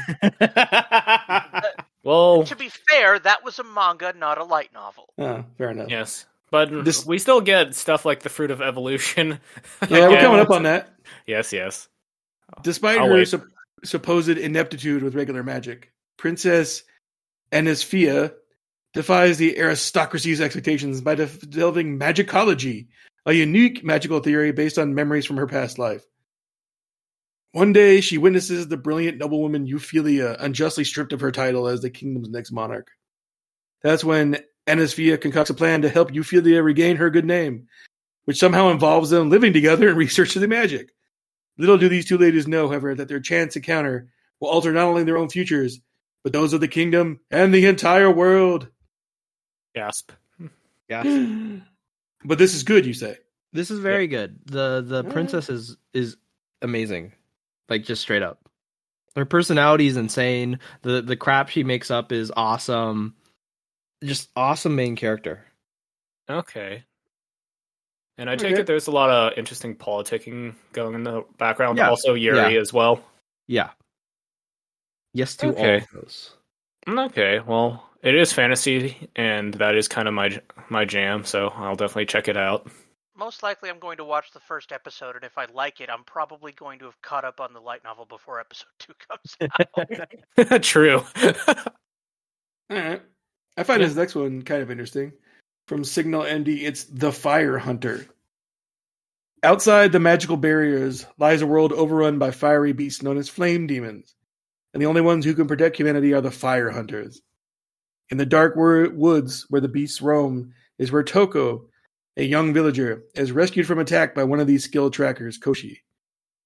[SPEAKER 2] Well,
[SPEAKER 5] To be fair, that was a manga, not a light novel.
[SPEAKER 1] Oh, fair enough. Yeah,
[SPEAKER 2] yes, but
[SPEAKER 1] This-
[SPEAKER 2] we still get stuff like the fruit of evolution.
[SPEAKER 1] we're
[SPEAKER 2] Again.
[SPEAKER 1] coming up on that.
[SPEAKER 2] Yes, yes.
[SPEAKER 1] Despite
[SPEAKER 2] I'll
[SPEAKER 1] her
[SPEAKER 2] wait.
[SPEAKER 1] sup- supposed ineptitude with regular magic, Princess Anisphia defies the aristocracy's expectations by def- delving magicology, a unique magical theory based on memories from her past life. One day, she witnesses the brilliant noblewoman Euphelia unjustly stripped of her title as the kingdom's next monarch. That's when Anisphia concocts a plan to help Euphelia regain her good name, which somehow involves them living together and researching the magic. Little do these two ladies know, however, that their chance encounter will alter not only their own futures, but those of the kingdom and the entire world.
[SPEAKER 2] Gasp.
[SPEAKER 4] Yeah.
[SPEAKER 1] but this is good, you say.
[SPEAKER 4] This is very good. The the
[SPEAKER 1] Yeah.
[SPEAKER 4] princess is is amazing. Like just straight up. Her personality is insane. The the crap she makes up is awesome. Just awesome main character.
[SPEAKER 2] Okay. And I
[SPEAKER 1] Okay.
[SPEAKER 2] take it there's a lot of interesting politicking going in the background.
[SPEAKER 4] Yeah.
[SPEAKER 2] Also, Yuri as well.
[SPEAKER 4] Yeah. Yes to all
[SPEAKER 2] Okay.
[SPEAKER 4] of those.
[SPEAKER 2] Mm, Okay, well, it is fantasy, and that is kind of my my jam. So I'll definitely check it out.
[SPEAKER 5] Most likely, I'm going to watch the first episode, and if I like it, I'm probably going to have caught up on the light novel before episode two comes out.
[SPEAKER 2] True.
[SPEAKER 1] All right. I find this next one kind of interesting. From Signal ND, it's The Fire Hunter. Outside the magical barriers lies a world overrun by fiery beasts known as flame demons, and the only ones who can protect humanity are the fire hunters. In the dark wo- woods where the beasts roam is where Toko, a young villager, is rescued from attack by one of these skilled trackers, Koshi.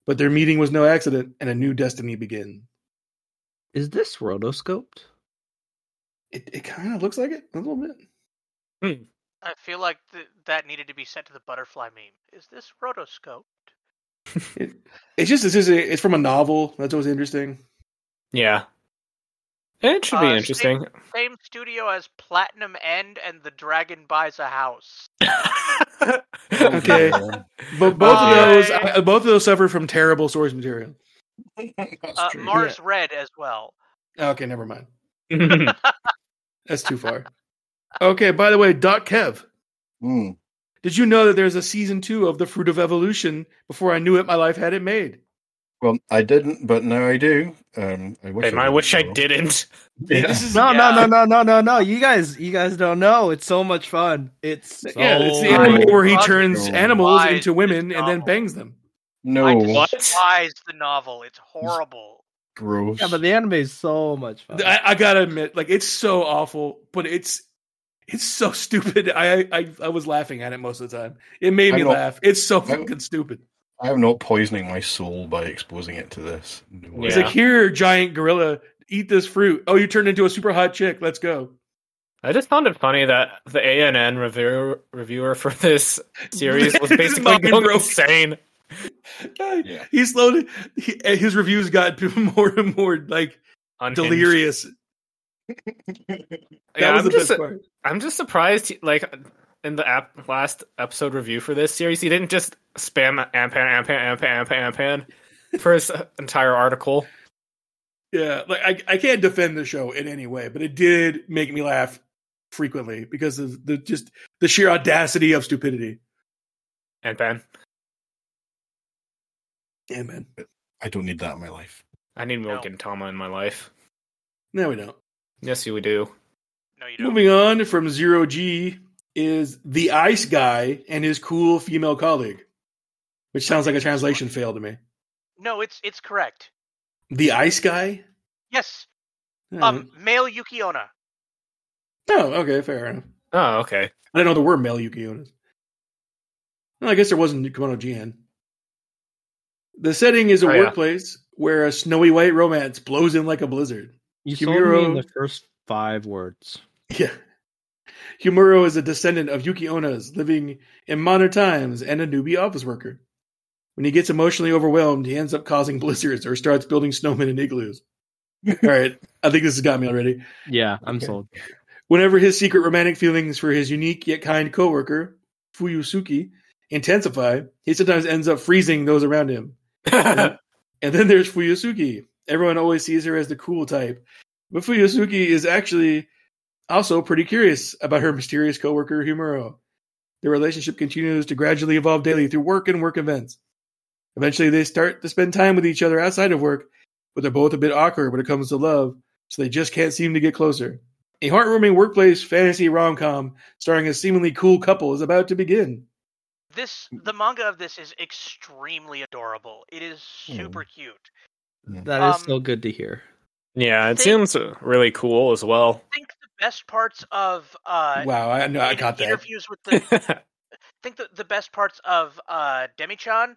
[SPEAKER 1] But their meeting was no accident, and a new destiny begins.
[SPEAKER 4] Is this rotoscoped?
[SPEAKER 1] It, it kind of looks like it a little bit.
[SPEAKER 5] I feel like th- that needed to be sent to the butterfly meme. Is this rotoscope?
[SPEAKER 1] It's just it's just a, it's from a novel. That's always interesting.
[SPEAKER 2] yeah. It should be
[SPEAKER 5] Uh,
[SPEAKER 2] interesting.
[SPEAKER 5] Same studio as Platinum End and The Dragon Buys a House.
[SPEAKER 1] Okay. But both
[SPEAKER 5] Uh,
[SPEAKER 1] of those I, both of those suffer from terrible source material.
[SPEAKER 3] That's
[SPEAKER 5] Uh,
[SPEAKER 3] true.
[SPEAKER 5] Mars Red as well.
[SPEAKER 1] Okay, never mind.
[SPEAKER 2] okay.
[SPEAKER 1] That's too far. okay, by the way, Doc Kev,
[SPEAKER 3] Mm.
[SPEAKER 1] did you know that there's a season two of The Fruit of Evolution? Before I knew it, my life had it made.
[SPEAKER 3] Well, I didn't, but now I do. Um, I wish.
[SPEAKER 2] and I wish I
[SPEAKER 3] did.
[SPEAKER 2] didn't.
[SPEAKER 3] Yeah.
[SPEAKER 1] This is
[SPEAKER 4] No, no,
[SPEAKER 5] Yeah.
[SPEAKER 4] no, no, no, no, no. You guys, you guys don't know. It's so much fun. It's so
[SPEAKER 1] yeah, it's the
[SPEAKER 3] Oh
[SPEAKER 1] anime
[SPEAKER 3] my
[SPEAKER 1] where he
[SPEAKER 5] God.
[SPEAKER 1] turns
[SPEAKER 3] Oh.
[SPEAKER 1] animals
[SPEAKER 5] Why
[SPEAKER 1] into
[SPEAKER 5] this
[SPEAKER 1] women and then
[SPEAKER 5] novel?
[SPEAKER 1] bangs them.
[SPEAKER 5] I
[SPEAKER 3] No,
[SPEAKER 2] What?
[SPEAKER 5] despise the novel. It's horrible.
[SPEAKER 3] gross.
[SPEAKER 4] yeah, but the anime is so much fun.
[SPEAKER 1] I, I gotta admit, like it's so awful, but it's it's so stupid. I I, I was laughing at it most of the time. It made
[SPEAKER 3] I
[SPEAKER 1] me
[SPEAKER 3] don't-
[SPEAKER 1] laugh. It's so
[SPEAKER 3] don't-
[SPEAKER 1] fucking stupid.
[SPEAKER 3] I am not poisoning my soul by exposing it to this. No way.
[SPEAKER 1] It's
[SPEAKER 2] Yeah.
[SPEAKER 1] like here, giant gorilla, eat this fruit. Oh, you turned into a super hot chick. Let's go.
[SPEAKER 2] I just found it funny that the ANN reviewer reviewer for this series was
[SPEAKER 1] His
[SPEAKER 2] basically
[SPEAKER 1] mind
[SPEAKER 2] going
[SPEAKER 1] broke.
[SPEAKER 2] insane.
[SPEAKER 1] Guy,
[SPEAKER 3] Yeah.
[SPEAKER 1] He slowly he, his reviews got more and more like
[SPEAKER 2] unhinged.
[SPEAKER 1] delirious. That
[SPEAKER 2] Yeah,
[SPEAKER 1] was
[SPEAKER 2] I'm
[SPEAKER 1] the
[SPEAKER 2] just,
[SPEAKER 1] best part.
[SPEAKER 2] I'm just surprised. he- Like in the app, last episode review for this series, he didn't just spam ampan ampan ampan ampan ampan for his entire article.
[SPEAKER 1] Yeah, like I, I can't defend the show in any way, but it did make me laugh frequently because of the just the sheer audacity of stupidity.
[SPEAKER 2] Ampan.
[SPEAKER 1] Damn man.
[SPEAKER 3] I don't need that in my life.
[SPEAKER 2] I need more
[SPEAKER 5] No.
[SPEAKER 2] Gintama in my life.
[SPEAKER 1] No, we don't.
[SPEAKER 2] Yes, you do.
[SPEAKER 5] No, you don't.
[SPEAKER 1] Moving on from Zero G is the Ice Guy and his cool female colleague, which sounds like a translation fail to me.
[SPEAKER 5] No, it's it's correct.
[SPEAKER 1] The Ice Guy.
[SPEAKER 5] Yes.
[SPEAKER 1] Yeah.
[SPEAKER 5] Um, male Yukiona.
[SPEAKER 1] oh, okay, fair enough.
[SPEAKER 2] Oh, okay.
[SPEAKER 1] I didn't know there were male Yukionas. Well, I guess there wasn't Kimono Jian. The setting is a
[SPEAKER 2] Oh, yeah.
[SPEAKER 1] workplace where a snowy white romance blows in like a blizzard.
[SPEAKER 4] You sold me in
[SPEAKER 1] Kimuro-
[SPEAKER 4] the first five words.
[SPEAKER 1] Yeah. Humuro is a descendant of Yuki Onas living in modern times and a newbie office worker. When he gets emotionally overwhelmed, he ends up causing blizzards or starts building snowmen and igloos. All right, I think this has got me already.
[SPEAKER 4] Yeah, I'm
[SPEAKER 3] Okay.
[SPEAKER 4] sold.
[SPEAKER 1] Whenever his secret romantic feelings for his unique yet kind coworker, Fuyusuki, intensify, he sometimes ends up freezing those around him. And then there's Fuyusuki. Everyone always sees her as the cool type. But Fuyusuki is actually also pretty curious about her mysterious coworker Humuro. Their relationship continues to gradually evolve daily through work and work events. Eventually they start to spend time with each other outside of work, but they're both a bit awkward when it comes to love, so they just can't seem to get closer. A heartwarming workplace fantasy rom-com starring a seemingly cool couple is about to begin.
[SPEAKER 5] This
[SPEAKER 1] Hmm.
[SPEAKER 5] the manga of this is extremely adorable. It is
[SPEAKER 1] Hmm.
[SPEAKER 5] super cute.
[SPEAKER 4] That
[SPEAKER 5] Um,
[SPEAKER 4] is still good to hear.
[SPEAKER 2] yeah, it
[SPEAKER 5] They-
[SPEAKER 2] seems really cool as well.
[SPEAKER 5] I think the best parts of uh
[SPEAKER 1] wow, I know I
[SPEAKER 5] in-
[SPEAKER 1] got that.
[SPEAKER 5] interviews with the I think the, the best parts of uh Demi-chan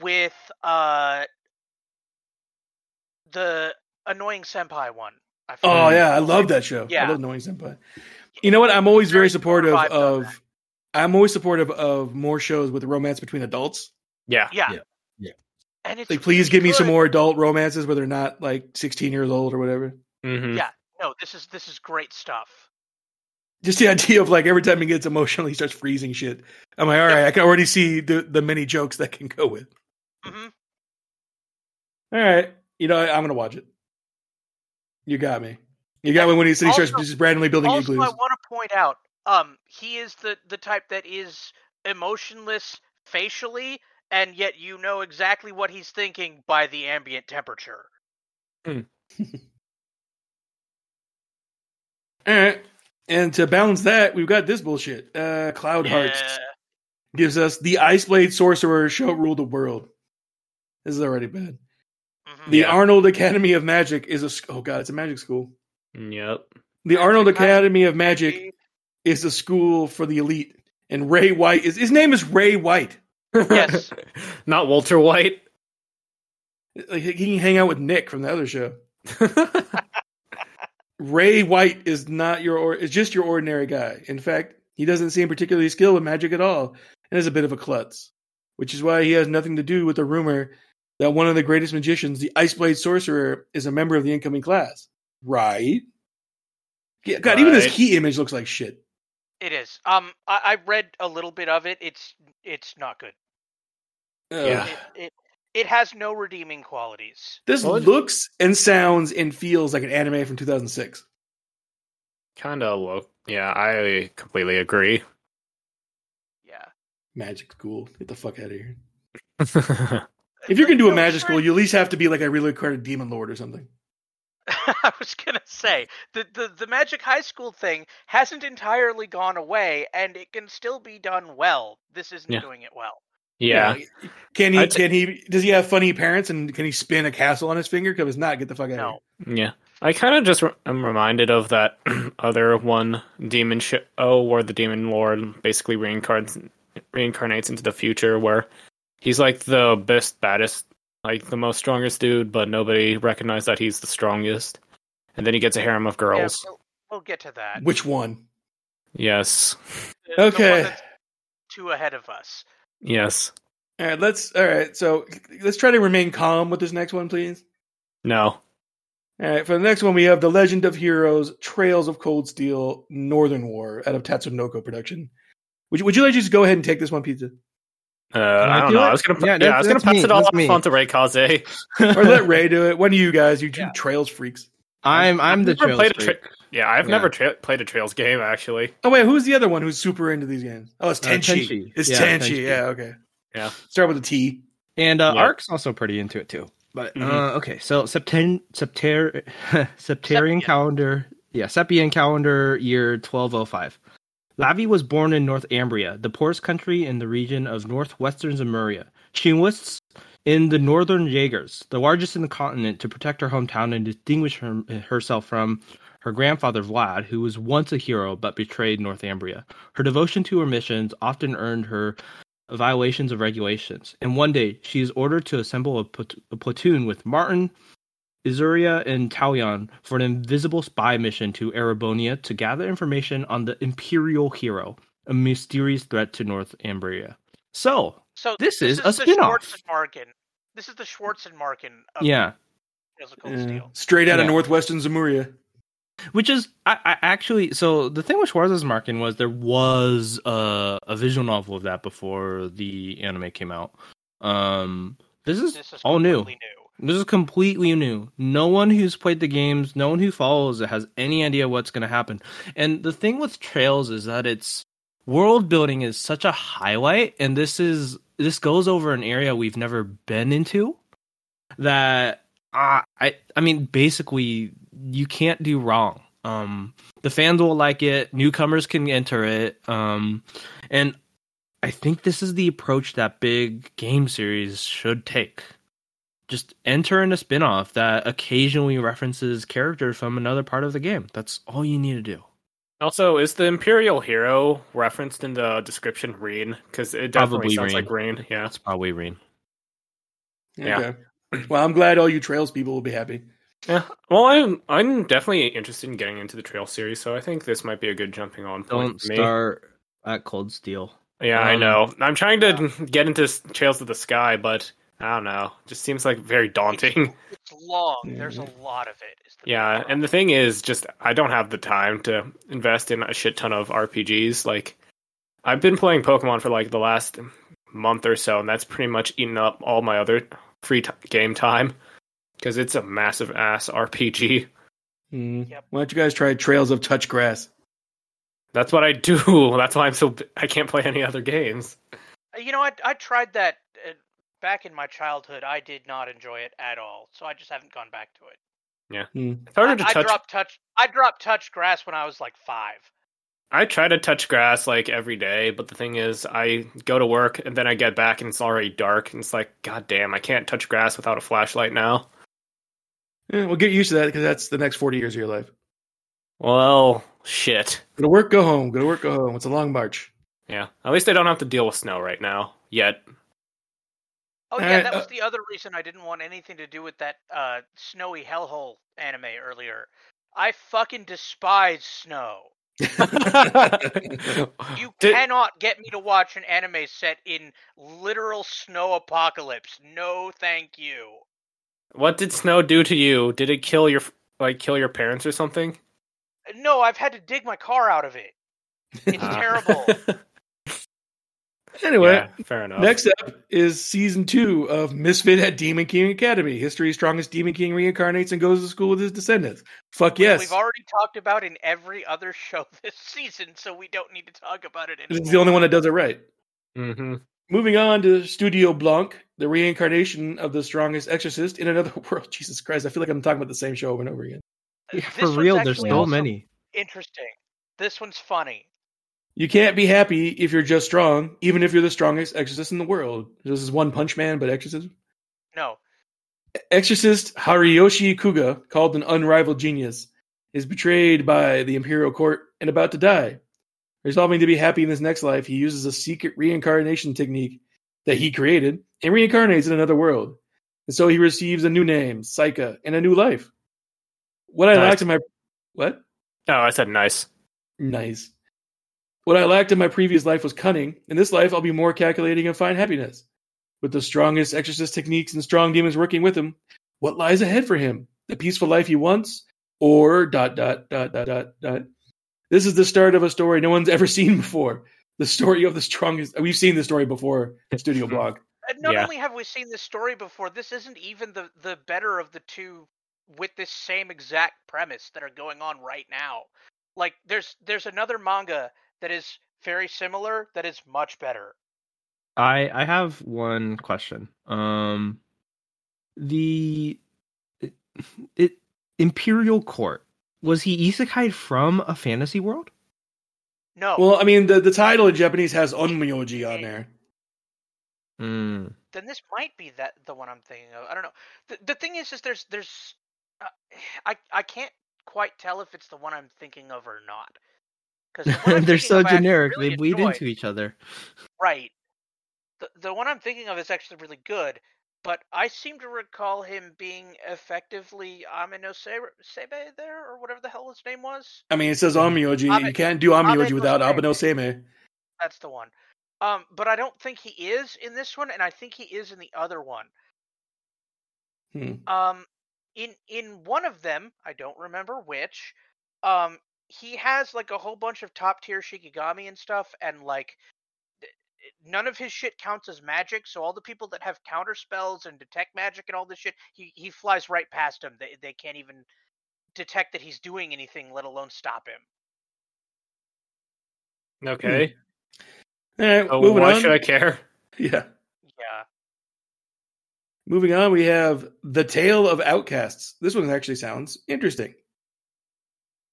[SPEAKER 5] with uh the annoying senpai one. I
[SPEAKER 1] Oh
[SPEAKER 5] forgot.
[SPEAKER 1] yeah, I love that show. I
[SPEAKER 5] Yeah.
[SPEAKER 1] love knowing Senpai. You know what? I'm always very
[SPEAKER 5] Very
[SPEAKER 1] supportive
[SPEAKER 5] vibes on
[SPEAKER 1] of. I'm always supportive of more shows with romance between adults.
[SPEAKER 2] yeah.
[SPEAKER 5] Yeah.
[SPEAKER 3] Yeah. Yeah.
[SPEAKER 5] And it's
[SPEAKER 1] Like, please give me some
[SPEAKER 5] good.
[SPEAKER 1] more adult romances where they're not like 16 years old or whatever.
[SPEAKER 2] Mm-hmm.
[SPEAKER 5] Yeah. No, this is this is great stuff.
[SPEAKER 1] Just the idea of like every time he gets emotional, he starts freezing shit. I'm like, all right, I can already see the the many jokes that can go with.
[SPEAKER 5] hmm
[SPEAKER 1] All right, you know, I, I'm gonna watch it. You got me. You got me when he said he starts
[SPEAKER 5] Also-
[SPEAKER 1] just randomly building
[SPEAKER 5] Also, I
[SPEAKER 1] igloos.
[SPEAKER 5] want to point out, um, he is the the type that is emotionless facially, and yet you know exactly what he's thinking by the ambient temperature.
[SPEAKER 1] All right, and to balance that, we've got this bullshit. Uh, Cloud Hearts. gives us the Ice Blade Sorcerer shall rule the world. This is already bad.
[SPEAKER 5] Yeah. Mhm.
[SPEAKER 1] The
[SPEAKER 2] Yeah.
[SPEAKER 1] Arnold Academy of Magic is a sc- oh god, it's a magic school.
[SPEAKER 2] Yep.
[SPEAKER 1] The Arnold
[SPEAKER 5] Magic
[SPEAKER 1] Academy of Magic is a school for the elite, and Ray White is his name is Ray White.
[SPEAKER 5] Yes.
[SPEAKER 2] Not Walter White.
[SPEAKER 1] Like he can hang out with Nick from the other show. Ray White is not your or is just your ordinary guy. In fact, he doesn't seem particularly skilled with magic at all, and is a bit of a klutz, which is why he has nothing to do with the rumor that one of the greatest magicians, the Iceblade Sorcerer, is a member of the incoming class. Right? Yeah, God, even this
[SPEAKER 2] Right.
[SPEAKER 1] key image looks like shit.
[SPEAKER 5] It is. Um, I, I read a little bit of it. It's it's not good.
[SPEAKER 1] Ugh.
[SPEAKER 2] Yeah.
[SPEAKER 5] It, it it has no redeeming qualities.
[SPEAKER 1] This
[SPEAKER 2] Well, it-
[SPEAKER 1] looks and sounds and feels like an anime from 2006.
[SPEAKER 2] kind of low. Yeah, I completely agree.
[SPEAKER 5] Yeah.
[SPEAKER 1] Magic school. Get the fuck out of here.
[SPEAKER 2] yeah,
[SPEAKER 1] If you're going to do a
[SPEAKER 5] No,
[SPEAKER 1] magic
[SPEAKER 5] sure.
[SPEAKER 1] school, you at least have to be like a really accredited demon lord or something.
[SPEAKER 5] I was gonna say the, the the Magic High School thing hasn't entirely gone away, and it can still be done well. This isn't
[SPEAKER 2] Yeah.
[SPEAKER 5] doing it well.
[SPEAKER 1] Yeah. Can he?
[SPEAKER 2] I'd say-
[SPEAKER 1] can he? Does he have funny parents? And can he spin a castle on his finger? Because it's not. Get the fuck out.
[SPEAKER 5] No,
[SPEAKER 2] yeah. I kind of just re- am reminded of that other one demon show where the demon lord basically reincarnates reincarnates into the future, where he's like the best, baddest, like the most strongest dude, but nobody recognized that he's the strongest. And then he gets a harem of
[SPEAKER 5] Yeah,
[SPEAKER 2] girls.
[SPEAKER 5] we'll, we'll get to that.
[SPEAKER 1] of here. Which one?
[SPEAKER 2] Yes,
[SPEAKER 5] The- the one
[SPEAKER 1] Okay.
[SPEAKER 5] that's too ahead of us.
[SPEAKER 2] yes.
[SPEAKER 1] All right. Let's. All right. So let's try to remain calm with this next one, please.
[SPEAKER 2] No.
[SPEAKER 1] All right, for the next one, we have The Legend of Heroes Trails of Cold Steel Northern War out of Tatsunoko Production. Would you, would you like to just go ahead and take this one, Pizza?
[SPEAKER 2] Uh, I
[SPEAKER 4] I
[SPEAKER 2] don't
[SPEAKER 4] do
[SPEAKER 2] know.
[SPEAKER 4] it?
[SPEAKER 2] I was gonna,
[SPEAKER 4] Yeah,
[SPEAKER 2] yeah,
[SPEAKER 4] that's-
[SPEAKER 2] I was gonna
[SPEAKER 4] that's
[SPEAKER 2] pass
[SPEAKER 4] me,
[SPEAKER 2] it all
[SPEAKER 4] that's
[SPEAKER 2] off
[SPEAKER 4] me.
[SPEAKER 2] onto Ray Kaze.
[SPEAKER 1] Or let Ray do it. One of you guys, you two
[SPEAKER 5] Yeah.
[SPEAKER 1] trails freaks.
[SPEAKER 4] I'm I'm the
[SPEAKER 2] I've never
[SPEAKER 4] trail
[SPEAKER 2] played a
[SPEAKER 4] freak.
[SPEAKER 2] tra- yeah, I've
[SPEAKER 4] Yeah.
[SPEAKER 2] never tra- played a Trails game actually.
[SPEAKER 1] Oh, wait, who's the other one who's super into these games? Oh, it's
[SPEAKER 4] Uh,
[SPEAKER 1] Tenchi.
[SPEAKER 4] Tenchi.
[SPEAKER 1] It's
[SPEAKER 4] Yeah,
[SPEAKER 1] Tenchi.
[SPEAKER 4] Tenchi.
[SPEAKER 1] Yeah, okay.
[SPEAKER 2] Yeah.
[SPEAKER 1] Start with a T.
[SPEAKER 4] And uh,
[SPEAKER 2] Yeah.
[SPEAKER 4] Ark's also pretty into it too. But
[SPEAKER 2] Mhm.
[SPEAKER 4] uh, okay, so Septen- Septer- Septarian
[SPEAKER 5] Sepian.
[SPEAKER 4] calendar, yeah, Sepian calendar year 1205. Lavi was born in North Ambria, the poorest country in the region of northwestern Zamuria. She enlists in the Northern Jaegers, the largest in the continent, to protect her hometown and distinguish her- herself from her grandfather Vlad, who was once a hero but betrayed Northumbria. Her devotion to her missions often earned her violations of regulations. And one day, she is ordered to assemble a, plat- a platoon with Martin, Izuria, and Talion for an invisible spy mission to Erebonia to gather information on the Imperial Hero, a mysterious threat to North Ambria. So,
[SPEAKER 5] So
[SPEAKER 4] This is a
[SPEAKER 5] the
[SPEAKER 4] spin-off.
[SPEAKER 5] Schwarzenmarken. This is the Schwarzenmarken of
[SPEAKER 4] yeah,
[SPEAKER 5] Trails of Cold
[SPEAKER 1] Yeah.
[SPEAKER 5] Steel.
[SPEAKER 1] Straight out of
[SPEAKER 4] Yeah.
[SPEAKER 1] Northwestern Zamuria.
[SPEAKER 4] which is I, I actually so the thing with Schwarz's marking was there was a, a visual novel of that before the anime came out. Um, this is
[SPEAKER 5] This is
[SPEAKER 4] all new.
[SPEAKER 5] completely new.
[SPEAKER 4] This is completely new. No one who's played the games, no one who follows it has any idea what's going to happen. And the thing with Trails is that it's world building is such a highlight and this is this goes over an area we've never been into that uh, I I mean basically you can't do wrong. Um the fans will like it, newcomers can enter it. Um and I think this is the approach that big game series should take just enter in a spin-off that occasionally references characters from another part of the game. That's all you need to do.
[SPEAKER 2] Also, is the Imperial Hero referenced in the description Reen? Because it definitely
[SPEAKER 4] Probably
[SPEAKER 2] sounds
[SPEAKER 4] Reen.
[SPEAKER 2] like Reen. Yeah.
[SPEAKER 4] That's probably Reen.
[SPEAKER 2] Yeah.
[SPEAKER 1] Okay. Well, I'm glad all you trails people will be happy.
[SPEAKER 2] Yeah. Well, I'm I'm definitely interested in getting into the Trail series, so I think this might be a good jumping on point
[SPEAKER 4] Don't
[SPEAKER 2] for me.
[SPEAKER 4] start at Cold Steel.
[SPEAKER 2] Yeah, I
[SPEAKER 4] Um,
[SPEAKER 2] know. I'm trying to get into s- Trails of the Sky, but I don't know. It just seems like very daunting.
[SPEAKER 5] It's long. There's a lot of it. Is the
[SPEAKER 2] yeah,
[SPEAKER 5] problem.
[SPEAKER 2] and the thing is, just I don't have the time to invest in a shit ton of RPGs. Like, I've been playing Pokemon for like the last month or so, and that's pretty much eaten up all my other free t- game time because it's a massive ass RPG.
[SPEAKER 1] Mm.
[SPEAKER 5] Yep.
[SPEAKER 1] Why don't you guys try Trails of Touch Grass?
[SPEAKER 2] That's what I do. That's why I'm so b- I can't play any other games.
[SPEAKER 5] Uh, You know, I I tried that uh, back in my childhood. I did not enjoy it at all, so I just haven't gone back to it.
[SPEAKER 2] It's harder
[SPEAKER 5] I,
[SPEAKER 2] to
[SPEAKER 5] I
[SPEAKER 2] touch
[SPEAKER 5] dropped touch. I dropped touch grass when I was like five.
[SPEAKER 2] I try to touch grass like every day, but the thing is, I go to work and then I get back and it's already dark, and it's like, god damn, I can't touch grass without a flashlight now.
[SPEAKER 1] Yeah, Eh, well, get used to that because that's the next 40 years of your life.
[SPEAKER 2] Well, shit.
[SPEAKER 1] Go to work, go home. Go to work, go home. It's a long march.
[SPEAKER 2] Yeah, at least I don't have to deal with snow right now yet.
[SPEAKER 5] Oh
[SPEAKER 1] Alright,
[SPEAKER 5] yeah, that
[SPEAKER 1] uh,
[SPEAKER 5] was the other reason I didn't want anything to do with that uh, snowy hellhole anime earlier. I fucking despise snow. You
[SPEAKER 2] Did-
[SPEAKER 5] cannot get me to watch an anime set in literal snow apocalypse. No, thank you.
[SPEAKER 2] what did snow do to you? Did it kill your like kill your parents or something?
[SPEAKER 5] No, I've had to dig my car out of it. It's
[SPEAKER 2] Ah.
[SPEAKER 5] terrible.
[SPEAKER 1] Anyway,
[SPEAKER 2] Yeah, fair enough.
[SPEAKER 1] next up is season two of Misfit at Demon King Academy. History's strongest Demon King reincarnates and goes to school with his descendants. Fuck
[SPEAKER 5] Which
[SPEAKER 1] yes.
[SPEAKER 5] We've already talked about in every other show this season, so we don't need to talk about it
[SPEAKER 1] This
[SPEAKER 5] anymore.
[SPEAKER 1] is the only one that does it right.
[SPEAKER 2] hmm
[SPEAKER 1] Moving on to Studio Blanc, the reincarnation of the strongest exorcist in another world. Jesus Christ, I feel like I'm talking about the same show over and over again.
[SPEAKER 5] Uh, This
[SPEAKER 4] for
[SPEAKER 5] one's
[SPEAKER 4] real, there's
[SPEAKER 5] actually
[SPEAKER 4] so
[SPEAKER 5] also
[SPEAKER 4] many.
[SPEAKER 5] Interesting. This one's funny.
[SPEAKER 1] You can't be happy if you're just strong, even if you're the strongest exorcist in the world. This is One Punch Man, but exorcism.
[SPEAKER 5] No,
[SPEAKER 1] Exorcist Hariyoshi Kuga, called an unrivaled genius, is betrayed by the Imperial Court and about to die. Resolving to be happy in his next life, he uses a secret reincarnation technique that he created and reincarnates in another world. And so he receives a new name, Psyche, and a new life. What I
[SPEAKER 2] Nice.
[SPEAKER 1] lacked in my what?
[SPEAKER 2] Oh, I said nice.
[SPEAKER 1] Nice. What I lacked in my previous life was cunning. In this life, I'll be more calculating and find happiness. With the strongest exorcist techniques and strong demons working with him, what lies ahead for him? the peaceful life he wants, or dot dot dot dot dot dot. This is the start of a story no one's ever seen before. The story of the strongest. We've seen this story before.
[SPEAKER 2] Hmm.
[SPEAKER 1] Studio blog.
[SPEAKER 5] And not
[SPEAKER 4] Yeah.
[SPEAKER 5] only have we seen this story before, this isn't even the the better of the two with this same exact premise that are going on right now. Like there's there's another manga that is very similar that is much better.
[SPEAKER 4] I I have one question. Um the it, it, Imperial Court was he isekai from a fantasy world?
[SPEAKER 5] No,
[SPEAKER 1] Well, I mean, the, the title in Japanese has onmyoji on there.
[SPEAKER 4] Mm.
[SPEAKER 5] then this might be that the one I'm thinking of. I don't know. The, the thing is is there's there's uh, I I can't quite tell if it's the one I'm thinking of or not. Cuz
[SPEAKER 4] They're so generic. they bleed into each other.
[SPEAKER 5] Right. The the one I'm thinking of is actually really good, but I seem to recall him being effectively Amino Sebe there or whatever the hell his name was.
[SPEAKER 1] I mean, it says onmyoji. You
[SPEAKER 5] Abe-
[SPEAKER 1] can't do onmyoji
[SPEAKER 5] Abe
[SPEAKER 1] without
[SPEAKER 5] Nosei.
[SPEAKER 1] abano seme.
[SPEAKER 5] That's the one. Um, but I don't think he is in this one, and I think he is in the other one.
[SPEAKER 1] Hmm.
[SPEAKER 5] Um, in in one of them, I don't remember which. Um, he has like a whole bunch of top tier Shikigami and stuff, and like th- none of his shit counts as magic. So all the people that have counter spells and detect magic and all this shit, he he flies right past him. They they can't even detect that he's doing anything, let alone stop him.
[SPEAKER 2] Okay.
[SPEAKER 1] All right,
[SPEAKER 2] So
[SPEAKER 1] Eh, Hmm. moving
[SPEAKER 2] Oh, why
[SPEAKER 1] on.
[SPEAKER 2] should I care?
[SPEAKER 1] Yeah.
[SPEAKER 5] Yeah.
[SPEAKER 1] Moving on, we have The Tale of Outcasts. This one actually sounds interesting.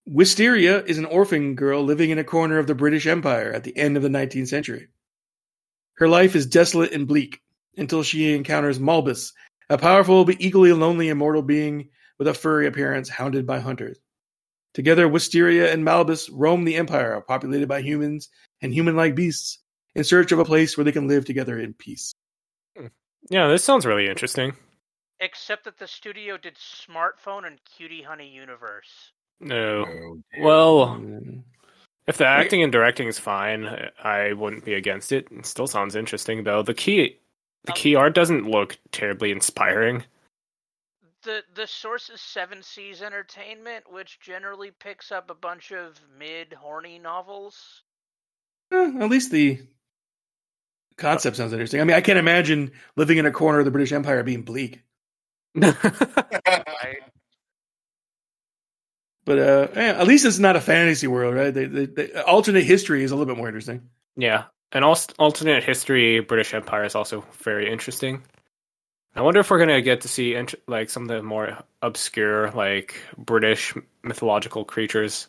[SPEAKER 1] Wisteria is an orphan girl living in a corner of the British Empire at the end of the 19th century. Her life is desolate and bleak until she encounters Malbus, a powerful but equally lonely immortal being with a furry appearance hounded by hunters. Together, Wisteria and Malbus roam the empire, populated by humans and human like beasts, in search of a place where they can live together in peace.
[SPEAKER 2] Yeah, this sounds really interesting.
[SPEAKER 5] Except that the studio did Smartphone and Cutie Honey Universe.
[SPEAKER 2] No.
[SPEAKER 3] Oh, dear.
[SPEAKER 2] Well, if the
[SPEAKER 1] Right.
[SPEAKER 2] acting and directing is fine, I- I wouldn't be against it. It still sounds interesting though. The key the key art doesn't look terribly inspiring.
[SPEAKER 5] The the source is Seven Seas Entertainment, which generally picks up a bunch of mid horny novels.
[SPEAKER 1] Eh, at least the concept sounds interesting. I mean, I can't imagine living in a corner of the British Empire being bleak. But uh, eh, at least it's not a fantasy world, right? They, they, they, alternate history is a little bit more interesting.
[SPEAKER 2] yeah. And al- alternate history British Empire is also very interesting. I wonder if we're going to get to see int- like some of the more obscure like British mythological creatures.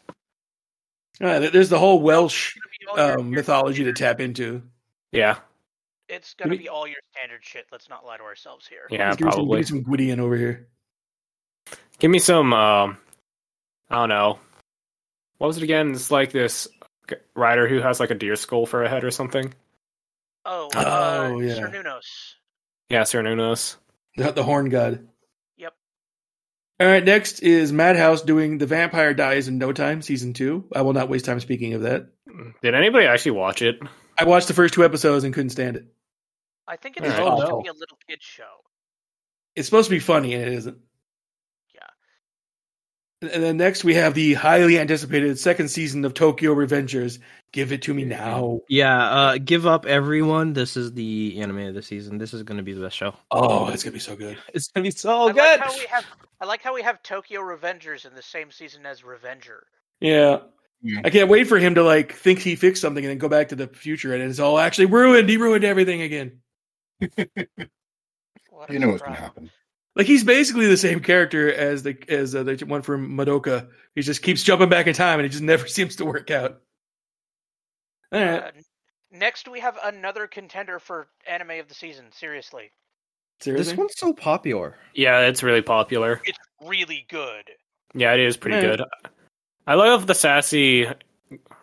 [SPEAKER 1] Uh, there- there's the whole Welsh
[SPEAKER 5] It's gonna be all your-
[SPEAKER 1] um,
[SPEAKER 5] your
[SPEAKER 1] mythology to
[SPEAKER 5] standard-
[SPEAKER 1] tap into.
[SPEAKER 2] Yeah.
[SPEAKER 5] It's gonna
[SPEAKER 1] Maybe-
[SPEAKER 5] be all your standard shit. Let's not lie to ourselves here.
[SPEAKER 2] Yeah,
[SPEAKER 1] Let's give me Some,
[SPEAKER 2] probably.
[SPEAKER 1] give me some Gwydion over here.
[SPEAKER 2] Give me some. Um, I don't know. What was it again? It's like this g- rider who has like a deer skull for a head or something.
[SPEAKER 5] Oh, uh,
[SPEAKER 1] Oh, yeah.
[SPEAKER 5] Sir Nunos.
[SPEAKER 2] Yeah, Sir Nunos.
[SPEAKER 1] The, the Horn God.
[SPEAKER 5] Yep.
[SPEAKER 1] All right, next is Madhouse doing The Vampire Dies in No Time, Season 2. I will not waste time speaking of that.
[SPEAKER 2] Did anybody actually watch it?
[SPEAKER 1] I watched the first two episodes and couldn't stand it.
[SPEAKER 5] I think
[SPEAKER 2] All
[SPEAKER 5] it's
[SPEAKER 2] right.
[SPEAKER 5] supposed
[SPEAKER 1] Oh, no.
[SPEAKER 5] to be a little kid show.
[SPEAKER 1] It's supposed to be funny, and it isn't.
[SPEAKER 5] Yeah.
[SPEAKER 1] And then next we have the highly anticipated second season of Tokyo Revengers. Give it to me now.
[SPEAKER 4] Yeah, uh give up everyone. This is the anime of the season. This is going to be the best show.
[SPEAKER 1] Oh, it's gonna be so good.
[SPEAKER 4] It's going to be so
[SPEAKER 5] I like how we have I like how we have Tokyo Revengers in the same season as Revenger.
[SPEAKER 1] Yeah.
[SPEAKER 3] Yeah.
[SPEAKER 1] I can't wait for him to like think he fixed something and then go back to the future and it's all actually ruined. He ruined everything again.
[SPEAKER 5] What a
[SPEAKER 3] you know what's going to
[SPEAKER 5] surprise.
[SPEAKER 3] happen.
[SPEAKER 1] Like he's basically the same character as the as uh, the one from Madoka. He just keeps jumping back in time and it just never seems to work out. All right.
[SPEAKER 5] Uh, n- next, we have another contender for anime of the season. Seriously,
[SPEAKER 1] seriously.
[SPEAKER 4] This one's so popular.
[SPEAKER 2] Yeah, it's really popular.
[SPEAKER 5] it's really good.
[SPEAKER 2] Yeah, it is pretty
[SPEAKER 1] Yeah.
[SPEAKER 2] good. I love the sassy,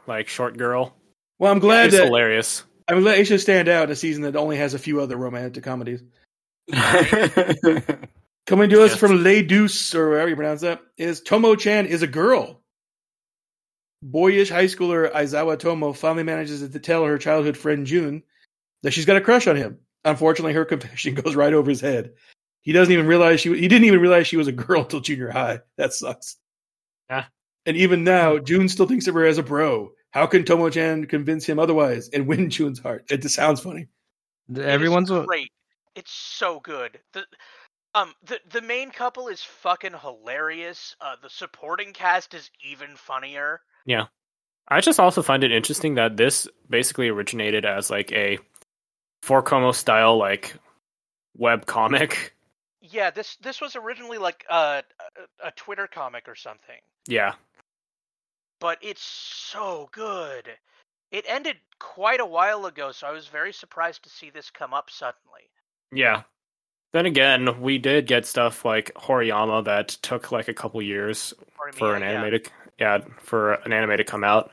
[SPEAKER 2] like short girl.
[SPEAKER 1] well, I'm glad
[SPEAKER 2] It's
[SPEAKER 1] that
[SPEAKER 2] hilarious.
[SPEAKER 1] I'm glad it should stand out in a season that only has a few other romantic comedies. Coming to us
[SPEAKER 2] Yes.
[SPEAKER 1] from Les Deuce, or however you pronounce that, is Tomo Chan is a girl. Boyish high schooler Aizawa Tomo finally manages to tell her childhood friend June that she's got a crush on him. Unfortunately, her confession goes right over his head. He doesn't even realize she. He didn't even realize she was a girl until junior high. That sucks.
[SPEAKER 2] Yeah.
[SPEAKER 1] And even now, June still thinks of her as a bro. How can Tomo-chan convince him otherwise and win June's heart? It just sounds funny.
[SPEAKER 4] The-
[SPEAKER 5] It is
[SPEAKER 4] Everyone's a-
[SPEAKER 5] great. It's so good. The um the the main couple is fucking hilarious. Uh, the supporting cast is even funnier.
[SPEAKER 2] I just also find it interesting that this basically originated as like a four como style like web comic.
[SPEAKER 5] Yeah, this this was originally like uh, a a Twitter comic or something,
[SPEAKER 2] Yeah.
[SPEAKER 5] but it's so good. It ended quite a while ago, so I was very surprised to see this come up suddenly.
[SPEAKER 2] Yeah. Then again, we did get stuff like Horiyama that took like a couple years
[SPEAKER 5] Horimiya,
[SPEAKER 2] for an
[SPEAKER 5] yeah.
[SPEAKER 2] animated yeah, for an anime to come out.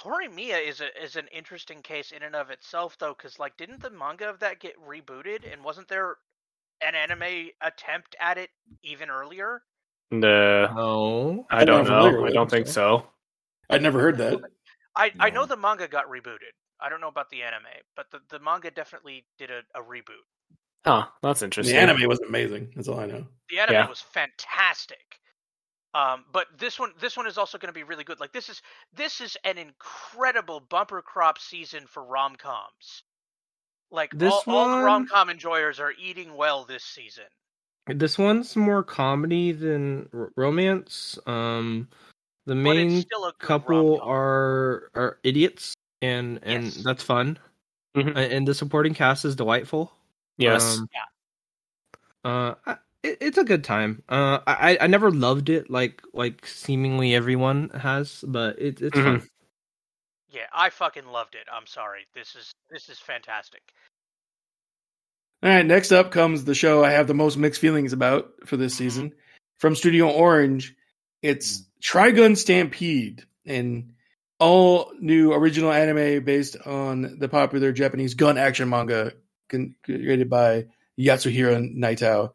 [SPEAKER 5] Horimiya is a is an interesting case in and of itself, though, because like, didn't the manga of that get rebooted, and wasn't there an anime attempt at it even earlier?
[SPEAKER 2] The
[SPEAKER 4] No.
[SPEAKER 2] uh, I
[SPEAKER 1] Uh, I'm
[SPEAKER 2] don't
[SPEAKER 1] not familiar
[SPEAKER 2] know. I
[SPEAKER 1] with
[SPEAKER 2] don't
[SPEAKER 1] it,
[SPEAKER 2] think
[SPEAKER 1] so.
[SPEAKER 2] so.
[SPEAKER 1] I'd never heard that.
[SPEAKER 5] I I know
[SPEAKER 3] No.
[SPEAKER 5] the manga got rebooted. I don't know about the anime, but the, the manga definitely did a, a reboot.
[SPEAKER 2] Huh, that's interesting.
[SPEAKER 1] The anime was amazing. That's all I know.
[SPEAKER 5] The anime
[SPEAKER 2] Yeah.
[SPEAKER 5] was fantastic. Um, but this one this one is also going to be really good. Like this is this is an incredible bumper crop season for rom coms. Like
[SPEAKER 4] This
[SPEAKER 5] all, all the
[SPEAKER 4] one-
[SPEAKER 5] rom com enjoyers are eating well this season.
[SPEAKER 4] This one's more comedy than r- romance. Um, the
[SPEAKER 5] but it's
[SPEAKER 4] main
[SPEAKER 5] still a good
[SPEAKER 4] couple
[SPEAKER 5] rom-com.
[SPEAKER 4] are are idiots, and and
[SPEAKER 5] Yes. Mm-hmm.
[SPEAKER 4] that's fun.
[SPEAKER 2] Mhm.
[SPEAKER 4] A- And the supporting cast is delightful.
[SPEAKER 2] Yes.
[SPEAKER 4] Um, Uh, I, it, it's a good time. Uh, I I- I never loved it like like seemingly everyone has, but it, it's
[SPEAKER 5] Mm-hmm.
[SPEAKER 2] Mhm.
[SPEAKER 4] fun.
[SPEAKER 5] Yeah, I fucking loved it. I'm sorry. This is this is fantastic.
[SPEAKER 1] All right, next up comes the show I have the most mixed feelings about for this season from Studio Orange. It's Trigun Stampede, an all new original anime based on the popular Japanese gun action manga con- created by Yatsuhiro Naitao.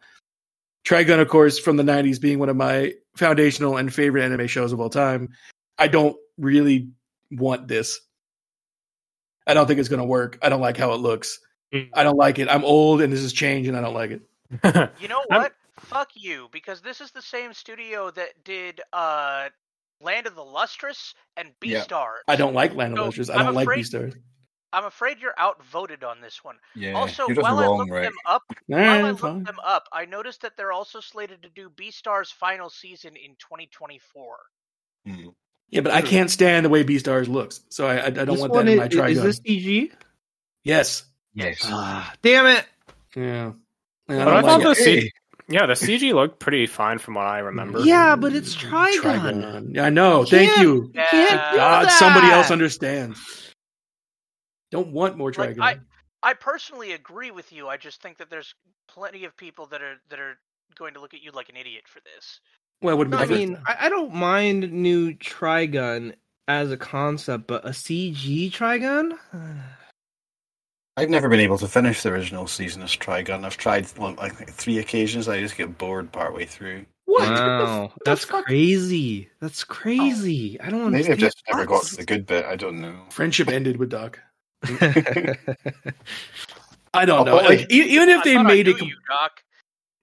[SPEAKER 1] Trigun, of course, from the 90s, being one of my foundational and favorite anime shows of all time. I don't really want this. I don't think it's going to work. I don't like how it looks. I don't like it. I'm old and this is change and I don't like it. um,
[SPEAKER 5] You know
[SPEAKER 2] I'm-
[SPEAKER 5] what? Fuck you, because this is the same studio that did uh Land of the Lustrous and
[SPEAKER 3] Yeah.
[SPEAKER 5] Beastars.
[SPEAKER 1] I don't like Land of
[SPEAKER 5] So,
[SPEAKER 1] Lustrous. I
[SPEAKER 5] I'm
[SPEAKER 1] don't like
[SPEAKER 5] afraid-
[SPEAKER 1] Beastars.
[SPEAKER 5] I'm afraid you're outvoted on this one.
[SPEAKER 3] Yeah,
[SPEAKER 5] also,
[SPEAKER 3] you're just
[SPEAKER 5] while I
[SPEAKER 3] wrong,
[SPEAKER 5] looked
[SPEAKER 3] Rick.
[SPEAKER 5] them up,
[SPEAKER 1] All
[SPEAKER 5] while I
[SPEAKER 1] right,
[SPEAKER 5] looked
[SPEAKER 1] fine.
[SPEAKER 5] them up, I noticed that they're also slated to do Beastars final season in 2024.
[SPEAKER 3] Hmm.
[SPEAKER 1] Yeah, but I can't stand the way Beastars looks. So I, I, I don't
[SPEAKER 4] This
[SPEAKER 1] want that
[SPEAKER 4] one
[SPEAKER 1] in
[SPEAKER 4] is,
[SPEAKER 1] my try
[SPEAKER 4] is this CG?
[SPEAKER 1] Yes.
[SPEAKER 3] Yes.
[SPEAKER 4] Ah, damn it!
[SPEAKER 1] Yeah. yeah
[SPEAKER 2] But I
[SPEAKER 1] don't like
[SPEAKER 2] thought
[SPEAKER 1] it.
[SPEAKER 2] the C- yeah, the CG looked pretty fine from what I remember.
[SPEAKER 4] Yeah, but it's Trigon.
[SPEAKER 1] Trigon. Yeah, I know.
[SPEAKER 4] You
[SPEAKER 1] Thank
[SPEAKER 4] can't-
[SPEAKER 1] you.
[SPEAKER 4] You can't do
[SPEAKER 1] God, somebody
[SPEAKER 4] that!
[SPEAKER 1] else understands. Don't want more
[SPEAKER 5] Like,
[SPEAKER 1] Trigon.
[SPEAKER 5] I- I personally agree with you. I just think that there's plenty of people that are that are going to look at you like an idiot for this.
[SPEAKER 1] well, it wouldn't be
[SPEAKER 4] I
[SPEAKER 1] the first
[SPEAKER 4] mean,
[SPEAKER 1] time.
[SPEAKER 4] I, I don't mind new Trigun as a concept, but a CG Trigun?
[SPEAKER 3] I've never been able to finish the original season of Trigun. I've tried well, like like, three occasions. I just get bored partway through.
[SPEAKER 2] What?
[SPEAKER 4] Wow,
[SPEAKER 2] the
[SPEAKER 4] that's
[SPEAKER 2] fuck? Oh.
[SPEAKER 4] crazy. That's crazy. I don't
[SPEAKER 3] Maybe I've
[SPEAKER 4] understand.
[SPEAKER 3] just never got to the good bit. I don't know.
[SPEAKER 1] Friendship ended with Doc.
[SPEAKER 4] the.
[SPEAKER 1] I don't
[SPEAKER 3] Oh,
[SPEAKER 1] know.
[SPEAKER 3] wait.
[SPEAKER 1] Like, e- even if
[SPEAKER 5] I
[SPEAKER 1] they
[SPEAKER 5] thought I
[SPEAKER 1] made
[SPEAKER 5] knew
[SPEAKER 1] it, com-
[SPEAKER 5] you, Doc.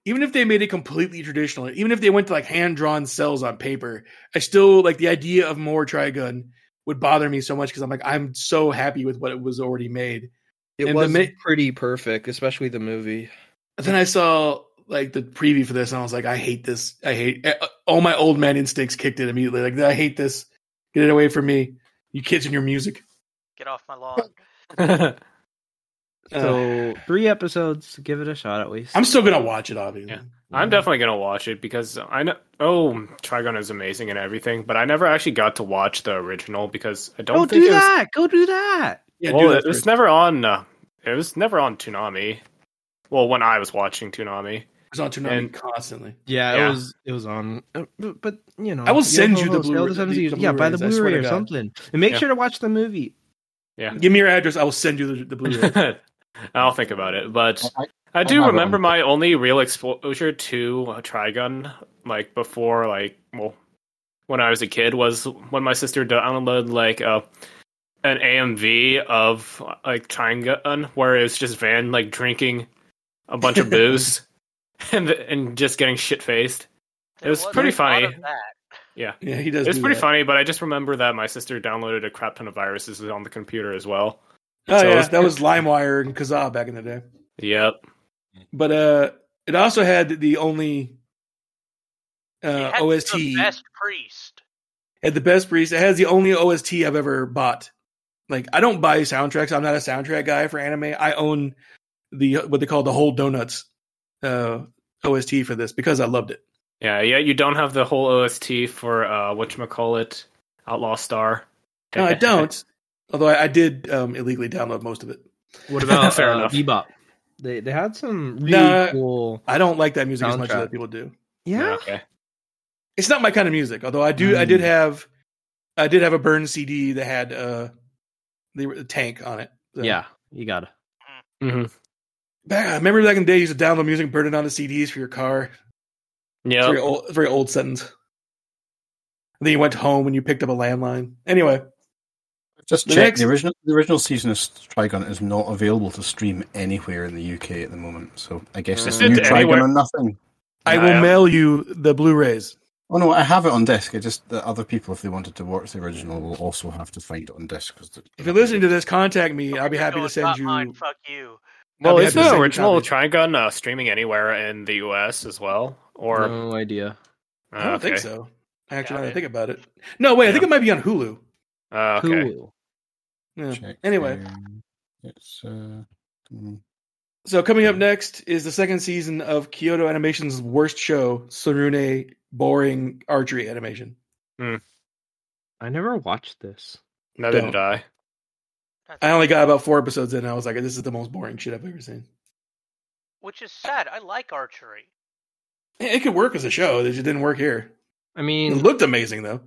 [SPEAKER 1] even if they made it completely traditional, even if they went to like hand drawn cells on paper, I still like the idea of more Trigun would bother me so much because I'm like, I'm so happy with what it was already made.
[SPEAKER 4] it
[SPEAKER 1] And the
[SPEAKER 4] was
[SPEAKER 1] mi-
[SPEAKER 4] pretty perfect, especially the movie.
[SPEAKER 1] But then I saw like the preview for this and I was like, I hate this. I hate uh, all my old man instincts kicked in immediately. Like, I hate this. Get it away from me. You kids and your music.
[SPEAKER 5] Get off my lawn.
[SPEAKER 4] So three episodes. Give it a shot at least.
[SPEAKER 1] I'm still gonna watch it, obviously.
[SPEAKER 2] Yeah. I'm
[SPEAKER 1] Mm-hmm.
[SPEAKER 2] definitely gonna watch it because I know. Oh, Trigon is amazing and everything, but I never actually got to watch the original because I don't
[SPEAKER 4] Go
[SPEAKER 2] think
[SPEAKER 4] do
[SPEAKER 2] it was.
[SPEAKER 4] that. Go do that.
[SPEAKER 1] Yeah,
[SPEAKER 2] well,
[SPEAKER 1] do
[SPEAKER 2] it
[SPEAKER 1] that
[SPEAKER 2] was
[SPEAKER 1] first.
[SPEAKER 2] never on. Uh, it was never on Toonami. Well, when I was watching Toonami,
[SPEAKER 1] It's on Toonami
[SPEAKER 2] and-
[SPEAKER 1] constantly.
[SPEAKER 4] Yeah,
[SPEAKER 2] Yeah.
[SPEAKER 4] it was. It was on. uh, But, but, you know,
[SPEAKER 1] I will
[SPEAKER 4] Yo
[SPEAKER 1] send
[SPEAKER 4] Ho
[SPEAKER 1] you the
[SPEAKER 4] Ho, Sail
[SPEAKER 1] Blu-ray-
[SPEAKER 4] Seven
[SPEAKER 1] the-
[SPEAKER 4] Seas.
[SPEAKER 1] the
[SPEAKER 4] Yeah, buy the
[SPEAKER 1] Blu-rays, I swear
[SPEAKER 4] Blu-ray
[SPEAKER 1] to God.
[SPEAKER 4] or something, and make
[SPEAKER 2] Yeah.
[SPEAKER 4] sure to watch the movie.
[SPEAKER 2] yeah,
[SPEAKER 1] Give me your address. I will send you the, the Blu-ray.
[SPEAKER 2] I'll think about it. But
[SPEAKER 3] I-
[SPEAKER 1] Oh,
[SPEAKER 2] I
[SPEAKER 3] have
[SPEAKER 2] do
[SPEAKER 3] it
[SPEAKER 2] remember
[SPEAKER 3] on-
[SPEAKER 2] my only real exposure to uh, Trigun, like before, like well, when I was a kid, was when my sister downloaded like uh, an AMV of like Trigun, where it was just Van like drinking a bunch of booze and and just getting shit faced.
[SPEAKER 5] There
[SPEAKER 2] was pretty
[SPEAKER 5] a lot
[SPEAKER 2] funny.
[SPEAKER 5] of that.
[SPEAKER 2] Yeah,
[SPEAKER 1] Yeah, he does.
[SPEAKER 2] it's
[SPEAKER 1] do
[SPEAKER 2] pretty
[SPEAKER 1] that.
[SPEAKER 2] funny. But I just remember that my sister downloaded a crap ton of viruses on the computer as well.
[SPEAKER 1] Oh
[SPEAKER 2] So-
[SPEAKER 1] yeah, that was LimeWire and Kazaa back in the day.
[SPEAKER 2] Yep.
[SPEAKER 1] But uh, it also had the only
[SPEAKER 5] It
[SPEAKER 1] uh,
[SPEAKER 5] had
[SPEAKER 1] OST
[SPEAKER 5] The best priest.
[SPEAKER 1] at the best priest. It has the only OST I've ever bought. Like I don't buy soundtracks. I'm not a soundtrack guy for anime. I own the what they call the whole donuts uh, OST for this because I loved it.
[SPEAKER 2] Yeah. Yeah. You don't have the whole OST for uh, what call it, Outlaw Star.
[SPEAKER 1] No, I don't. Although I, I did um, illegally download most of it.
[SPEAKER 4] What about
[SPEAKER 2] Fair
[SPEAKER 4] uh,
[SPEAKER 2] enough.
[SPEAKER 4] Bebop? They they had some really
[SPEAKER 1] No.
[SPEAKER 4] cool.
[SPEAKER 1] I don't like that music as much as
[SPEAKER 4] Soundtrack.
[SPEAKER 1] other people do.
[SPEAKER 2] Yeah. Okay.
[SPEAKER 1] It's not my kind of music. Although I do, I
[SPEAKER 5] Mm.
[SPEAKER 1] did have, I did have a burn CD that had uh, the the tank on it. So-
[SPEAKER 4] yeah, you gotta.
[SPEAKER 1] Back, I remember back in the day, you used to download music, burn it onto CDs for your car. It's
[SPEAKER 2] Yeah.
[SPEAKER 1] very old, it's very old sentence. And then you went home and you picked up a landline. Anyway,
[SPEAKER 3] Just
[SPEAKER 1] The
[SPEAKER 3] check
[SPEAKER 1] next-
[SPEAKER 3] the original. The original season of Trigon is not available to stream anywhere in the UK at the moment. So I guess it's
[SPEAKER 1] Mm.
[SPEAKER 2] Is it
[SPEAKER 3] new Trigon
[SPEAKER 2] anywhere?
[SPEAKER 3] or nothing.
[SPEAKER 1] I
[SPEAKER 2] Nah,
[SPEAKER 1] will
[SPEAKER 2] yeah.
[SPEAKER 1] mail you the Blu-rays.
[SPEAKER 3] Oh no, I have it on disc. It just that other people, if they wanted to watch the original, will also have to find it on disc. Cause they're-
[SPEAKER 1] If you're listening to this, contact me. I'll be
[SPEAKER 5] You're
[SPEAKER 1] happy
[SPEAKER 5] going,
[SPEAKER 1] to
[SPEAKER 5] "Not
[SPEAKER 1] send you.
[SPEAKER 5] Mine, fuck you.
[SPEAKER 1] I'll
[SPEAKER 2] Well,
[SPEAKER 1] be happy
[SPEAKER 2] is
[SPEAKER 1] to
[SPEAKER 2] the
[SPEAKER 1] send you
[SPEAKER 2] original
[SPEAKER 1] copies.
[SPEAKER 2] Trigun uh, streaming anywhere in the US as well? Or
[SPEAKER 4] no idea.
[SPEAKER 1] I don't think
[SPEAKER 2] okay.
[SPEAKER 1] so. Actually, now
[SPEAKER 2] Got
[SPEAKER 1] that I
[SPEAKER 2] it.
[SPEAKER 1] think about it. No, wait. I think
[SPEAKER 2] Yeah.
[SPEAKER 1] it might be on Hulu.
[SPEAKER 2] Uh, okay.
[SPEAKER 4] Cool.
[SPEAKER 1] Yeah.
[SPEAKER 3] Check
[SPEAKER 1] Anyway.
[SPEAKER 3] um, it's uh, mm,
[SPEAKER 1] So coming up next is the second season of Kyoto Animation's worst show, Sarune Boring Archery Animation.
[SPEAKER 4] I never watched this.
[SPEAKER 2] Neither
[SPEAKER 1] Don't.
[SPEAKER 2] did I.
[SPEAKER 1] I only got about four episodes in, and I was like, "This is the most boring shit I've ever seen."
[SPEAKER 5] Which is sad. I like archery.
[SPEAKER 1] It could work as a show. It just didn't work here.
[SPEAKER 4] I
[SPEAKER 1] It
[SPEAKER 4] mean,
[SPEAKER 1] looked amazing though.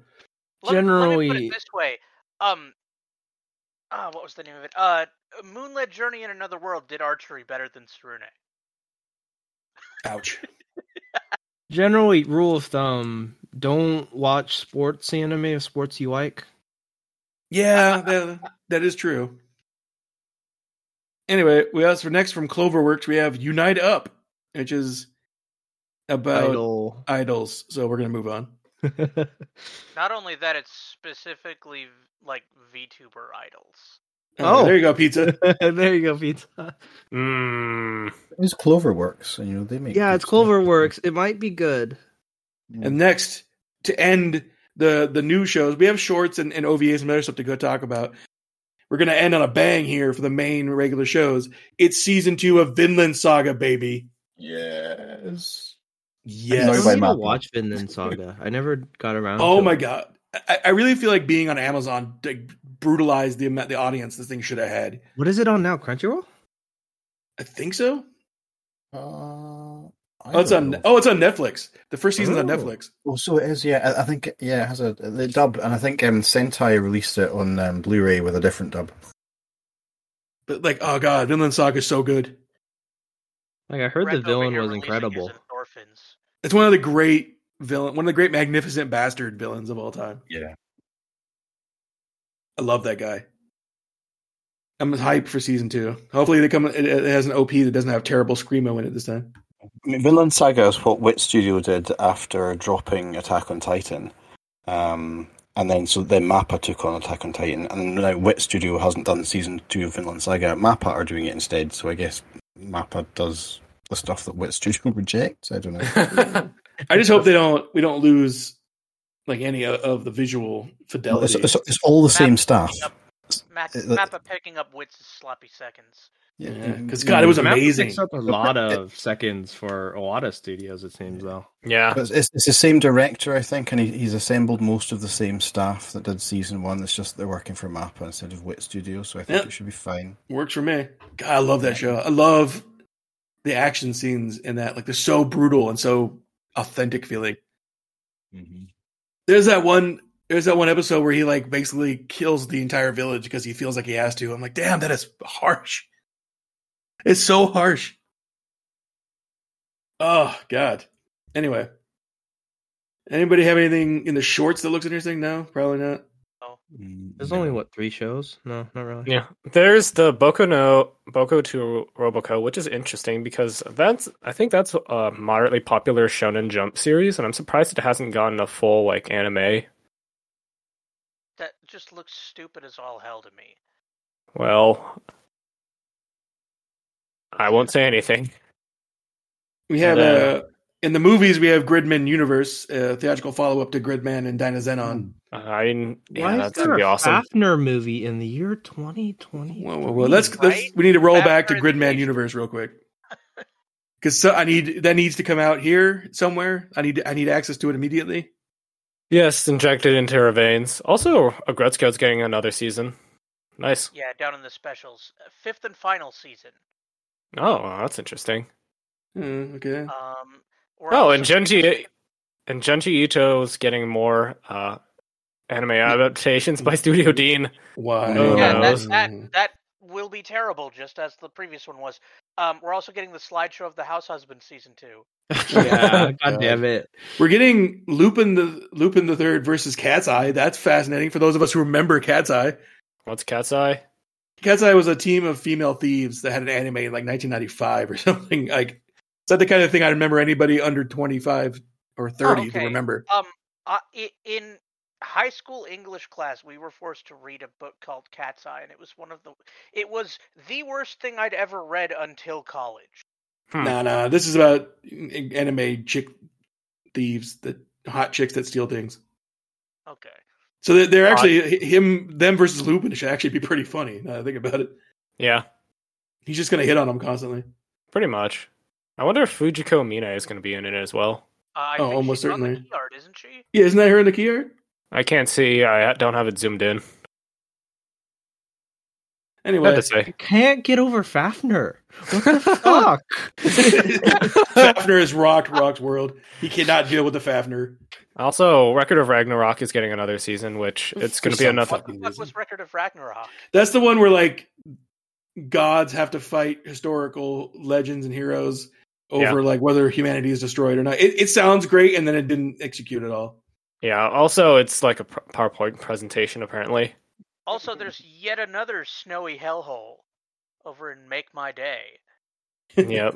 [SPEAKER 5] Let, let me put
[SPEAKER 4] Generally-
[SPEAKER 5] it this way. Um, ah, what was the name of it? Uh, Moonlit Journey in Another World did archery better than Serune.
[SPEAKER 1] Ouch.
[SPEAKER 4] generally rule of thumb: don't watch sports anime or sports you like.
[SPEAKER 1] Yeah, that, that is true. Anyway, we asked for next from Cloverworks. We have Unite Up, which is about
[SPEAKER 4] Idol.
[SPEAKER 1] idols. So we're gonna move on.
[SPEAKER 5] Not only that, it's specifically like VTuber idols.
[SPEAKER 4] Oh.
[SPEAKER 1] there you go, pizza.
[SPEAKER 4] there you go, pizza.
[SPEAKER 2] Mm,
[SPEAKER 3] it's Cloverworks. You know they make.
[SPEAKER 4] Yeah,
[SPEAKER 3] good
[SPEAKER 4] it's
[SPEAKER 3] stuff.
[SPEAKER 4] Cloverworks. It might be good.
[SPEAKER 1] and next to end the the new shows, we have shorts and, and OVAs and other stuff to go talk about. We're gonna end on a bang here for the main regular shows. It's season two of Vinland Saga, baby.
[SPEAKER 3] Yes.
[SPEAKER 4] I
[SPEAKER 1] Yes.
[SPEAKER 3] Sorry,
[SPEAKER 4] still
[SPEAKER 3] by
[SPEAKER 4] need to
[SPEAKER 3] Mappa.
[SPEAKER 4] watch Vinland Saga. I never got around.
[SPEAKER 1] Oh
[SPEAKER 4] to
[SPEAKER 1] my
[SPEAKER 4] it.
[SPEAKER 1] god! I, I really feel like being on Amazon like, brutalized the amount the audience this thing should have had.
[SPEAKER 4] What is it on now? Crunchyroll?
[SPEAKER 1] I think so.
[SPEAKER 3] Uh, oh,
[SPEAKER 1] Oh, it's on. Oh, it's on Netflix. The first season's on
[SPEAKER 3] Oh.
[SPEAKER 1] Netflix.
[SPEAKER 3] Well, so it is, yeah. I, I think, yeah, it has a the dub, and I think um, Sentai released it on um, Blu-ray with a different dub.
[SPEAKER 1] But like, oh god, Vinland Saga is so good.
[SPEAKER 4] Like I heard
[SPEAKER 5] Red
[SPEAKER 4] the
[SPEAKER 5] over
[SPEAKER 4] villain
[SPEAKER 5] here
[SPEAKER 4] was
[SPEAKER 5] releasing his
[SPEAKER 4] incredible.
[SPEAKER 5] endorphins.
[SPEAKER 1] It's one of the great villain, one of the great magnificent bastard villains of all time.
[SPEAKER 3] Yeah.
[SPEAKER 1] I love that guy. I'm hyped for season two. Hopefully, they come. It, it has an OP that doesn't have terrible screamo in it this time.
[SPEAKER 3] I mean, Vinland Saga is what Wit Studio did after dropping Attack on Titan, um, and then so then Mappa took on Attack on Titan, and now Wit Studio hasn't done season two of Vinland Saga. Mappa are doing it instead, so I guess Mappa does the stuff that Wit Studio rejects. I don't know.
[SPEAKER 2] Mm.
[SPEAKER 1] I just hope they don't. We don't lose like any o- of the visual
[SPEAKER 3] Well, it's,
[SPEAKER 1] fidelity.
[SPEAKER 3] it's, it's all the same
[SPEAKER 5] Mappa
[SPEAKER 3] staff.
[SPEAKER 5] picking up- Map,
[SPEAKER 3] Uh, the-
[SPEAKER 5] Mappa picking up wits is sloppy seconds.
[SPEAKER 1] Yeah, 'cause God, it was
[SPEAKER 4] Mappa
[SPEAKER 1] amazing.
[SPEAKER 4] picks up a lot of seconds for a lot of studios. It seems though.
[SPEAKER 2] yeah.
[SPEAKER 3] But it's- it's, it's the same director, I think, and he, he's assembled most of the same staff that did season one. It's just they're working for Mappa instead of Wit Studio, so I think
[SPEAKER 1] Yeah.
[SPEAKER 3] it should be fine.
[SPEAKER 1] Works for me. God, I love that show. I love the action scenes in that. Like they're so brutal and so authentic feeling. There's that one. There's that one episode where he like basically kills the entire village because he feels like he has to. I'm like, damn, that is harsh. It's so harsh. Oh God. Anyway, anybody have anything in the shorts that looks interesting? No, probably not.
[SPEAKER 5] Oh.
[SPEAKER 3] Mm,
[SPEAKER 4] There's only what three shows? No, not really.
[SPEAKER 2] Yeah, there's the Boku no Boku to Roboco, which is interesting because that's I think that's a moderately popular Shonen Jump series, and I'm surprised it hasn't gotten a full like anime.
[SPEAKER 5] That just looks stupid as all hell to me.
[SPEAKER 2] Well, I won't say anything.
[SPEAKER 1] We have
[SPEAKER 2] And,
[SPEAKER 1] uh, in the movies we have Gridman Universe, uh, theatrical follow up to Gridman and Dinozenon.
[SPEAKER 2] I yeah,
[SPEAKER 4] Why is
[SPEAKER 2] that's
[SPEAKER 4] there
[SPEAKER 2] gonna be
[SPEAKER 4] a
[SPEAKER 2] awesome.
[SPEAKER 4] Fafner movie in the year 2020?
[SPEAKER 1] Whoa, whoa, whoa. Let's, let's we need to roll back to
[SPEAKER 5] After the
[SPEAKER 1] Gridman
[SPEAKER 5] Asian-
[SPEAKER 1] Universe real quick. Because so, I need that needs to come out here somewhere. I need I need access to it immediately.
[SPEAKER 2] Yes, injected into her veins. Also, Agretzko's getting another season. Nice.
[SPEAKER 5] Yeah, down in the specials, Uh, fifth and final season.
[SPEAKER 2] Oh, that's interesting.
[SPEAKER 1] Hmm, okay.
[SPEAKER 5] Um, we're
[SPEAKER 2] Oh, and
[SPEAKER 5] also-
[SPEAKER 2] Genji and Genji Ito's getting more uh, anime
[SPEAKER 4] Hmm.
[SPEAKER 2] adaptations by Studio Dean.
[SPEAKER 1] Why?
[SPEAKER 3] Oh,
[SPEAKER 5] Yeah,
[SPEAKER 2] no.
[SPEAKER 5] that,
[SPEAKER 1] Mm.
[SPEAKER 5] that that will be terrible, just as the previous one was. Um, we're also getting the slideshow of the House Husband season two.
[SPEAKER 4] Yeah,
[SPEAKER 3] God.
[SPEAKER 4] god damn it.
[SPEAKER 1] We're getting Lupin the Lupin the Third versus Cat's Eye. That's fascinating for those of us who remember Cat's Eye.
[SPEAKER 2] What's Cat's Eye?
[SPEAKER 1] Cat's Eye was a team of female thieves that had an anime in like 1995 or something. Like, is that the kind of thing I remember anybody under 25 or 30
[SPEAKER 5] Oh, okay.
[SPEAKER 1] to remember?
[SPEAKER 5] Um, uh, i- in high school English class, we were forced to read a book called Cat's Eye, and it was one of the. It was the worst thing I'd ever read until college.
[SPEAKER 2] Hmm.
[SPEAKER 1] Nah, nah. This is about anime chick thieves, the hot chicks that steal things.
[SPEAKER 5] Okay.
[SPEAKER 1] So they're, they're
[SPEAKER 2] Hot.
[SPEAKER 1] actually him, them versus Lupin should actually be pretty funny. Now that I think about it.
[SPEAKER 2] Yeah,
[SPEAKER 1] He's just gonna hit on them constantly.
[SPEAKER 2] pretty much. I wonder if Fujiko Mina is going to be in it as well.
[SPEAKER 5] Uh, I
[SPEAKER 1] Oh,
[SPEAKER 5] think
[SPEAKER 1] almost
[SPEAKER 5] she's on the
[SPEAKER 1] certainly.
[SPEAKER 5] key art, isn't she?
[SPEAKER 1] Yeah, isn't that her in the key art?
[SPEAKER 2] I can't see. I don't have it zoomed in. Had
[SPEAKER 1] Anyway,
[SPEAKER 2] to say.
[SPEAKER 4] Can't get over Fafner. What the fuck?
[SPEAKER 1] Fafner is rocked Rock's world. He cannot deal with the Fafner.
[SPEAKER 2] Also, Record of Ragnarok is getting another season, which it's going
[SPEAKER 1] For
[SPEAKER 2] to be
[SPEAKER 1] some
[SPEAKER 2] another.
[SPEAKER 1] fucking
[SPEAKER 5] What the fuck was Record of Ragnarok?
[SPEAKER 1] That's the one where like gods have to fight historical legends and heroes over
[SPEAKER 2] Yeah.
[SPEAKER 1] like whether humanity is destroyed or not. It, it sounds great, and then it didn't execute at all.
[SPEAKER 2] Yeah. Also, it's like a pr- PowerPoint presentation apparently.
[SPEAKER 5] Also, there's yet another snowy hellhole over in Make My Day.
[SPEAKER 2] yep.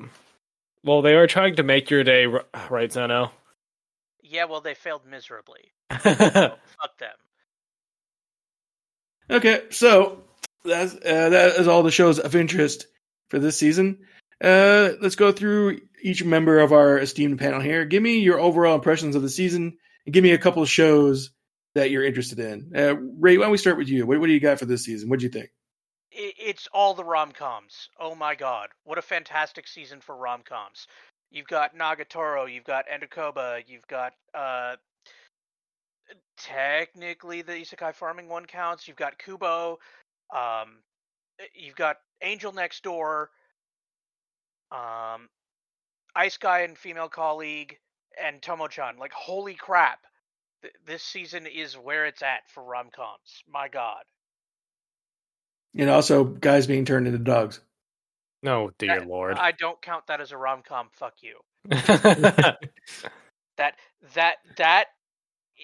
[SPEAKER 2] Well, they are trying to make your day r- right, Zeno.
[SPEAKER 5] Yeah, well, they failed miserably. Fuck them.
[SPEAKER 1] Okay, so that's uh, that is all the shows of interest for this season. Uh, let's go through each member of our esteemed panel here. Give me your overall impressions of the season, and give me a couple of shows that you're interested in. Uh, Ray, why don't we start with you? What, what do you got for this season? What do you think?
[SPEAKER 5] I- It's all the rom coms. Oh my god, what a fantastic season for rom coms! You've got Nagatoro, you've got Endokoba, you've got uh, technically the Isekai farming one counts. You've got Kubo, um, you've got Angel Next Door, um, Ice Guy and Female Colleague, and Tomo-chan. Like holy crap, Th- this season is where it's at for rom coms. My god.
[SPEAKER 1] And also, guys being turned into dogs.
[SPEAKER 2] no, dear lord.
[SPEAKER 5] I don't count that as a rom com. Fuck you.
[SPEAKER 2] yeah,
[SPEAKER 5] That that that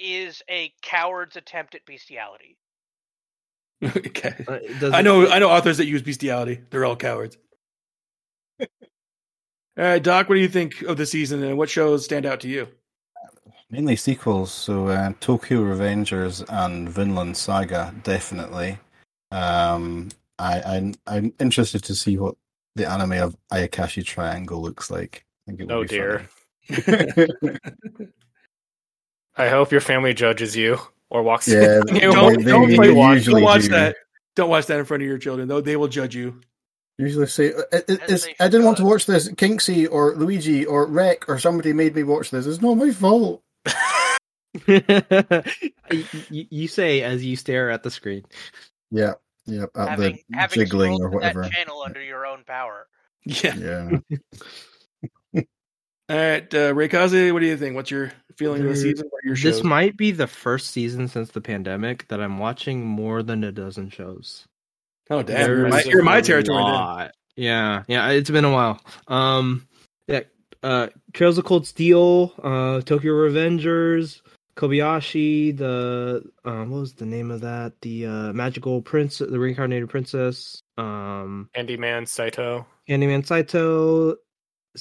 [SPEAKER 5] is a coward's attempt at bestiality.
[SPEAKER 1] okay,
[SPEAKER 4] Uh, it doesn't-
[SPEAKER 1] I know I know authors that use bestiality. They're all cowards. all right, Doc, what do you think of the season, and what shows stand out to you?
[SPEAKER 3] Mainly sequels, so uh, Tokyo Revengers and Vinland Saga, definitely. Um, I, I'm, I'm interested to see what the anime of Ayakashi Triangle looks like. I think it
[SPEAKER 2] Oh,
[SPEAKER 3] will be
[SPEAKER 2] dear.
[SPEAKER 3] funny.
[SPEAKER 2] I hope your family judges you or walks.
[SPEAKER 3] yeah,
[SPEAKER 2] You
[SPEAKER 1] don't,
[SPEAKER 2] won't-
[SPEAKER 1] don't,
[SPEAKER 2] they
[SPEAKER 1] play- don't
[SPEAKER 3] usually
[SPEAKER 1] watch
[SPEAKER 3] do.
[SPEAKER 1] that. Don't watch that in front of your children, though. They will judge you.
[SPEAKER 3] Usually say, I, I- it's,
[SPEAKER 5] they
[SPEAKER 3] I didn't want to
[SPEAKER 5] should.
[SPEAKER 3] watch this. Kinksy or Luigi or Rec or somebody made me watch this. It's not my fault.
[SPEAKER 4] you, you- you say as you stare at the screen.
[SPEAKER 3] Yeah, yeah, at
[SPEAKER 5] having
[SPEAKER 3] the
[SPEAKER 5] having
[SPEAKER 3] jiggling
[SPEAKER 5] scrolled
[SPEAKER 3] or
[SPEAKER 5] to
[SPEAKER 3] whatever.
[SPEAKER 5] that channel under your own power.
[SPEAKER 1] Yeah.
[SPEAKER 3] Yeah.
[SPEAKER 1] All right, uh, Raykaze, what do you think? What's your feeling of the
[SPEAKER 4] There-
[SPEAKER 1] season? What are your shows?
[SPEAKER 4] This might be the first season since the pandemic that I'm watching more than a dozen shows.
[SPEAKER 1] oh damn,
[SPEAKER 4] There
[SPEAKER 1] you're in my,
[SPEAKER 4] is
[SPEAKER 1] you're in my
[SPEAKER 4] a
[SPEAKER 1] territory. Then.
[SPEAKER 4] lot. Yeah, yeah, it's been a while. Um, yeah, uh, Trails of Cold Steel, uh, Tokyo Revengers, Kobayashi, the um, what was the name of that? The uh, magical prince, the reincarnated princess, um,
[SPEAKER 2] Andy Man, Saito.
[SPEAKER 4] Candyman Saito,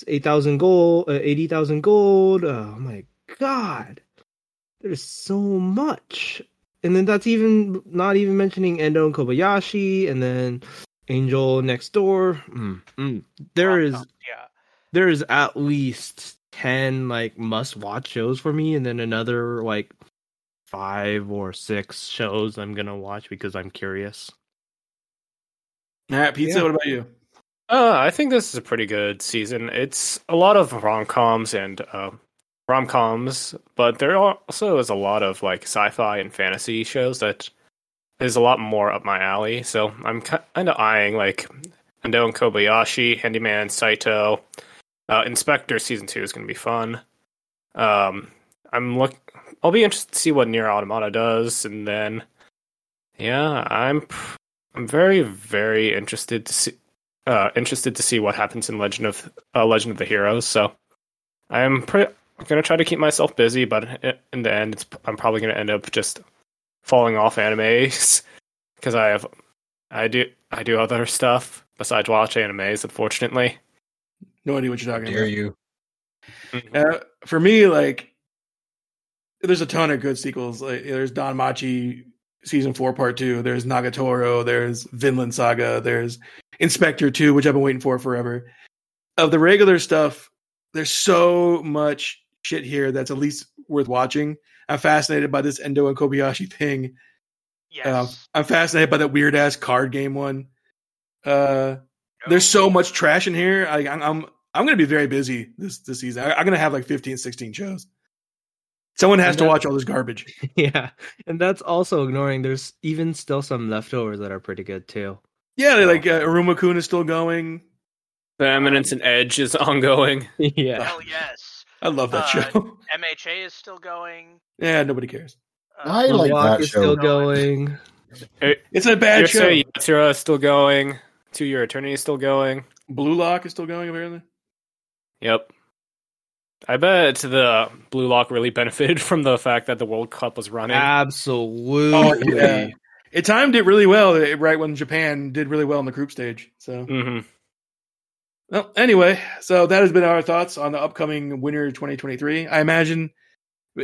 [SPEAKER 4] eight thousand gold, uh, eighty thousand gold. Oh my god, there's so much, and then that's even not even mentioning Endo and Kobayashi, and then Angel next door. Mm, mm. There is
[SPEAKER 5] yeah.
[SPEAKER 4] there is at least 10 like must watch shows for me and then another like five or six shows i'm gonna watch because i'm curious
[SPEAKER 1] All right, pizza. What about you?
[SPEAKER 2] Uh, I think this is a pretty good season. It's a lot of rom coms and uh, rom coms, but there also is a lot of like sci-fi and fantasy shows that is a lot more up my alley. So I'm kind of eyeing like Endo and Kobayashi, Handyman Saito, uh, Inspector season two is going to be fun. Um, I'm look. I'll be interested to see what Near Automata does, and then yeah, I'm pr- I'm very very interested to see uh, interested to see what happens in Legend of uh, Legend of the Heroes. So I'm pretty. I'm gonna try to keep myself busy, but i- in the end, it's, I'm probably gonna end up just falling off animes because I have I do I do other stuff besides watch animes, unfortunately.
[SPEAKER 1] No idea what you're talking
[SPEAKER 3] Dare you?
[SPEAKER 1] about. Uh, for me, like, there's a ton of good sequels. Like, there's Don Machi season four, part two. There's Nagatoro. There's Vinland Saga. There's Inspector two, which I've been waiting for forever. Of the regular stuff, there's so much shit here that's at least worth watching. I'm fascinated by this Endo and Kobayashi thing.
[SPEAKER 5] Yes.
[SPEAKER 1] Uh, I'm fascinated by that weird ass card game one. Uh, there's so much trash in here. I, I'm I'm I'm gonna be very busy this this season. I, I'm gonna have like 15, 16 shows. Someone has
[SPEAKER 4] And
[SPEAKER 1] to
[SPEAKER 4] that-
[SPEAKER 1] watch all this garbage.
[SPEAKER 4] yeah and that's also ignoring there's even still some leftovers that are pretty good too
[SPEAKER 1] Yeah, they, like uh, Aruma Kun is still going.
[SPEAKER 2] The Eminence and Edge is ongoing.
[SPEAKER 4] yeah
[SPEAKER 5] Hell yes.
[SPEAKER 1] I love that
[SPEAKER 5] Uh,
[SPEAKER 1] show.
[SPEAKER 5] MHA is still going. uh,
[SPEAKER 1] yeah, nobody cares.
[SPEAKER 3] I like
[SPEAKER 4] Walk
[SPEAKER 3] that
[SPEAKER 4] is
[SPEAKER 3] show.
[SPEAKER 4] still going
[SPEAKER 1] It's a bad show.
[SPEAKER 2] Yurusei Yatsura is still going. Two Year Eternity is still going.
[SPEAKER 1] Blue Lock is still going apparently.
[SPEAKER 2] Yep. I bet the Blue Lock really benefited from the fact that the World Cup was running.
[SPEAKER 4] Ah. absolutely
[SPEAKER 1] Oh, yeah. It timed it really well eh, right when Japan did really well in the group stage. So
[SPEAKER 2] hmm
[SPEAKER 1] Well, anyway, so that has been our thoughts on the upcoming winter 2023. I imagine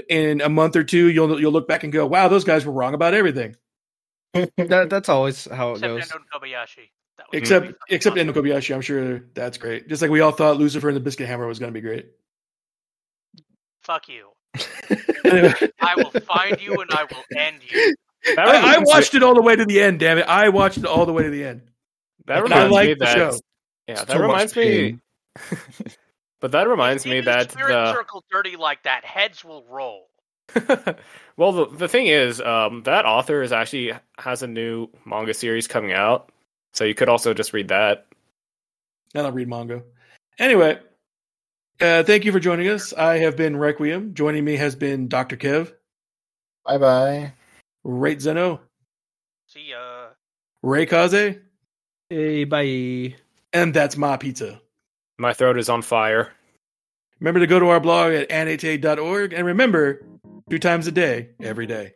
[SPEAKER 1] in a month or two, you'll you'll look back and go, "Wow, those guys were wrong about everything,"
[SPEAKER 4] that, that's always how it
[SPEAKER 5] Except
[SPEAKER 4] goes
[SPEAKER 5] Endo and Kobayashi. That was
[SPEAKER 1] except
[SPEAKER 5] really fucking
[SPEAKER 1] except
[SPEAKER 5] awesome.
[SPEAKER 1] Endo Kobayashi. I'm sure that's great. Just like we all thought Lucifer and the Biscuit Hammer was going to be great.
[SPEAKER 5] Fuck you.
[SPEAKER 1] Anyway,
[SPEAKER 5] I will find you and I will end you.
[SPEAKER 1] I, I watched it all the way to the end. Damn it, I watched it all the way to the end.
[SPEAKER 2] That
[SPEAKER 1] And I
[SPEAKER 2] reminds me
[SPEAKER 1] like the
[SPEAKER 2] that.
[SPEAKER 1] show.
[SPEAKER 2] Yeah,
[SPEAKER 3] It's
[SPEAKER 2] that
[SPEAKER 3] too much
[SPEAKER 2] reminds me.
[SPEAKER 3] pain.
[SPEAKER 2] but that reminds
[SPEAKER 5] Keep
[SPEAKER 2] me
[SPEAKER 5] your
[SPEAKER 2] that
[SPEAKER 5] spirit
[SPEAKER 2] the
[SPEAKER 5] circle dirty like that. Heads will roll.
[SPEAKER 2] well, the, the thing is, um, that author is actually has a new manga series coming out, so you could also just read that.
[SPEAKER 1] I don't read manga. Anyway, uh, thank you for joining us. I have been Requiem. Joining me has been Doctor Kev,
[SPEAKER 3] Bye bye.
[SPEAKER 1] Rate Zeno,
[SPEAKER 5] See ya.
[SPEAKER 1] Ray Kaze,
[SPEAKER 4] hey bye
[SPEAKER 1] and that's my pizza.
[SPEAKER 2] My throat is on fire.
[SPEAKER 1] Remember to go to our blog at anate.org and remember two times a day, every day.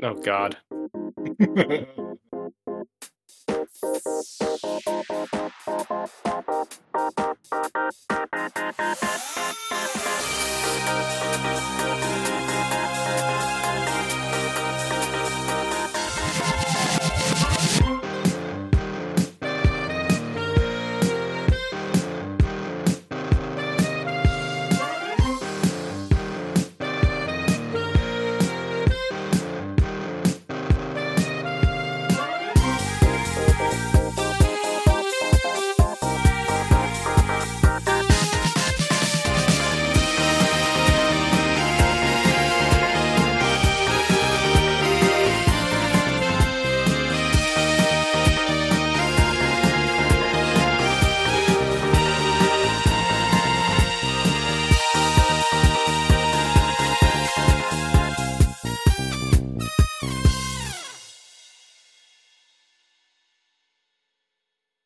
[SPEAKER 2] Oh God.